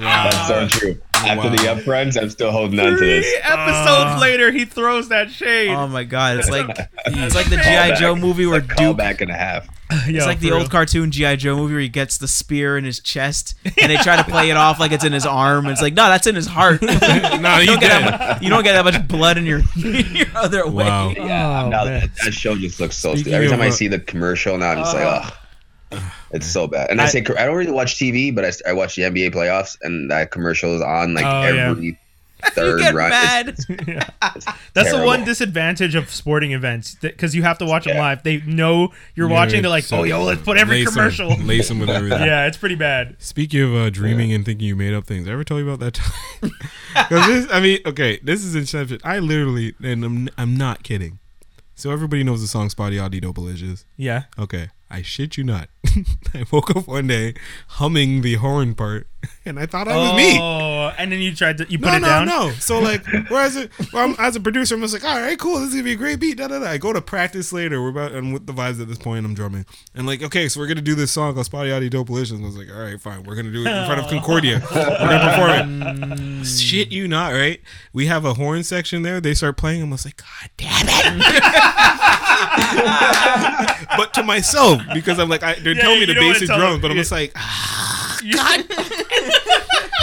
S2: Wow.
S4: That's so true. After the
S2: Wow.
S4: upfronts, I'm still holding on to
S1: Three
S4: this.
S1: episodes later, he throws that shade.
S3: Oh my god. It's like it's like the GI
S4: Callback.
S3: Joe movie where
S4: Call
S3: Duke
S4: back and a half.
S1: Yo,
S3: It's like
S1: for
S3: the
S1: real.
S3: old cartoon GI Joe movie where he gets the spear in his chest, and they try to play it off like it's in his arm. And it's like, no, that's in his heart. you don't
S2: no, you
S3: get that
S2: did.
S3: much, you don't get that much blood in your, your other way.
S2: Wow.
S4: Yeah,
S1: Oh,
S4: now
S1: man.
S4: that, that show just looks so
S2: Speaking
S4: stupid. Every
S2: of
S4: time I
S2: what-
S4: see the commercial now, I'm just like, ugh. It's so bad. And I,
S1: I-
S4: say I don't really watch TV, but I, I watch the NBA playoffs, and that commercial is on like
S1: Oh, yeah.
S4: every third
S3: You get
S4: run. It's-
S3: mad.
S1: That's the
S4: terrible.
S1: one disadvantage of sporting events because you have to watch them
S4: Yeah.
S1: live. They know you're watching. They're like,
S2: so-
S1: oh, yo, let's put every
S2: lace 'em-
S1: commercial.
S2: lace them with everything.
S1: Yeah, it's pretty bad.
S2: Speaking of uh, dreaming and thinking you made up things, I ever tell you about that time? 'Cause this, I mean, okay, this is Inception. I literally, and I'm, I'm not kidding. So everybody knows the song Spotty Oddy Dope is.
S1: Yeah.
S2: Okay, I shit you not. I woke up one day humming the horn part, and I thought I was
S1: oh,
S2: me.
S1: and then you tried to you put
S2: no,
S1: it
S2: no,
S1: down.
S2: no. So like, whereas it, well, I'm, as a producer, I'm just like, all right, cool, this is gonna be a great beat. Da, da, da. I go to practice later. We're about I'm with the vibes at this point. I'm drumming and like, okay, so we're gonna do this song called Spotty Oddy Dope Delicious. I was like, all right, fine, we're gonna do it in front of Concordia. We're gonna perform it. Shit, you not right? We have a horn section there. They start playing. I'm just like, god damn it. but to myself because I'm like, I, they're
S1: Yeah,
S2: telling me
S1: you
S2: the
S1: don't wanna
S2: basic
S1: tell
S2: drums,
S1: them.
S2: but I'm
S1: Yeah.
S2: just like,
S1: You-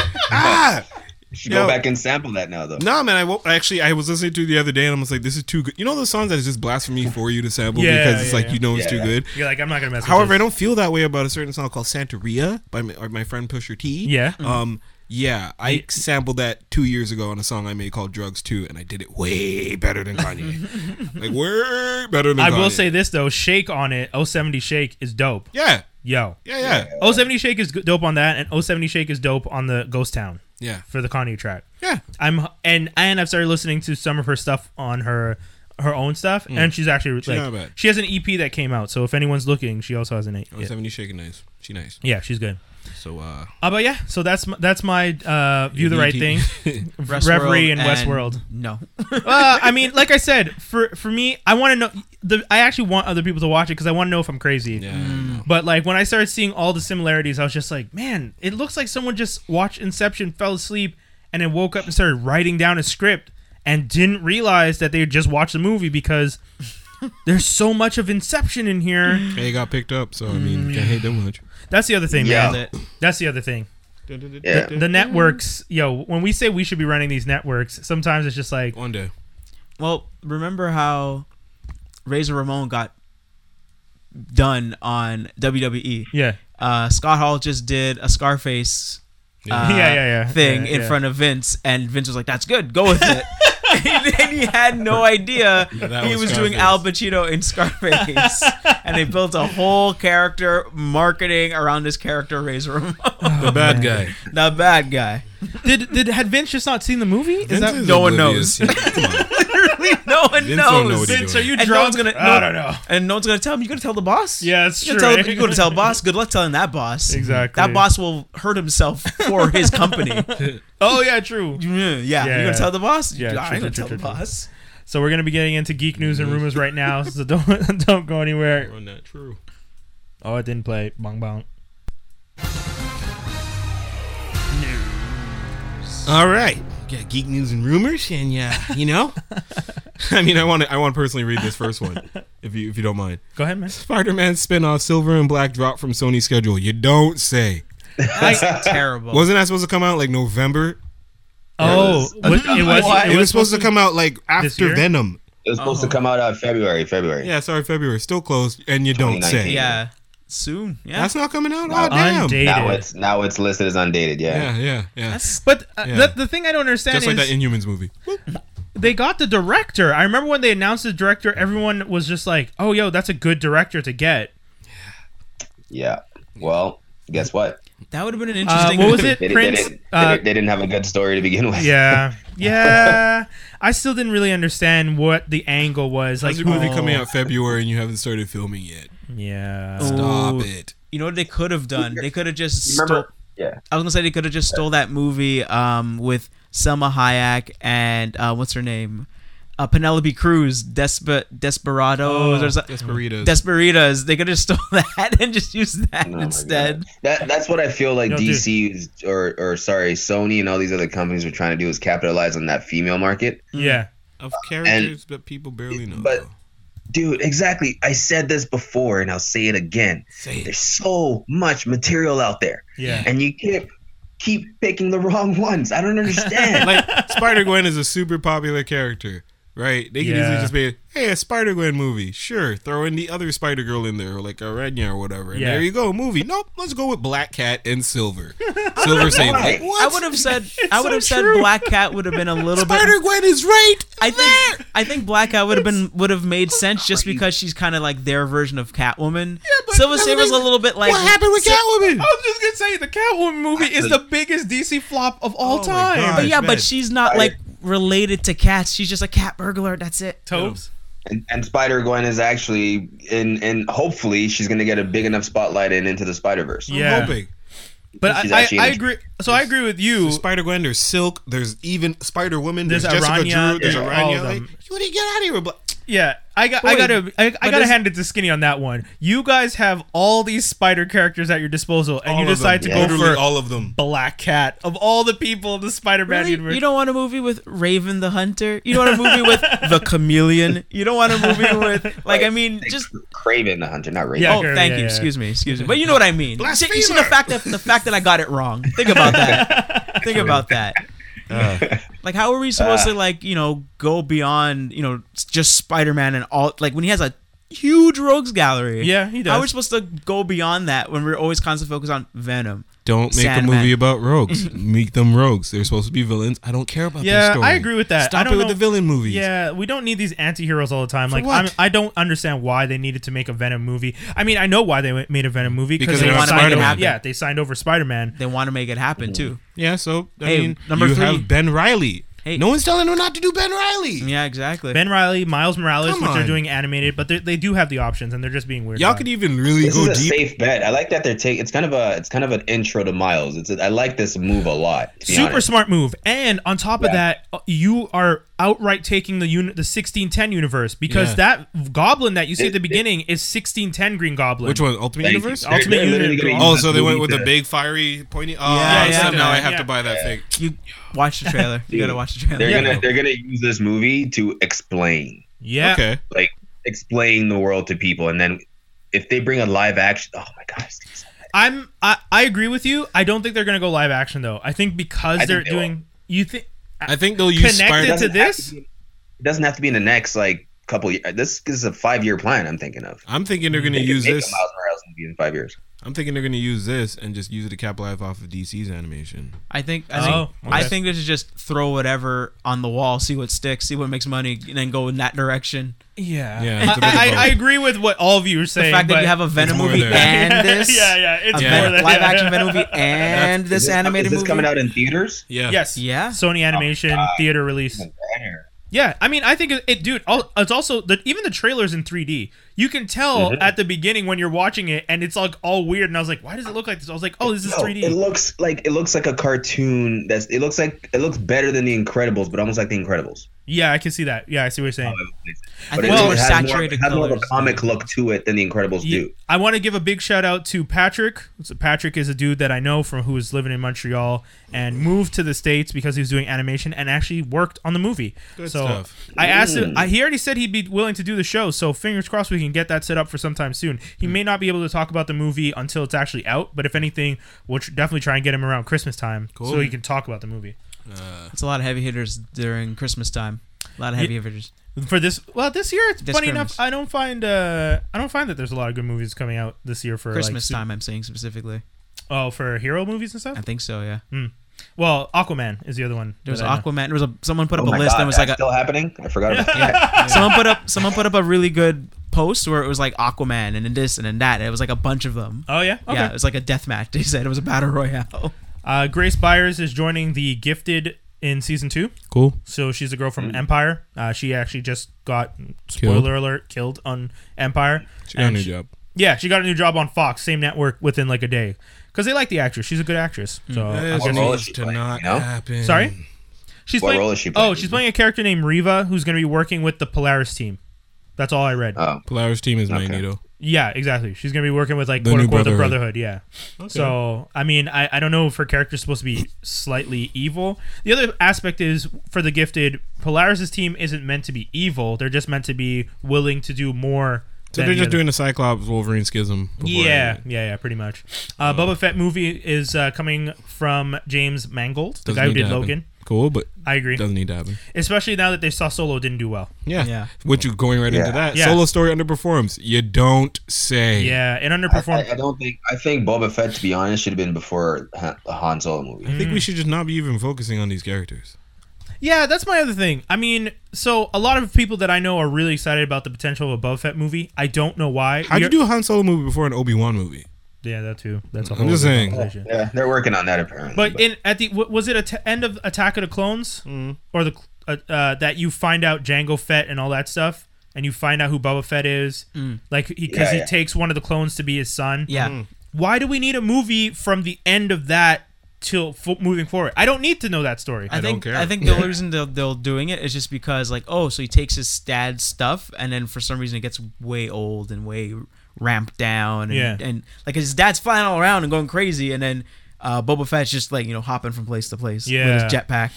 S2: ah.
S4: You should
S2: Yo.
S4: go back and sample that now, though.
S2: No, man. I wo- actually I was listening to it the other day, and I was like, "This is too good." You know those songs that is just blasphemy for you to sample
S1: Yeah,
S2: because it's
S1: yeah,
S2: like
S1: yeah.
S2: you know it's
S4: Yeah.
S2: too good.
S1: You're like, I'm not gonna mess.
S2: However, I
S1: with
S2: don't feel that way about a certain song called "Santeria" by my, or my friend Pusher T.
S1: Yeah.
S4: Mm-hmm.
S2: Um. Yeah, I sampled that two years ago on a song I made called "Drugs Too," and I did it way better than Kanye. like way better than.
S1: I
S2: Kanye.
S1: will say this though, Shake on it, 070 Shake is dope.
S2: Yeah.
S1: Yo,
S2: Yeah. Yeah.
S1: 070 Shake is go- dope on that, and 070 Shake is dope on the Ghost Town
S2: Yeah.
S1: for the Kanye track.
S2: Yeah.
S1: I'm and and I've started listening to some of her stuff on her her own stuff, and she's actually like
S2: Mm. not bad.
S1: she has an EP that came out. So if anyone's looking, she also has an eight.
S2: Oh,
S1: Yeah,
S2: Seventy shaking nice. She nice.
S1: Yeah, she's good.
S2: So uh.
S1: Uh, but yeah, so that's my, that's my uh, view
S2: E
S1: the right thing,
S3: Westworld
S1: Reverie and Westworld.
S3: No.
S1: Uh, I mean, like I said, for for me, I want to know the I actually want other people to watch it because I want to know if I'm crazy.
S2: yeah. I know.
S1: But like when I started seeing all the similarities, I was just like, man, it looks like someone just watched Inception, fell asleep, and then woke up and started writing down a script and didn't realize that they had just watched the movie because there's so much of Inception in here.
S2: They got picked up, so I
S1: Mm,
S2: mean, can't hate them much.
S1: That's the other thing,
S4: Yeah.
S1: man. That's the other thing.
S4: Yeah.
S1: The networks, yo, when we say we should be running these networks, sometimes it's just like,
S2: One day.
S3: Well, remember how Razor Ramon got done on WWE?
S1: yeah,
S3: uh, Scott Hall just did a Scarface uh,
S1: Yeah, yeah, yeah.
S3: thing
S1: Yeah,
S3: in
S1: yeah.
S3: front of Vince, and Vince was like, "That's good, go with it." and he had no idea
S2: that
S3: he
S2: was
S3: was doing
S2: Scarface.
S3: Al Pacino in Scarface, and they built a whole character marketing around this character Razor Ramon,
S2: the bad guy.
S3: the bad guy.
S1: Did did had Vince just not seen the movie? Is that
S3: no one knows. No one
S2: Vince don't know
S3: knows.
S2: what he's
S1: Vince? Are you
S3: And no
S1: drunk?
S3: one's gonna-
S1: I
S3: no-
S1: don't know.
S3: and no one's gonna tell him. You gonna tell the boss?
S1: Yeah, that's
S3: you
S1: true.
S3: Gonna
S1: right?
S3: tell, you gonna tell boss. Good luck telling that boss.
S1: Exactly.
S3: That boss will hurt himself for his company.
S1: Oh yeah, true.
S3: yeah, you
S1: yeah.
S3: gonna tell the boss?
S1: Yeah,
S3: I
S1: true,
S3: ain't gonna
S1: true,
S3: tell
S1: true,
S3: the
S1: true, true.
S3: boss.
S1: So we're gonna be getting into geek news and rumors right now. So don't don't go anywhere.
S2: On that true.
S1: Oh, it didn't play. Bong bong.
S2: All right. Yeah, geek news and rumors, and yeah, you know. I mean, I want to. I want to personally read this first one, if you if you don't mind.
S1: Go ahead, man.
S2: Spider-Man spin-off Silver and Black dropped from Sony's schedule. You don't say.
S3: That's terrible.
S2: Wasn't that supposed to come out like November?
S1: Oh,
S4: was-
S1: what- it was.
S2: It, was supposed to come out like after
S1: year?
S2: Venom.
S4: It was supposed to come out uh, February, February.
S2: Yeah, sorry, February. Still closed, and you don't say.
S4: 2019.
S3: yeah, soon. Yeah,
S2: That's not coming out. Oh,
S4: Wow.
S2: damn.
S1: Undated.
S4: Now it's now it's listed as undated. Yeah.
S2: Yeah, yeah, yeah.
S3: That's-
S1: But uh,
S2: Yeah.
S1: the, the thing I don't understand
S2: Just like
S1: is
S2: that Inhumans movie.
S1: they got the director. I remember when they announced the director, everyone was just like, "Oh, yo, that's a good director to get."
S4: yeah. Well, guess what?
S3: that would have been an
S1: Uh,
S3: interesting.
S1: what was it,
S4: They,
S1: Prince?
S4: they, didn't,
S1: uh,
S4: they, didn't- they didn't have a good story to begin with.
S1: yeah, yeah. I still didn't really understand what the angle was. Like,
S2: How's your movie
S1: oh,
S2: coming out February and you haven't started filming yet?
S1: Yeah.
S2: Stop
S3: Ooh.
S2: it.
S3: You know what they could have done? They could have just. Stole,
S4: Remember? Yeah.
S3: I was gonna say they could have just stole that movie um, with Selma Hayek and uh, what's her name, uh, Penelope Cruz, Desper Desperados
S1: Oh,
S3: or something.
S2: Desperitas.
S3: Desperitas. They could have stole that and just used that
S4: Oh my
S3: instead.
S4: God. That that's what I feel like
S1: No, dude.
S4: DC's or or sorry, Sony and all these other companies were trying to do is capitalize on that female market.
S1: Yeah.
S2: of characters that people barely know.
S4: but-
S2: though.
S4: Dude, exactly. I said this before and I'll say it again.
S2: Say it.
S4: There's so much material out there.
S1: Yeah.
S4: And you keep keep picking the wrong ones. I don't understand.
S2: like Spider Gwen is a super popular character, right? They could easily
S1: Yeah.
S2: just be, hey, a Spider Gwen movie, sure. Throw in the other Spider Girl in there, or like a Renya or whatever. And
S1: Yeah.
S2: there you go, movie. Nope, let's go with Black Cat and Silver. Silver saying, like, what?
S3: I would have said. I would have
S1: so
S3: said
S1: true.
S3: Black Cat would have been a little bit
S2: Spider Gwen is right.
S3: I think I think Black Cat would have been would have made sense just because she's kind of like their version of Catwoman.
S2: but
S3: Silver
S2: I
S3: Saber's a
S2: mean,
S3: little bit like
S2: What happened with
S3: Si-
S1: I
S2: Catwoman?
S1: was just gonna say the Catwoman movie is the biggest DC flop of all
S2: Oh my
S1: time.
S2: God.
S3: But yeah,
S2: Man.
S3: but she's not like related to cats. She's just a cat burglar. That's it.
S1: Topes.
S4: and, and Spider Gwen is actually in and hopefully she's gonna get a big enough spotlight and into the Spider Verse.
S1: Yeah.
S2: I'm hoping.
S1: But
S4: She's
S1: I, I,
S4: actually
S1: I
S4: in-
S1: agree. So I agree with you.
S2: Spider Gwen, there's Silk, there's even Spider Woman, there's,
S1: There's
S2: Jessica
S1: Aranya,
S2: Drew, there's
S1: there's all
S2: Aranya.
S1: of
S2: Like,
S1: them.
S2: what do you get out of here? with Black-
S1: Yeah, I got I
S3: Boy,
S1: gotta I, I gotta
S3: it's-
S1: hand it to Skinny on that one. You guys have all these spider characters at your disposal, and
S2: all
S1: you
S2: of them.
S1: decide to
S4: yeah.
S1: go
S2: Literally
S1: for
S2: all of them.
S1: Black Cat of all the people in the Spider-Man
S3: Really?
S1: universe.
S3: You don't want a movie with Raven the Hunter. You don't want a movie with the Chameleon. You don't want a movie with like I mean just
S4: Craven the Hunter, not Raven.
S1: Yeah,
S3: oh
S1: girl,
S3: thank
S1: yeah,
S3: you.
S1: yeah.
S3: Excuse me. Excuse me. But you know what I mean. You see, you see the
S2: Blasphemer!
S3: fact that the fact that I got it wrong. Think about that. Think about that. Uh, like how are we supposed to like you know go beyond you know s- just Spider-Man and all like when he has a huge rogues gallery.
S1: Yeah, he
S3: How are we
S1: does.
S3: supposed to go beyond that when we're always constantly focused on Venom?
S2: Don't make
S3: Sandman.
S2: a movie about rogues. make them rogues. They're supposed to be villains. I don't care about
S1: Yeah,
S2: their story.
S1: I agree with that.
S2: Stop
S1: I don't
S2: it with
S1: know-
S2: the villain movies.
S1: yeah, we don't need these anti-heroes all the time. Like
S2: what?
S1: I'm, I don't understand why they needed to make a Venom movie. I mean, I know why they made a Venom movie
S2: Because
S1: they
S3: they want to
S1: signed
S3: make it
S1: over-
S3: happen.
S1: Yeah, they signed over Spider-Man.
S3: They want to make it happen too.
S2: Yeah, so I
S3: Hey,
S2: mean,
S3: number
S2: you
S3: three.
S2: have Ben Riley.
S3: Hey.
S2: no one's telling him not to do Ben Riley.
S3: Yeah, exactly.
S1: Ben Riley, Miles Morales,
S2: Come
S1: which they are
S2: on.
S1: doing animated, but they- they do have the options, and they're just being weird.
S2: Y'all
S1: about
S2: could
S1: it.
S2: even really
S4: This
S2: go
S4: is a
S2: deep.
S4: safe bet. I like that they're taking. It's kind of a. It's kind of an intro to Miles. It's. A, I like this move a lot. to be
S1: Super
S4: honest.
S1: smart move, and on top of
S4: Yeah.
S1: that, uh, you are outright taking the unit, the sixteen ten universe, because
S2: Yeah.
S1: that goblin that you see at the
S4: It- it-
S1: beginning is sixteen ten Green Goblin.
S2: Which one? Ultimate
S4: Thank you.
S2: Universe?
S4: They're-
S1: Ultimate
S4: they're literally
S1: Universe.
S4: gonna
S2: Oh,
S4: use
S2: so
S4: this
S2: they went with
S4: movie
S2: the
S4: to-
S2: big fiery pointy. Oh,
S3: Yeah,
S2: yeah,
S3: yeah,
S2: now
S1: yeah.
S2: I have
S1: Yeah.
S2: to buy that thing.
S3: you watch the trailer. You gotta watch the trailer.
S4: They're
S3: Yeah.
S4: gonna. They're gonna use this movie to explain,
S1: Yeah.
S2: Okay.
S4: like explain the world to people, and then if they bring a live action, oh my gosh. these-
S1: I'm I, I agree with you. I don't think they're gonna go live action though. I think because
S4: I think
S1: they're
S4: they
S1: doing you think
S2: I think they'll use
S1: Connected to-
S2: Spider.
S4: doesn't have
S1: this?
S4: to be- It doesn't have to be in the next like couple. Years. This is a five year plan. I'm thinking of.
S2: I'm thinking they're gonna
S4: They could
S2: use
S4: make a
S2: this.
S4: Miles Morales movie in five years.
S2: I'm thinking they're gonna use this and just use it to capitalize off of DC's animation.
S3: I think I think
S1: Oh,
S3: I
S1: okay.
S3: think they should just throw whatever on the wall, see what sticks, see what makes money, and then go in that direction.
S1: Yeah.
S2: Yeah, it's a bit
S1: I,
S2: of
S1: I, I
S2: both.
S1: agree with what all of you are saying.
S3: the fact that
S1: but-
S3: you have a Venom
S2: It's more
S3: movie
S2: there.
S3: and this,
S1: yeah, yeah, it's
S3: a
S2: Yeah.
S1: more
S3: Ven-
S1: than
S3: live
S1: yeah.
S3: action Venom movie and this
S4: Is
S3: animated
S4: is this
S3: movie
S4: coming out in theaters?
S2: Yeah.
S1: Yes.
S3: Yeah.
S4: Oh,
S1: Sony Animation theater release.
S4: Banner.
S1: Yeah, I mean, I think it, it dude. al- It's also the, even the trailers in 3D. You can tell
S4: Mhm.
S1: at the beginning when you're watching it, and it's like all weird. And I was like, why does it look like this? I was like, oh, this is
S4: No,
S1: 3D.
S4: it looks like it looks like a cartoon. That's it looks like it looks better than the Incredibles, but almost like the Incredibles.
S1: yeah, I can see that. Yeah, I see what you're saying.
S4: Uh,
S3: I
S4: But
S3: think
S1: it's
S4: it
S3: well,
S1: more
S3: more
S4: has
S3: saturated
S4: more, it has more of
S3: colors.
S4: a comic look to it than the Incredibles
S1: Yeah,
S4: do.
S1: I want to give a big shout out to Patrick. So Patrick is a dude that I know from who was living in Montreal and moved to the states because he was doing animation and actually worked on the movie.
S2: Good
S1: so
S2: stuff.
S1: I asked him.
S4: Ooh.
S1: I, he already said he'd be willing to do the show. So fingers crossed we can get that set up for sometime soon. He may not be able to talk about the movie until it's actually out, but if anything, we'll tr- definitely try and get him around Christmas time
S2: Cool.
S1: so he can talk about the movie.
S2: Uh,
S3: It's a lot of heavy hitters during Christmas time. A lot of heavy hitters.
S1: For this, well, this year it's
S3: This
S1: funny
S3: Christmas.
S1: enough. I don't find uh I don't find that there's a lot of good movies coming out this year for like,
S3: Christmas
S1: su-
S3: time, I'm saying specifically.
S1: Oh, for hero movies and stuff.
S3: I think so. Yeah.
S1: Well, Aquaman is the other one.
S3: There was
S1: that I know.
S3: Aquaman. There was a someone put
S4: Oh
S3: up a
S4: my
S3: list
S4: God,
S3: and it was
S4: that's
S3: like a
S4: still happening. I forgot about that.
S3: someone put up someone put up a really good post where it was like Aquaman and then this and then that. And it was like a bunch of them.
S1: Oh yeah, okay.
S3: Yeah, it was like a death match. They said it was a battle royale.
S1: Uh, Grace Byers is joining the Gifted in season two.
S2: cool.
S1: So she's a girl from
S3: Mm.
S1: Empire. Uh, she actually just got spoiler alert killed on Empire.
S2: She got a
S1: And
S2: new
S1: she-
S2: job.
S1: Yeah, she got a new job on Fox, same network, within like a day. Because they like the actress. She's a good actress.
S3: Mm.
S1: So I
S2: This
S1: guess-
S4: What role
S2: needs
S4: is she
S2: to
S4: playing,
S2: not
S4: you know?
S2: happen.
S1: Sorry? she's
S4: What
S1: playing,
S4: role is she
S1: Oh,
S4: playing?
S1: she's playing a character named Riva, who's going to be working with the Polaris team. That's all I read.
S4: Oh,
S2: Polaris team is Magneto.
S1: Yeah, exactly. She's gonna be working with like
S2: The
S1: quote
S2: new
S1: unquote the
S2: Brotherhood.
S1: Brotherhood. Yeah. So I mean, I, I don't know if her character's supposed to be slightly evil. The other aspect is for the gifted Polaris's team isn't meant to be evil. They're just meant to be willing to do more.
S2: So
S1: than
S2: they're
S1: the
S2: just
S1: other-
S2: doing the Cyclops Wolverine schism. before
S1: Yeah,
S2: it-
S1: yeah, yeah, pretty much. Uh,
S2: Oh.
S1: Boba Fett movie is uh, coming from James Mangold, the
S2: doesn't
S1: guy who
S2: need to
S1: did
S2: happen.
S1: Logan.
S2: Cool, but
S1: I agree,
S2: doesn't need to happen.
S1: especially now that they saw Solo didn't do well.
S2: Yeah.
S3: Yeah.
S2: What you going right into
S4: Yeah.
S2: that?
S1: Yeah.
S2: Solo story underperforms. You don't say.
S1: Yeah, it
S4: I,
S1: underperformed.
S4: I- I don't think. I think Boba Fett, to be honest, should have been before Han- the Han Solo movie.
S3: Mm-hmm.
S2: I
S1: Mm.
S2: think we should just not be even focusing on these characters.
S1: Yeah, that's my other thing. I mean, so a lot of people that I know are really excited about the potential of a Boba Fett movie. I don't know why.
S2: How'd you
S1: We're-
S2: do a Han Solo movie before an Obi Wan movie?
S1: Yeah, that too. That's a
S2: I'm
S1: whole
S2: just
S1: other
S2: saying.
S1: conversation.
S4: Yeah, they're working on that apparently.
S1: But in at the w- was it at the end of Attack of the Clones or the cl- uh, uh, that you find out Django Fett and all that stuff, and you find out who Boba Fett is, like because he, 'cause
S4: Yeah,
S1: he
S4: yeah.
S1: takes one of the clones to be his son.
S3: Yeah.
S2: Mm-hmm.
S1: Why do we need a movie from the end of that till f- moving forward? I don't need to know that story.
S3: I,
S2: don't
S3: think
S2: care.
S3: I think the only reason they'll, they'll doing it is just because like oh so he takes his dad's stuff and then for some reason it gets way old and way ramped down and,
S1: Yeah.
S3: and like his dad's flying all around and going crazy and then uh, Boba Fett's just like you know hopping from place to place with his
S1: Yeah.
S3: jetpack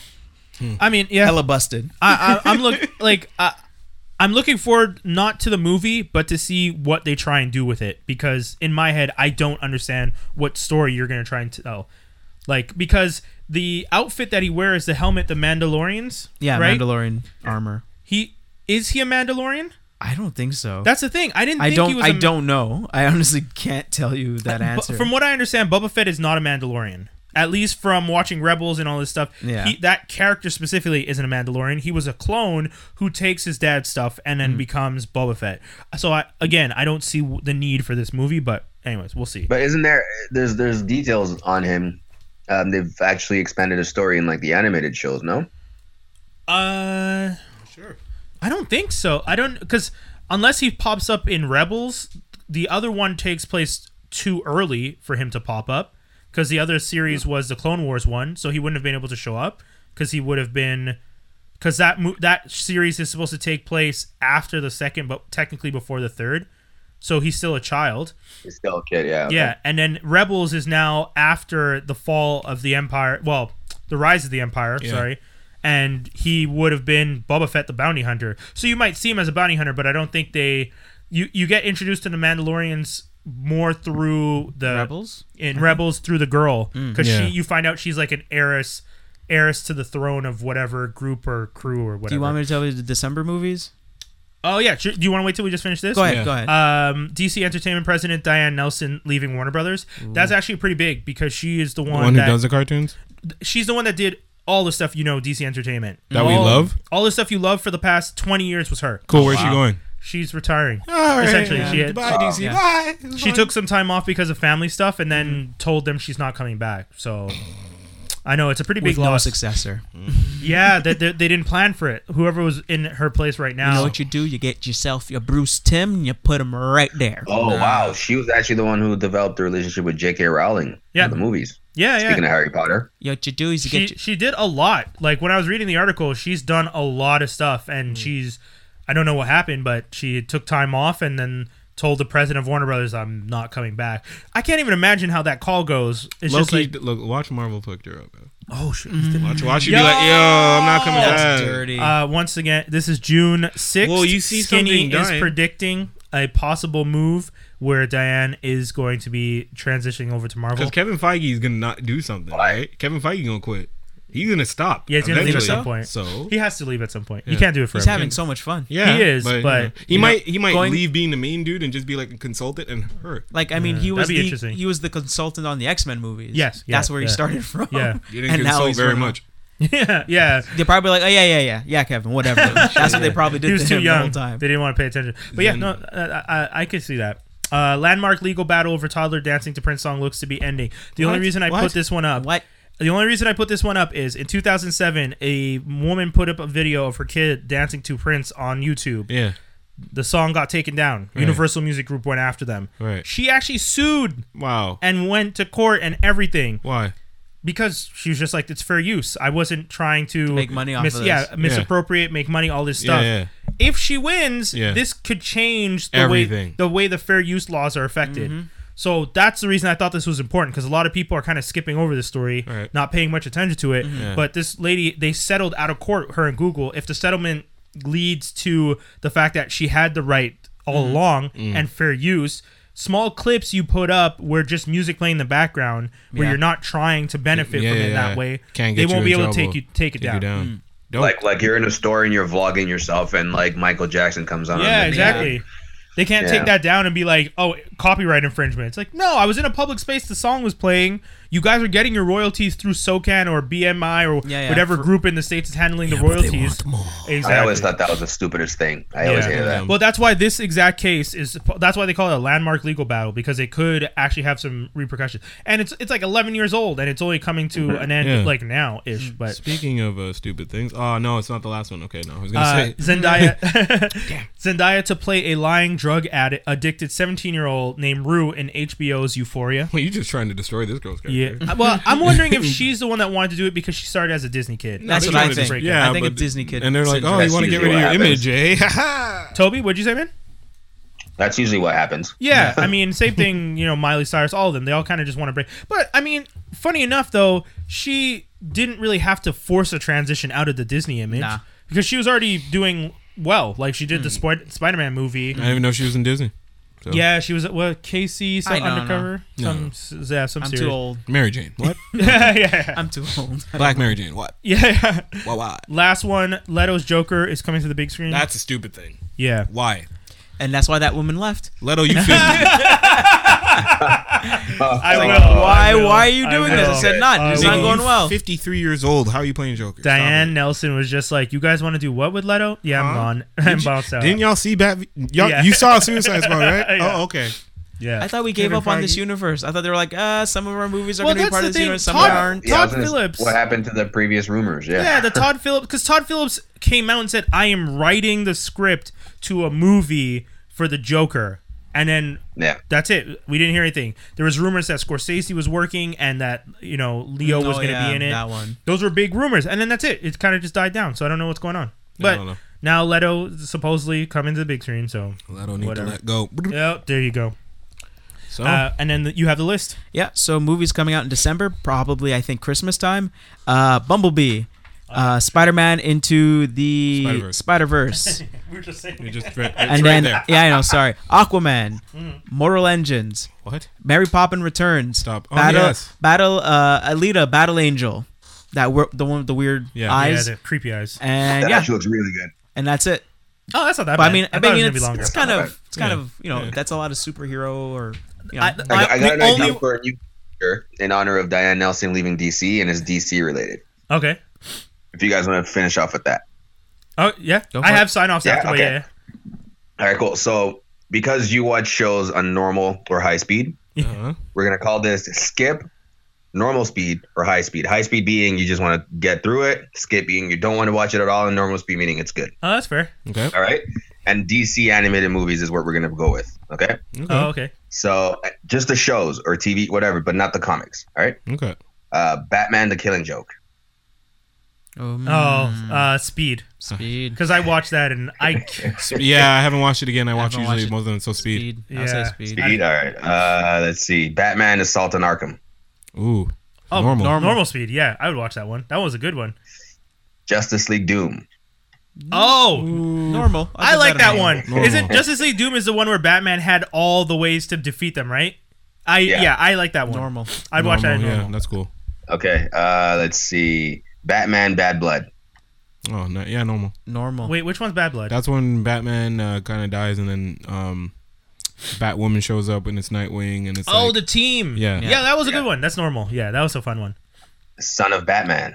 S1: I mean, yeah,
S3: hella busted
S1: I, I, I'm look like I, I'm looking forward not to the movie, but to see what they try and do with it. Because in my head, I don't understand what story you're gonna try and tell. Like because the outfit that he wears, the helmet, the Mandalorians.
S3: yeah
S1: right.
S3: Mandalorian armor
S1: he is he a Mandalorian?
S3: I don't think so
S1: That's the thing. I didn't. think
S3: I
S1: He
S3: don't
S1: was
S3: I
S1: a Ma-
S3: don't know I honestly can't tell you that
S1: But
S3: answer
S1: from what I understand, Boba Fett is not a Mandalorian. At least from watching Rebels and all this stuff,
S3: Yeah.
S1: he, that character specifically isn't a Mandalorian. He was a clone who takes his dad's stuff and
S3: Mm.
S1: then becomes Boba Fett. So I, again, I don't see w- the need for this movie, but anyways, we'll see.
S4: But isn't there there's there's details on him? Um, they've actually expanded his story in like the animated shows. No,
S1: Uh,
S2: Sure.
S1: I don't think so. I don't because unless he pops up in Rebels, the other one takes place too early for him to pop up because the other series was the Clone Wars one, so he wouldn't have been able to show up because he would have been because that mo- that series is supposed to take place after the second, but technically before the third. So he's still a child.
S4: he's still a kid. Yeah. okay.
S1: Yeah, and then Rebels is now after the fall of the Empire. Well, the rise of the Empire.
S2: Yeah.
S1: Sorry, and he would have been Boba Fett, the bounty hunter. So you might see him as a bounty hunter, but I don't think they. You you get introduced to the Mandalorians more through the
S3: Rebels Mm.
S1: in Rebels through the girl because
S2: Yeah.
S1: she you find out she's like an heiress heiress to the throne of whatever group or crew or whatever.
S3: do you want me to tell you the December movies
S1: Oh yeah. Sure. Do you want to wait till we just finish this?
S3: Go ahead,
S2: Yeah.
S3: go ahead.
S1: Um, DC Entertainment President Diane Nelson leaving Warner Brothers. That's actually pretty big because she is the one,
S2: The one who
S1: that
S2: does the cartoons
S1: she's the one that did all the stuff you know DC Entertainment.
S2: that we
S1: All-
S2: love.
S1: All the stuff you love for the past twenty years was her.
S2: Cool. Where's she going?
S1: She's retiring.
S3: Oh,
S2: All right.
S1: Essentially, she had-
S2: Goodbye, DC.
S3: Yeah.
S2: Bye. It was
S1: She
S2: fun.
S1: took some time off because of family stuff, and then
S3: Mm-hmm.
S1: told them she's not coming back. So. I know it's a pretty big
S3: With no
S1: loss.
S3: successor.
S1: Yeah, that they, they didn't plan for it. Whoever was in her place right
S3: You know
S1: now.
S3: what you do? You get yourself your Bruce Tim and you put him right there.
S4: Oh wow, she was actually the one who developed the relationship with J.K. Rowling
S1: Yeah.
S4: for the movies.
S1: yeah, yeah.
S4: Speaking of Harry Potter,
S3: You know What you do is you
S1: she,
S3: get your,
S1: she did a lot. Like when I was reading the article, she's done a lot of stuff, and
S2: Mm.
S1: she's I don't know what happened, but she took time off and then told the president of Warner Brothers, "I'm not coming back." I can't even imagine how that call goes. It's just
S2: Loki, Mm-hmm.
S1: like,
S2: look, watch Marvel fucked her up. Man.
S1: oh shit.
S2: Watch, watch you be like, yo, I'm not coming
S3: that's
S2: back.
S3: dirty.
S1: Uh, once again, this is June sixth.
S2: Well, you see
S1: Skinny
S2: something
S1: is
S2: dying.
S1: predicting a possible move where Diane is going to be transitioning over to Marvel.
S2: Because Kevin Feige is gonna not do something, right? Kevin Feige gonna quit. He's gonna stop.
S1: Yeah, he's gonna leave at
S2: eventually.
S1: some point.
S2: So
S1: He has to leave at some point. You
S2: Yeah.
S1: can't do it forever.
S3: He's having so much fun.
S2: yeah,
S1: he is,
S2: you
S1: but,
S2: know, he
S1: you know,
S2: might he might
S3: going-
S2: leave being the main dude and just be like a consultant and her.
S3: Like I mean, he was
S1: that'd be
S3: the,
S1: interesting.
S3: he was the consultant on the X Men movies.
S1: Yes, yeah,
S3: that's where
S1: yeah.
S3: he started from.
S1: Yeah.
S2: You didn't consult very
S3: running-
S2: much.
S1: yeah, yeah.
S3: They're probably like, oh yeah, yeah, yeah, yeah, Kevin, whatever. that's what they probably did
S1: he was
S3: to
S1: too
S3: him
S1: young.
S3: the whole time.
S1: They didn't want to pay attention. But yeah,
S2: Then-
S1: no, uh, I, I, I could see that. Uh, landmark legal battle over toddler dancing to Prince song looks to be ending. The only
S3: What?
S1: reason I put
S3: What?
S1: this one up,
S3: What?
S1: the only reason I put this one up is in 2007, a woman put up a video of her kid dancing to Prince on YouTube.
S2: Yeah,
S1: The song got taken down. Universal Music Group went after them.
S2: Right.
S1: She actually sued
S2: wow.
S1: and went to court and everything
S2: Why?
S1: because she was just like it's fair use. I wasn't trying to
S3: Make money off
S1: mis-
S3: of this.
S1: Yeah, misappropriate, make money, all this
S2: Yeah,
S1: stuff.
S2: yeah.
S1: If she wins,
S2: Yeah.
S1: this could change the way
S2: Everything.
S1: the way the fair use laws are affected. So that's the reason I thought this was important because a lot of people are kind of skipping over this story,
S2: Right. Mm-hmm.
S1: not paying much attention to it.
S2: Yeah.
S1: But this lady, they settled out of court, her and Google. If the settlement leads to the fact that she had the right all
S2: Mm-hmm.
S1: along and fair use, small clips you put up where just music playing in the background, where
S3: Yeah.
S1: you're not trying to benefit
S2: Yeah,
S1: from
S2: yeah,
S1: it
S2: yeah.
S1: that way,
S2: Can't
S1: they
S2: get
S1: won't
S2: you
S1: be
S2: in
S1: able to
S2: trouble.
S1: take you take it
S2: Take
S1: down.
S2: you down.
S1: Oh.
S2: Don't
S4: like like you're in a store and you're vlogging yourself, and like Michael Jackson comes on.
S1: Yeah,
S4: and-
S1: exactly. They can't
S4: Yeah.
S1: take that down and be like, "Oh, copyright infringement." It's like, no, I was in a public space. The song was playing. You guys are getting your royalties through SoCan or BMI or
S3: Yeah, yeah,
S1: whatever
S3: for-
S1: group in the states is handling the royalties. Exactly.
S4: I always thought that was the stupidest thing. I always
S1: Yeah.
S4: hated that.
S1: Well, that's why this exact case is. That's why they call it a landmark legal battle because it could actually have some repercussions. And it's it's like 11 years old and it's only coming to an end
S2: Yeah.
S1: like now ish. But
S2: Speaking of uh, stupid things, oh no, it's not the last one. Okay, no, I was gonna
S1: Uh,
S2: say
S1: Zendaya, Zendaya to play a lying drug addict, addicted 17 year old named Rue in HBO's Euphoria.
S2: Well, you're just trying to destroy this girl's
S1: Yeah. Uh,
S2: character.
S1: well, I'm wondering if she's the one that wanted to do it because she started as a Disney kid.
S3: That's
S2: They're
S3: what I
S2: trying to
S3: think.
S2: destroy-
S3: Yeah, I think
S2: but-
S3: it's Disney kid
S2: And they're like,
S3: syndrome.
S2: oh, you
S4: That's
S2: want to get
S4: usually
S2: rid of your image,
S4: what
S2: eh?
S1: Toby, what'd you say, man?
S4: That's usually what happens.
S1: Yeah, I mean, same thing. You know, Miley Cyrus, all of them. They all kind of just want to break. But I mean, funny enough though, she didn't really have to force a transition out of the Disney image
S3: Nah.
S1: because she was already doing well. Like she did the
S3: Hmm.
S1: Sp- Spider-Man movie.
S2: I didn't even know she was in Disney. So.
S1: Yeah, she was what Casey some
S3: I don't know.
S1: undercover, some s- yeah, some
S3: I'm
S1: series.
S3: too old.
S2: Mary Jane. What?
S1: yeah, yeah,
S3: I'm too old.
S2: Black Mary Jane. What?
S1: yeah.
S2: Why? Why?
S1: Last one, Leto's Joker is coming to the big screen.
S2: That's a stupid thing.
S1: yeah.
S2: Why?
S3: and that's why that woman left.
S2: Leto, you feel me?
S1: I will.
S3: Why?
S1: I will,
S3: Why are you
S1: I
S3: doing this? I
S1: will.
S3: said not.
S1: I
S3: It's
S1: will.
S3: not going well.
S2: 53 years old. How are you playing Joker? Stop
S1: Diane
S2: it.
S1: Nelson was just like, "You guys want to do what with Leto? Yeah, I'm
S2: Huh?
S1: gone. I'm bounced out.
S2: Didn't y'all see Bat? Y'all,
S1: Yeah.
S2: You saw Suicide Squad, right?
S1: Yeah.
S2: Oh, okay.
S1: yeah.
S3: I thought we gave
S1: Kevin
S3: up on this
S1: Feige.
S3: universe. I thought they were like, uh, some of our movies are
S1: Well,
S3: going to
S1: that's
S3: be part
S1: the
S3: of this
S1: thing.
S3: universe, some
S1: Todd-
S3: aren't.
S1: Todd
S4: I was gonna-
S1: Phillips.
S4: What happened to the previous rumors? Yeah.
S1: Yeah, the Todd Phillips, because Todd Phillips came out and said, "I am writing the script to a movie for the Joker," and then
S4: yeah.
S1: that's it. We didn't hear anything. There was rumors that Scorsese was working and that you know Leo was
S3: Oh,
S1: going to
S3: yeah,
S1: be in it.
S3: That one.
S1: Those were big rumors, and then that's it. It kind of just died down. So I don't know what's going on.
S2: Yeah, I
S1: But
S2: don't know.
S1: now Leto supposedly coming to the big screen. So
S2: Leto need
S1: Whatever.
S2: to let go.
S1: yeah, there you go.
S2: So,
S3: Oh.
S1: Uh, and then the, you have the list.
S3: Yeah, so movies coming out in December, probably I think Christmas time. Uh, Bumblebee, uh, Spider Man into the
S2: Spider-Verse.
S3: Spider Verse,
S1: We were just
S2: you
S1: saying.
S2: just, it's right
S3: and then
S2: there. Mm.
S3: yeah, I know, sorry, Aquaman, Mortal Engines,
S2: What?
S3: Mary Poppin Returns,
S2: Stop. Oh,
S3: Battle,
S2: yes.
S3: Battle, uh, Alita, Battle Angel, that wor- the one with the weird
S2: Yeah.
S3: eyes,
S1: Yeah, the creepy eyes.
S3: and
S4: That
S3: yeah,
S4: actually looks really good.
S3: and that's it.
S1: Oh, that's not that
S3: But
S1: bad.
S3: I mean, I,
S1: thought it was
S3: mean,
S1: gonna be
S3: it's,
S1: longer.
S3: it's kind
S4: Yeah.
S3: of, it's kind
S2: Yeah.
S3: of, you know,
S2: Yeah.
S3: that's a lot of superhero or, you know,
S1: I-
S4: I, I
S1: the
S4: got an idea
S1: only-
S4: for a new character in honor of Diane Nelson leaving DC, and it's DC related.
S1: okay.
S4: If you guys want to finish off with that.
S1: Oh yeah,
S3: Go
S1: I
S3: for it.
S1: have sign offs
S4: Yeah,
S1: after.
S4: okay.
S1: Yeah,
S4: All right, cool. So because you watch shows on normal or high speed,
S2: Uh-huh.
S4: we're gonna call this skip, normal speed or high speed. High speed being you just want to get through it. Skip being you don't want to watch it at all, and normal speed meaning it's good.
S1: Oh, that's fair.
S2: Okay.
S4: All right. And DC animated movies is what we're gonna go with. Okay.
S3: Mm-hmm.
S2: Okay.
S1: Oh, okay.
S4: So uh, just the shows or TV, whatever, but not the comics. All right.
S2: okay.
S4: Uh, Batman: The Killing Joke.
S3: um,
S1: Oh, uh, speed.
S3: speed,
S1: Because I watched that and I.
S2: So, yeah, I haven't watched it again. I watch
S3: haven't
S2: usually
S3: watched it.
S2: most of them. So speed.
S3: speed, I'll say
S1: Yeah.
S3: speed.
S4: Speed. All right. Uh, let's see. Batman: Assault on Arkham.
S2: Ooh.
S1: Oh,
S2: normal.
S1: normal. speed. Yeah, I would watch that one. That was a good one.
S4: Justice League Doom.
S1: Oh,
S2: Ooh.
S3: Normal. I'll
S1: I
S3: give
S1: like that
S3: a
S1: one.
S3: normal.
S2: Normal.
S1: Is it Justice League Doom is the one where Batman had all the ways to defeat them, right? I yeah,
S4: Yeah.
S1: I like that one.
S3: Normal.
S1: I'd watch that. In
S2: Normal,
S1: normal.
S2: Yeah, that's cool.
S4: Okay. Uh, let's see. Batman: Bad Blood.
S2: Oh, no, yeah, normal.
S3: Normal.
S1: Wait, which one's Bad Blood?
S2: That's when Batman uh, kind of dies, and then um, Batwoman shows up, and it's Nightwing, and it's
S1: oh,
S2: like,
S1: the team.
S2: Yeah.
S1: yeah, that was a
S4: Yeah.
S1: good one. That's normal. Yeah, that was a fun one. Uh,
S4: Son of Batman.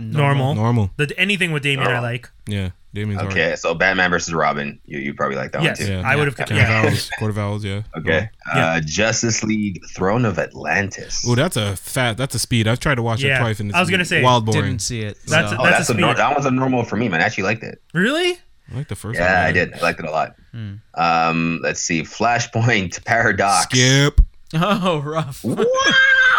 S1: Normal.
S2: normal.
S1: The anything with Damien, I
S4: Normal.
S1: like.
S2: Yeah, Damien's alright.
S4: Okay, so Batman versus Robin. You you probably like that
S1: Yes,
S4: one too.
S2: Yeah.
S1: I would have.
S2: Count of
S1: Yeah.
S2: vowels, quarter vowels, yeah.
S4: Okay.
S1: Yeah.
S4: Uh, Justice League Throne of Atlantis.
S2: Oh, that's a fat. That's a speed. I've tried to watch
S1: Yeah.
S2: it twice, and it's
S1: I was gonna say,
S2: wild boring.
S3: Didn't see it.
S1: That's
S3: so.
S4: oh,
S1: that's
S4: that's,
S1: a
S4: a nor-
S1: speed.
S4: that one's a normal for me, man. I actually liked it.
S1: Really?
S2: I like the first one.
S4: Yeah, I
S2: man.
S4: did. I liked it a lot.
S2: Hmm.
S4: Um, let's see. Flashpoint Paradox.
S2: Skip.
S3: oh rough.
S4: Wow.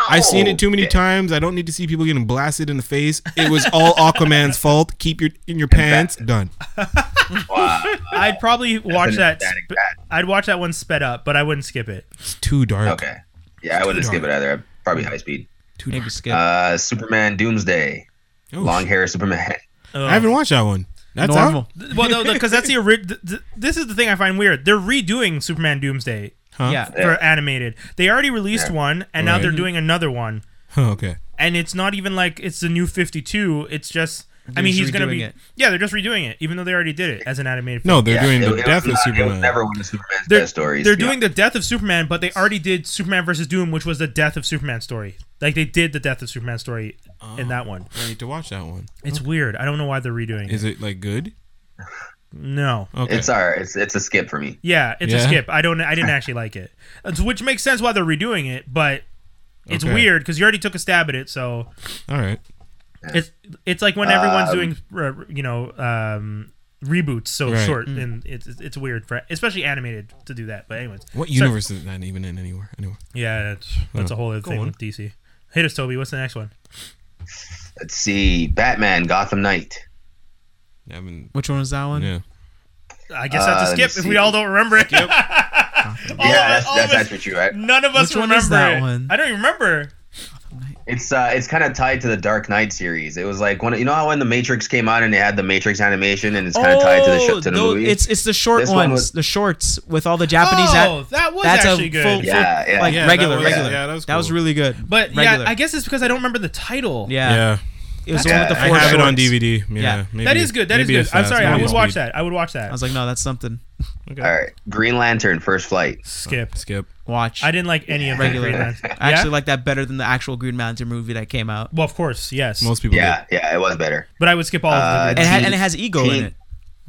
S2: I've seen
S4: Oh,
S2: it too many times. I don't need to see people getting blasted in the face. It was all Aquaman's fault. Keep your in your pants. Done.
S4: Wow.
S1: I'd probably watch
S4: an
S1: that.
S4: ecstatic
S1: sp-
S4: bat.
S1: I'd watch that one sped up, but I wouldn't skip it.
S2: It's too dark.
S4: Okay. Yeah, I wouldn't skip it either. Probably high speed.
S2: Too dark.
S3: Maybe skip.
S4: Uh, Superman Doomsday.
S2: Oh,
S4: Long
S2: shit.
S4: hair Superman.
S1: Ugh.
S2: I haven't watched that one. That's
S3: normal.
S2: Out?
S1: Well, no, because that's the ori- th- th- This is the thing I find weird. They're redoing Superman Doomsday
S2: Huh?
S3: Yeah.
S4: Yeah.
S1: for animated. They already released
S4: Yeah.
S1: one, and now
S2: Right.
S1: they're doing another one.
S2: Huh, okay.
S1: And it's not even like it's the new Fifty Two. It's just. I
S3: They're
S1: mean,
S3: just
S1: he's gonna
S3: redoing
S1: be.
S3: it.
S1: Yeah, they're just redoing it, even though they already did it as an animated. film.
S2: No, they're
S4: Yeah,
S2: doing
S4: it-
S2: the
S4: it
S2: death of
S4: was not- It
S2: Superman.
S4: was never one of Superman's
S1: They're,
S4: best stories.
S1: they're
S4: to be
S1: doing the death of Superman, but they already did Superman versus Doom, which was the death of Superman story. Like they did the death of Superman story in that one.
S3: Oh.
S2: I need to watch that one.
S1: It's weird. I don't know why they're redoing it.
S2: Is it like good?
S1: No.
S2: Okay.
S4: It's alright. It's it's a skip for me.
S1: Yeah, it's a
S2: Yeah?
S1: skip. I don't. I didn't actually like it, It's- which makes sense why they're redoing it. But it's
S2: Okay.
S1: weird because you already took a stab at it. So
S2: all right.
S1: it's it's like when everyone's
S4: Um,
S1: doing uh, you know um, reboots so
S2: Right.
S1: short,
S3: Mm.
S1: and it's it's it's weird for especially animated to do that. But anyways,
S2: What
S1: So-
S2: universe is that even in anywhere? Anywhere.
S1: yeah, that's, that's a whole other
S2: Go
S1: thing
S2: on.
S1: with DC. Hit us, Toby. What's the next one?
S4: Let's see. Batman Gotham Knight.
S2: I haven't.
S3: Which one was that one?
S2: Yeah.
S1: I guess
S4: Uh,
S1: that's a
S4: let me
S1: skip if
S4: see.
S1: we all don't remember it. All of
S4: yeah,
S1: us-
S4: that's,
S1: all
S4: that's
S1: of us-
S4: actually true, right?
S1: None of us
S3: Which one
S1: remember
S3: is that
S1: it.
S3: one?
S1: I don't even remember.
S4: It's uh, it's kind of tied to the Dark Knight series. It was like when you know how when the Matrix came out and they had the Matrix animation and it's kind of tied to the show, to the
S3: tho-
S4: movie.
S3: Oh, It's it's the short
S4: This one
S3: ones,
S4: was-
S3: the shorts with all the Japanese.
S1: oh,
S3: at-
S1: that was
S3: that's
S1: actually
S3: a
S1: good.
S3: full,
S4: Yeah,
S3: full-
S4: yeah.
S3: like
S2: Yeah, that
S3: regular,
S2: was-
S3: regular.
S2: yeah, that was cool.
S3: really good.
S1: But
S3: regular.
S1: yeah, I guess it's because I don't remember the title.
S3: yeah,
S2: Yeah.
S3: it was the
S4: Yeah,
S3: one with the
S2: I
S3: four
S2: have it on
S3: shorts.
S2: DVD. Yeah.
S3: Yeah.
S2: Maybe,
S1: that is good. That is
S2: maybe
S1: good.
S2: if
S1: I'm
S2: that's
S1: sorry.
S2: what
S1: I
S2: it
S1: would
S2: is.
S1: watch that. I would watch that.
S3: I was like, no, that's something.
S4: All right, Green Lantern First Flight.
S1: Skip.
S2: Skip.
S3: Watch.
S1: I didn't like any of regular.
S3: uh, Regular.
S1: Green Lantern.
S3: I actually
S1: Yeah?
S3: like that better than the actual Green Lantern movie that came out.
S1: Well, of course, yes.
S2: Most people.
S4: Yeah, yeah, it was better.
S1: but I would skip all
S4: Uh,
S1: of
S3: It
S1: them.
S3: had, and it has ego in
S4: Teen-
S3: it.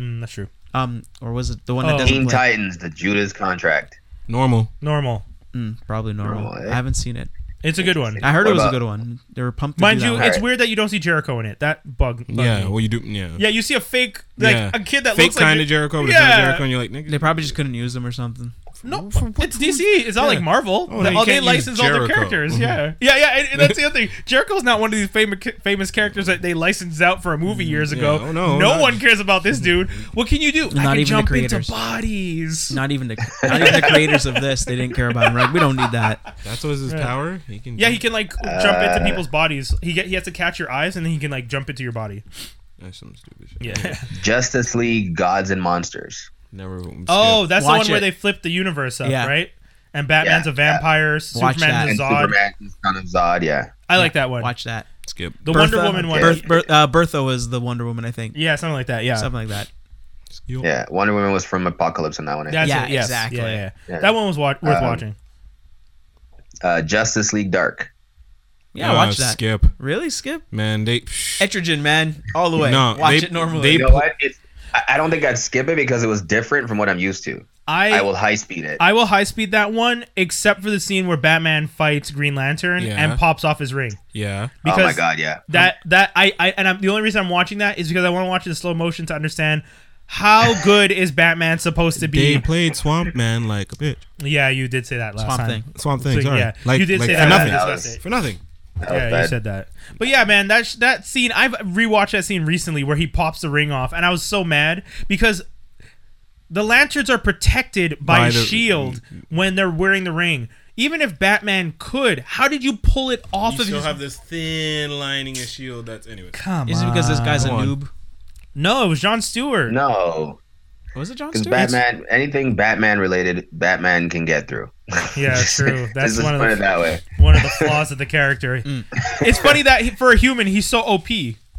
S1: Mm, that's true.
S3: Um, or was it the one
S1: Oh.
S3: that doesn't
S4: Teen
S3: play?
S4: Titans: The Judas Contract.
S2: Did. Normal.
S1: Normal.
S3: Mm, probably normal.
S4: Normal, eh?
S3: I haven't seen it.
S1: It's a good one.
S3: I heard
S4: What
S3: it was
S4: about-
S3: a good one. They were pumped. to
S1: Mind
S3: do that
S1: you,
S3: one.
S1: it's
S4: Alright.
S1: weird that you don't see Jericho in it. That bug. bugged
S2: yeah.
S1: me.
S2: Well, you do. Yeah.
S1: Yeah, you see a fake, like
S2: Yeah.
S1: a kid that
S2: Fake
S1: looks like
S2: kind
S1: you-
S2: of Jericho, but it's
S1: Yeah.
S2: not Jericho, and you're like, nigga.
S3: they probably just couldn't use them or something.
S1: No, it's DC. It's not like Marvel.
S2: Oh, no, you
S1: all they
S2: can't use
S1: license all their
S2: Jericho.
S1: characters.
S2: Mhm.
S1: Yeah, yeah, yeah. And, and that's the other thing. Jericho's not one of these famous famous characters that they licensed out for a movie years ago.
S2: oh, no,
S1: no
S2: not-
S1: one cares about this dude. What can you do? I
S3: Not
S1: can
S3: even the
S1: jump into
S3: creators.
S1: bodies.
S3: Not even the not even the creators of this. They didn't care about him. Right? We don't need that.
S2: That's what's his power. He can.
S1: yeah, he can like jump
S3: Uh,
S1: into people's bodies. He get, he has to catch your eyes and then he can like jump into your body.
S2: That's some stupid shit.
S1: Yeah.
S4: Justice League: Gods and Monsters.
S2: Never. skip.
S1: oh, that's the
S3: Watch
S1: one where
S3: it.
S1: they flip the universe up,
S3: Yeah.
S1: right? And Batman's
S4: Yeah,
S1: a vampire.
S3: that.
S1: Superman's
S4: And
S1: a Zod.
S4: Superman, Son of Zod. Yeah.
S1: I like that one.
S3: Watch that.
S2: skip.
S1: The Wonder Woman one.
S3: Berth, Berth, uh, Bertha was the Wonder Woman, I think.
S1: Yeah, something like that. Yeah.
S3: Something like that.
S2: You-
S4: Yeah, Wonder Woman was from Apocalypse on that one. I
S1: That's
S4: think.
S3: Yeah,
S1: it, yes.
S3: exactly.
S1: Yeah, yeah, yeah.
S4: Yeah.
S1: That one was wa- worth
S4: Um,
S1: watching.
S4: Uh, Justice League Dark.
S3: Yeah,
S2: Uh,
S3: watch that.
S2: Skip,
S3: Really, Skip?
S2: man. They.
S3: Etrogen, man, all the way.
S2: No,
S3: watch
S2: they-
S3: it normally.
S2: they-
S4: You know what? It's, I, I don't think I'd skip it because it was different from what I'm used to. I will high speed it. Oh
S1: I will high speed that one, except for the scene where Batman fights Green Lantern
S2: Yeah.
S1: and pops off his ring.
S2: Yeah.
S4: oh my
S1: Because
S4: god, yeah.
S1: that that I, I and I'm, the only reason I'm watching that is because I want to watch it in slow motion to understand how good is Batman supposed to
S2: They
S1: be.
S2: played Swamp Man like a bitch.
S1: yeah, you did say that last
S3: Swamp
S1: time.
S3: Thing.
S2: Swamp Thing.
S1: So,
S2: sorry.
S1: yeah.
S2: Like,
S1: You did
S2: like
S1: say
S2: for
S1: that.
S2: nothing.
S1: That's
S4: That
S1: what I
S4: was-
S1: said.
S2: For nothing.
S4: That was
S1: Yeah, you
S4: bad.
S1: said that. But yeah, man, that sh- that scene I've rewatched that scene recently where he pops the ring off, and I was so mad because the lanterns are protected by,
S2: By the-
S1: shield when they're wearing the ring. Even if Batman could, how did you pull it off
S2: You
S1: of
S2: still
S1: his?
S2: have this thin lining and shield. That's anyways.
S1: Come
S3: Is it because this guy's a
S2: Come on.
S3: noob?
S1: No, it was John Stewart.
S4: No,
S3: Was it John
S4: because
S3: Stewart?
S4: Batman, anything Batman related, Batman can get through.
S1: Yeah, true. That's
S4: Just
S1: one of
S4: put
S1: the-
S4: it that way.
S1: One of the flaws of the character. It's funny that he, for a human, he's so OP.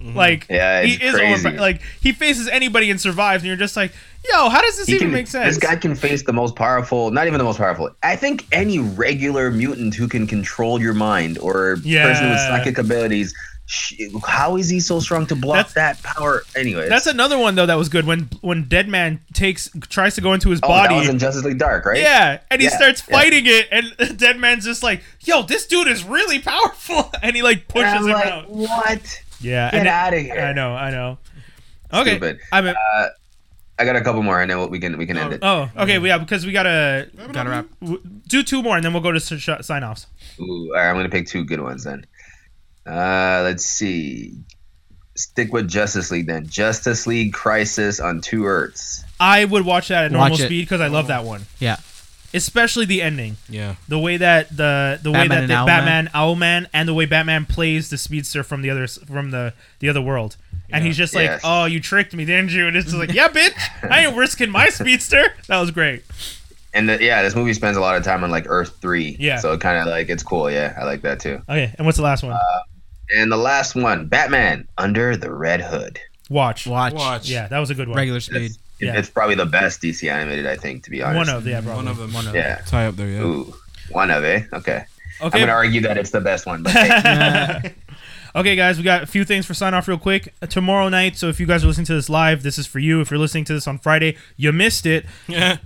S1: Like
S4: Yeah,
S1: he
S4: it's
S1: is
S4: crazy.
S1: overpro- like he faces anybody and survives, and you're just like, yo, how does this
S4: He
S1: even
S4: can-
S1: make sense?
S4: This guy can face the most powerful, not even the most powerful. I think any regular mutant who can control your mind or person with
S1: Yeah.
S4: psychic abilities. sh- How is he so strong to block that power? Anyways,
S1: That's another one though that was good when when Deadman takes tries to go into his
S4: oh,
S1: body.
S4: that was in Justice League Dark, right?
S1: yeah, and he
S4: Yeah,
S1: starts
S4: yeah.
S1: fighting it, and Deadman's just like, "Yo, this dude is really powerful," and he like
S4: And
S1: pushes
S4: I'm
S1: him
S4: like,
S1: out.
S4: what?
S1: Yeah,
S4: Get
S1: and it-
S4: out of here!
S1: I know, I know. Okay,
S4: Stupid. Uh,
S1: I mean,
S4: I got a couple more, and then we can we can end it.
S1: oh, okay, yeah, because we gotta
S3: Gotta wrap.
S1: w- do two more, and then we'll go to s- sh- sign offs.
S4: Ooh, all right, I'm gonna pick two good ones then. Uh, let's see. Stick with Justice League then. Justice League Crisis on Two Earths.
S1: I would watch that at
S3: Watch
S1: normal
S3: it.
S1: speed because I love that one,
S3: Yeah.
S1: especially the ending.
S2: Yeah.
S1: the way that the the way
S3: Batman
S1: that the
S3: and
S1: Batman Owlman and the way Batman plays the speedster from the other from the the other world. And he's just like,
S4: Yes.
S1: "Oh, you tricked me, didn't you?" And it's just like, "Yeah, bitch, I ain't risking my speedster." That was great.
S4: And the, yeah, this movie spends a lot of time on like Earth Three.
S1: Yeah.
S4: So it kind of like it's cool. Yeah, I like that too.
S1: Okay, and what's the last one?
S4: And the last one, Batman Under the Red Hood.
S1: Watch.
S3: Watch.
S2: Watch.
S1: Yeah, that was a good one.
S3: Regular speed.
S1: Yeah.
S4: It's probably the best DC animated, I think, to be honest.
S1: one of yeah, probably.
S2: One of them. One of
S4: Yeah.
S2: them. Tie up there. Yeah.
S4: Ooh, one of eh? Okay. I'm
S1: Okay,
S4: gonna argue that it's the best one, but hey,
S1: Okay, guys, we got a few things for sign off real quick. Uh, Tomorrow night, so if you guys are listening to this live, this is for you. If you're listening to this on Friday, you missed it.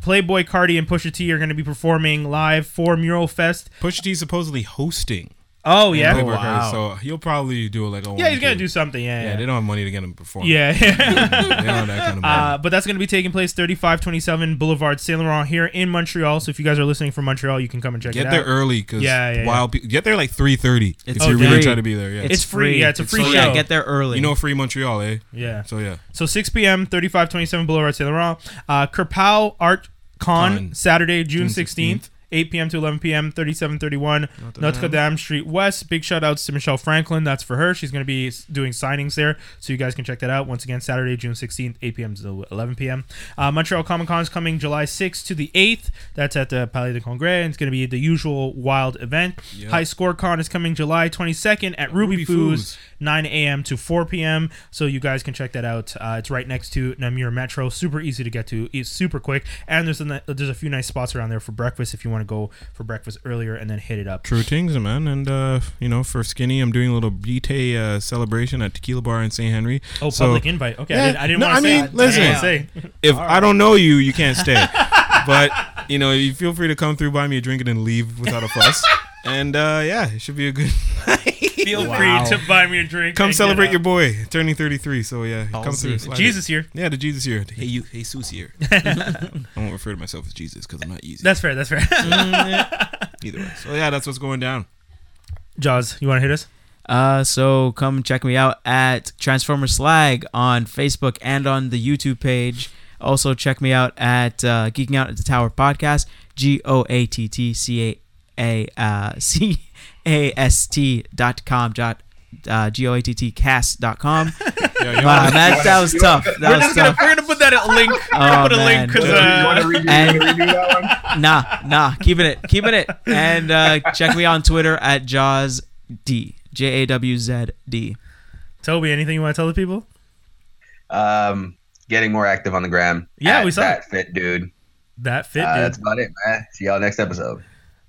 S1: Playboy Cardi and Pusha T are going to be performing live for Mural Fest.
S2: Pusha T supposedly hosting.
S1: Oh yeah,
S2: Playboy Cardi, So he'll probably do like a.
S1: yeah, he's gonna
S2: one-two.
S1: do something. Yeah,
S2: Yeah,
S1: yeah,
S2: they don't have money to get him perform.
S1: yeah.
S2: they don't have that kind of money.
S1: Uh, but that's going to be taking place 3527 Boulevard Saint Laurent here in Montreal. So if you guys are listening from Montreal, you can come and check
S2: get
S1: it
S2: there
S1: out.
S2: early because
S1: Yeah, yeah,
S2: wild people get there like three thirty. If
S3: It's
S2: you
S1: free.
S2: really try to be there, yeah.
S1: It's, free. Yeah, it's a free
S3: so,
S1: show.
S3: Yeah, get there early.
S2: you know, free Montreal, eh?
S1: yeah.
S2: So yeah,
S1: So 6 p.m. 3527 Boulevard Saint Laurent. Uh, Kerpow Art Con
S2: Con.
S1: Saturday, June,
S2: June
S1: 16th.
S2: 16th.
S1: 8 p.m. to 11 p.m. 3731 Notre Dame Street West. Big shout outs to Michelle Franklin. That's for her. She's going to be s- doing signings there, so you guys can check that out. Once again, Saturday, June 16th, 8 p.m. to 11 p.m. Uh, Montreal Comic Con is coming July 6th to the 8th. That's at the Palais de Congrès, and it's going to be the usual wild event. High Score Con is coming July 22nd at Ruby,
S2: Ruby
S1: Foos.
S2: Foos.
S1: 9 a.m. to 4 p.m. So you guys can check that out. Uh, it's right next to Namur Metro. Super easy to get to. It's super quick. And there's a ni- there's a few nice spots around there for breakfast if you want to go for breakfast earlier and then hit it up.
S2: true things, man. And uh, you know, for skinny, I'm doing a little brite uh, celebration at Tequila Bar in St. Henry.
S1: Oh,
S2: So-
S1: public invite. Okay, I
S2: Yeah.
S1: didn't, I didn't
S2: No,
S1: want
S2: I
S1: to say.
S2: mean,
S1: that. I didn't wanna
S2: listen.
S1: say.
S2: If I don't know you, you can't stay. but you know, you feel free to come through, buy me a drink, and then leave without a fuss. and uh, yeah, it should be a good.
S1: Feel
S3: Wow.
S1: free to buy me a drink.
S2: come
S1: and get
S2: celebrate your
S1: out.
S2: boy turning 33. So yeah, come
S3: Ballsy.
S2: through. slide in.
S1: Jesus here.
S2: Yeah, the Jesus year. Hey, you, Jesus year. I won't refer to myself as Jesus because I'm not easy.
S1: That's fair. That's fair.
S2: either way. So yeah, that's what's going down.
S1: Jaws, you want to hit us?
S3: Uh, so come check me out at Transformer Slag on Facebook and on the YouTube page. Also check me out at uh, Geeking Out at the Tower podcast. G O A T T C A A C A S T dot com dot uh, G O A T T cast dot com.
S2: Yeah, you
S3: Wow, that, that was tough. That was tough.
S1: We're gonna put that at link. We're
S3: Oh,
S1: gonna put a
S3: man.
S1: link because
S3: Dude,
S1: uh,
S3: And nah, nah, keeping it, keeping it. And uh, check me on Twitter at Jaws D J A W Z D.
S1: Toby, anything you want to tell the people?
S4: um, getting more active on the gram.
S1: Yeah,
S4: At
S1: we saw
S4: that fit dude.
S1: That fit,
S4: Uh,
S1: dude.
S4: That's about it, man. See y'all next episode.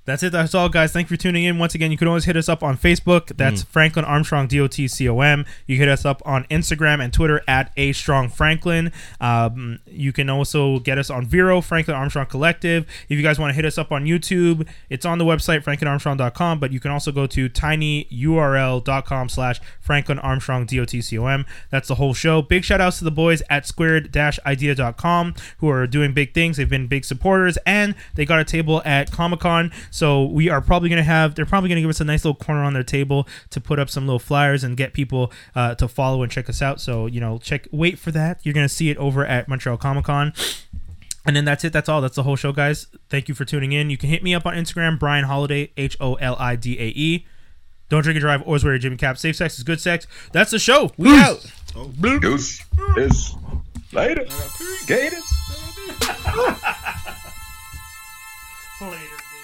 S1: That's it. That's all, guys. Thank you for tuning in. Once again, you can always hit us up on Facebook. That's Franklin Armstrong DOTCOM. You can hit us up on Instagram and Twitter at A Strong Franklin. Um, you can also get us on Vero, Franklin Armstrong Collective. If you guys want to hit us up on YouTube, it's on the website, franklinarmstrong.com, but you can also go to tinyurl.com slash Franklin Armstrong DOTCOM. That's the whole show. Big shout outs to the boys at squared idea.com who are doing big things. They've been big supporters and they got a table at Comic Con. So we are probably going to have, they're probably going to give us a nice little corner on their table to put up some little flyers and get people uh, to follow and check us out. So, you know, check, wait for that. You're going to see it over at Montreal Comic Con. And then that's it. That's all. That's the whole show, guys. Thank you for tuning in. You can hit me up on Instagram, Brian Holiday, H O L I D A E. Don't drink and drive. Always wear your Jimmy Cap. Safe sex is good sex. That's the show. We out.
S4: Deuce. Deuce. Later. Gators.
S1: Later, dude.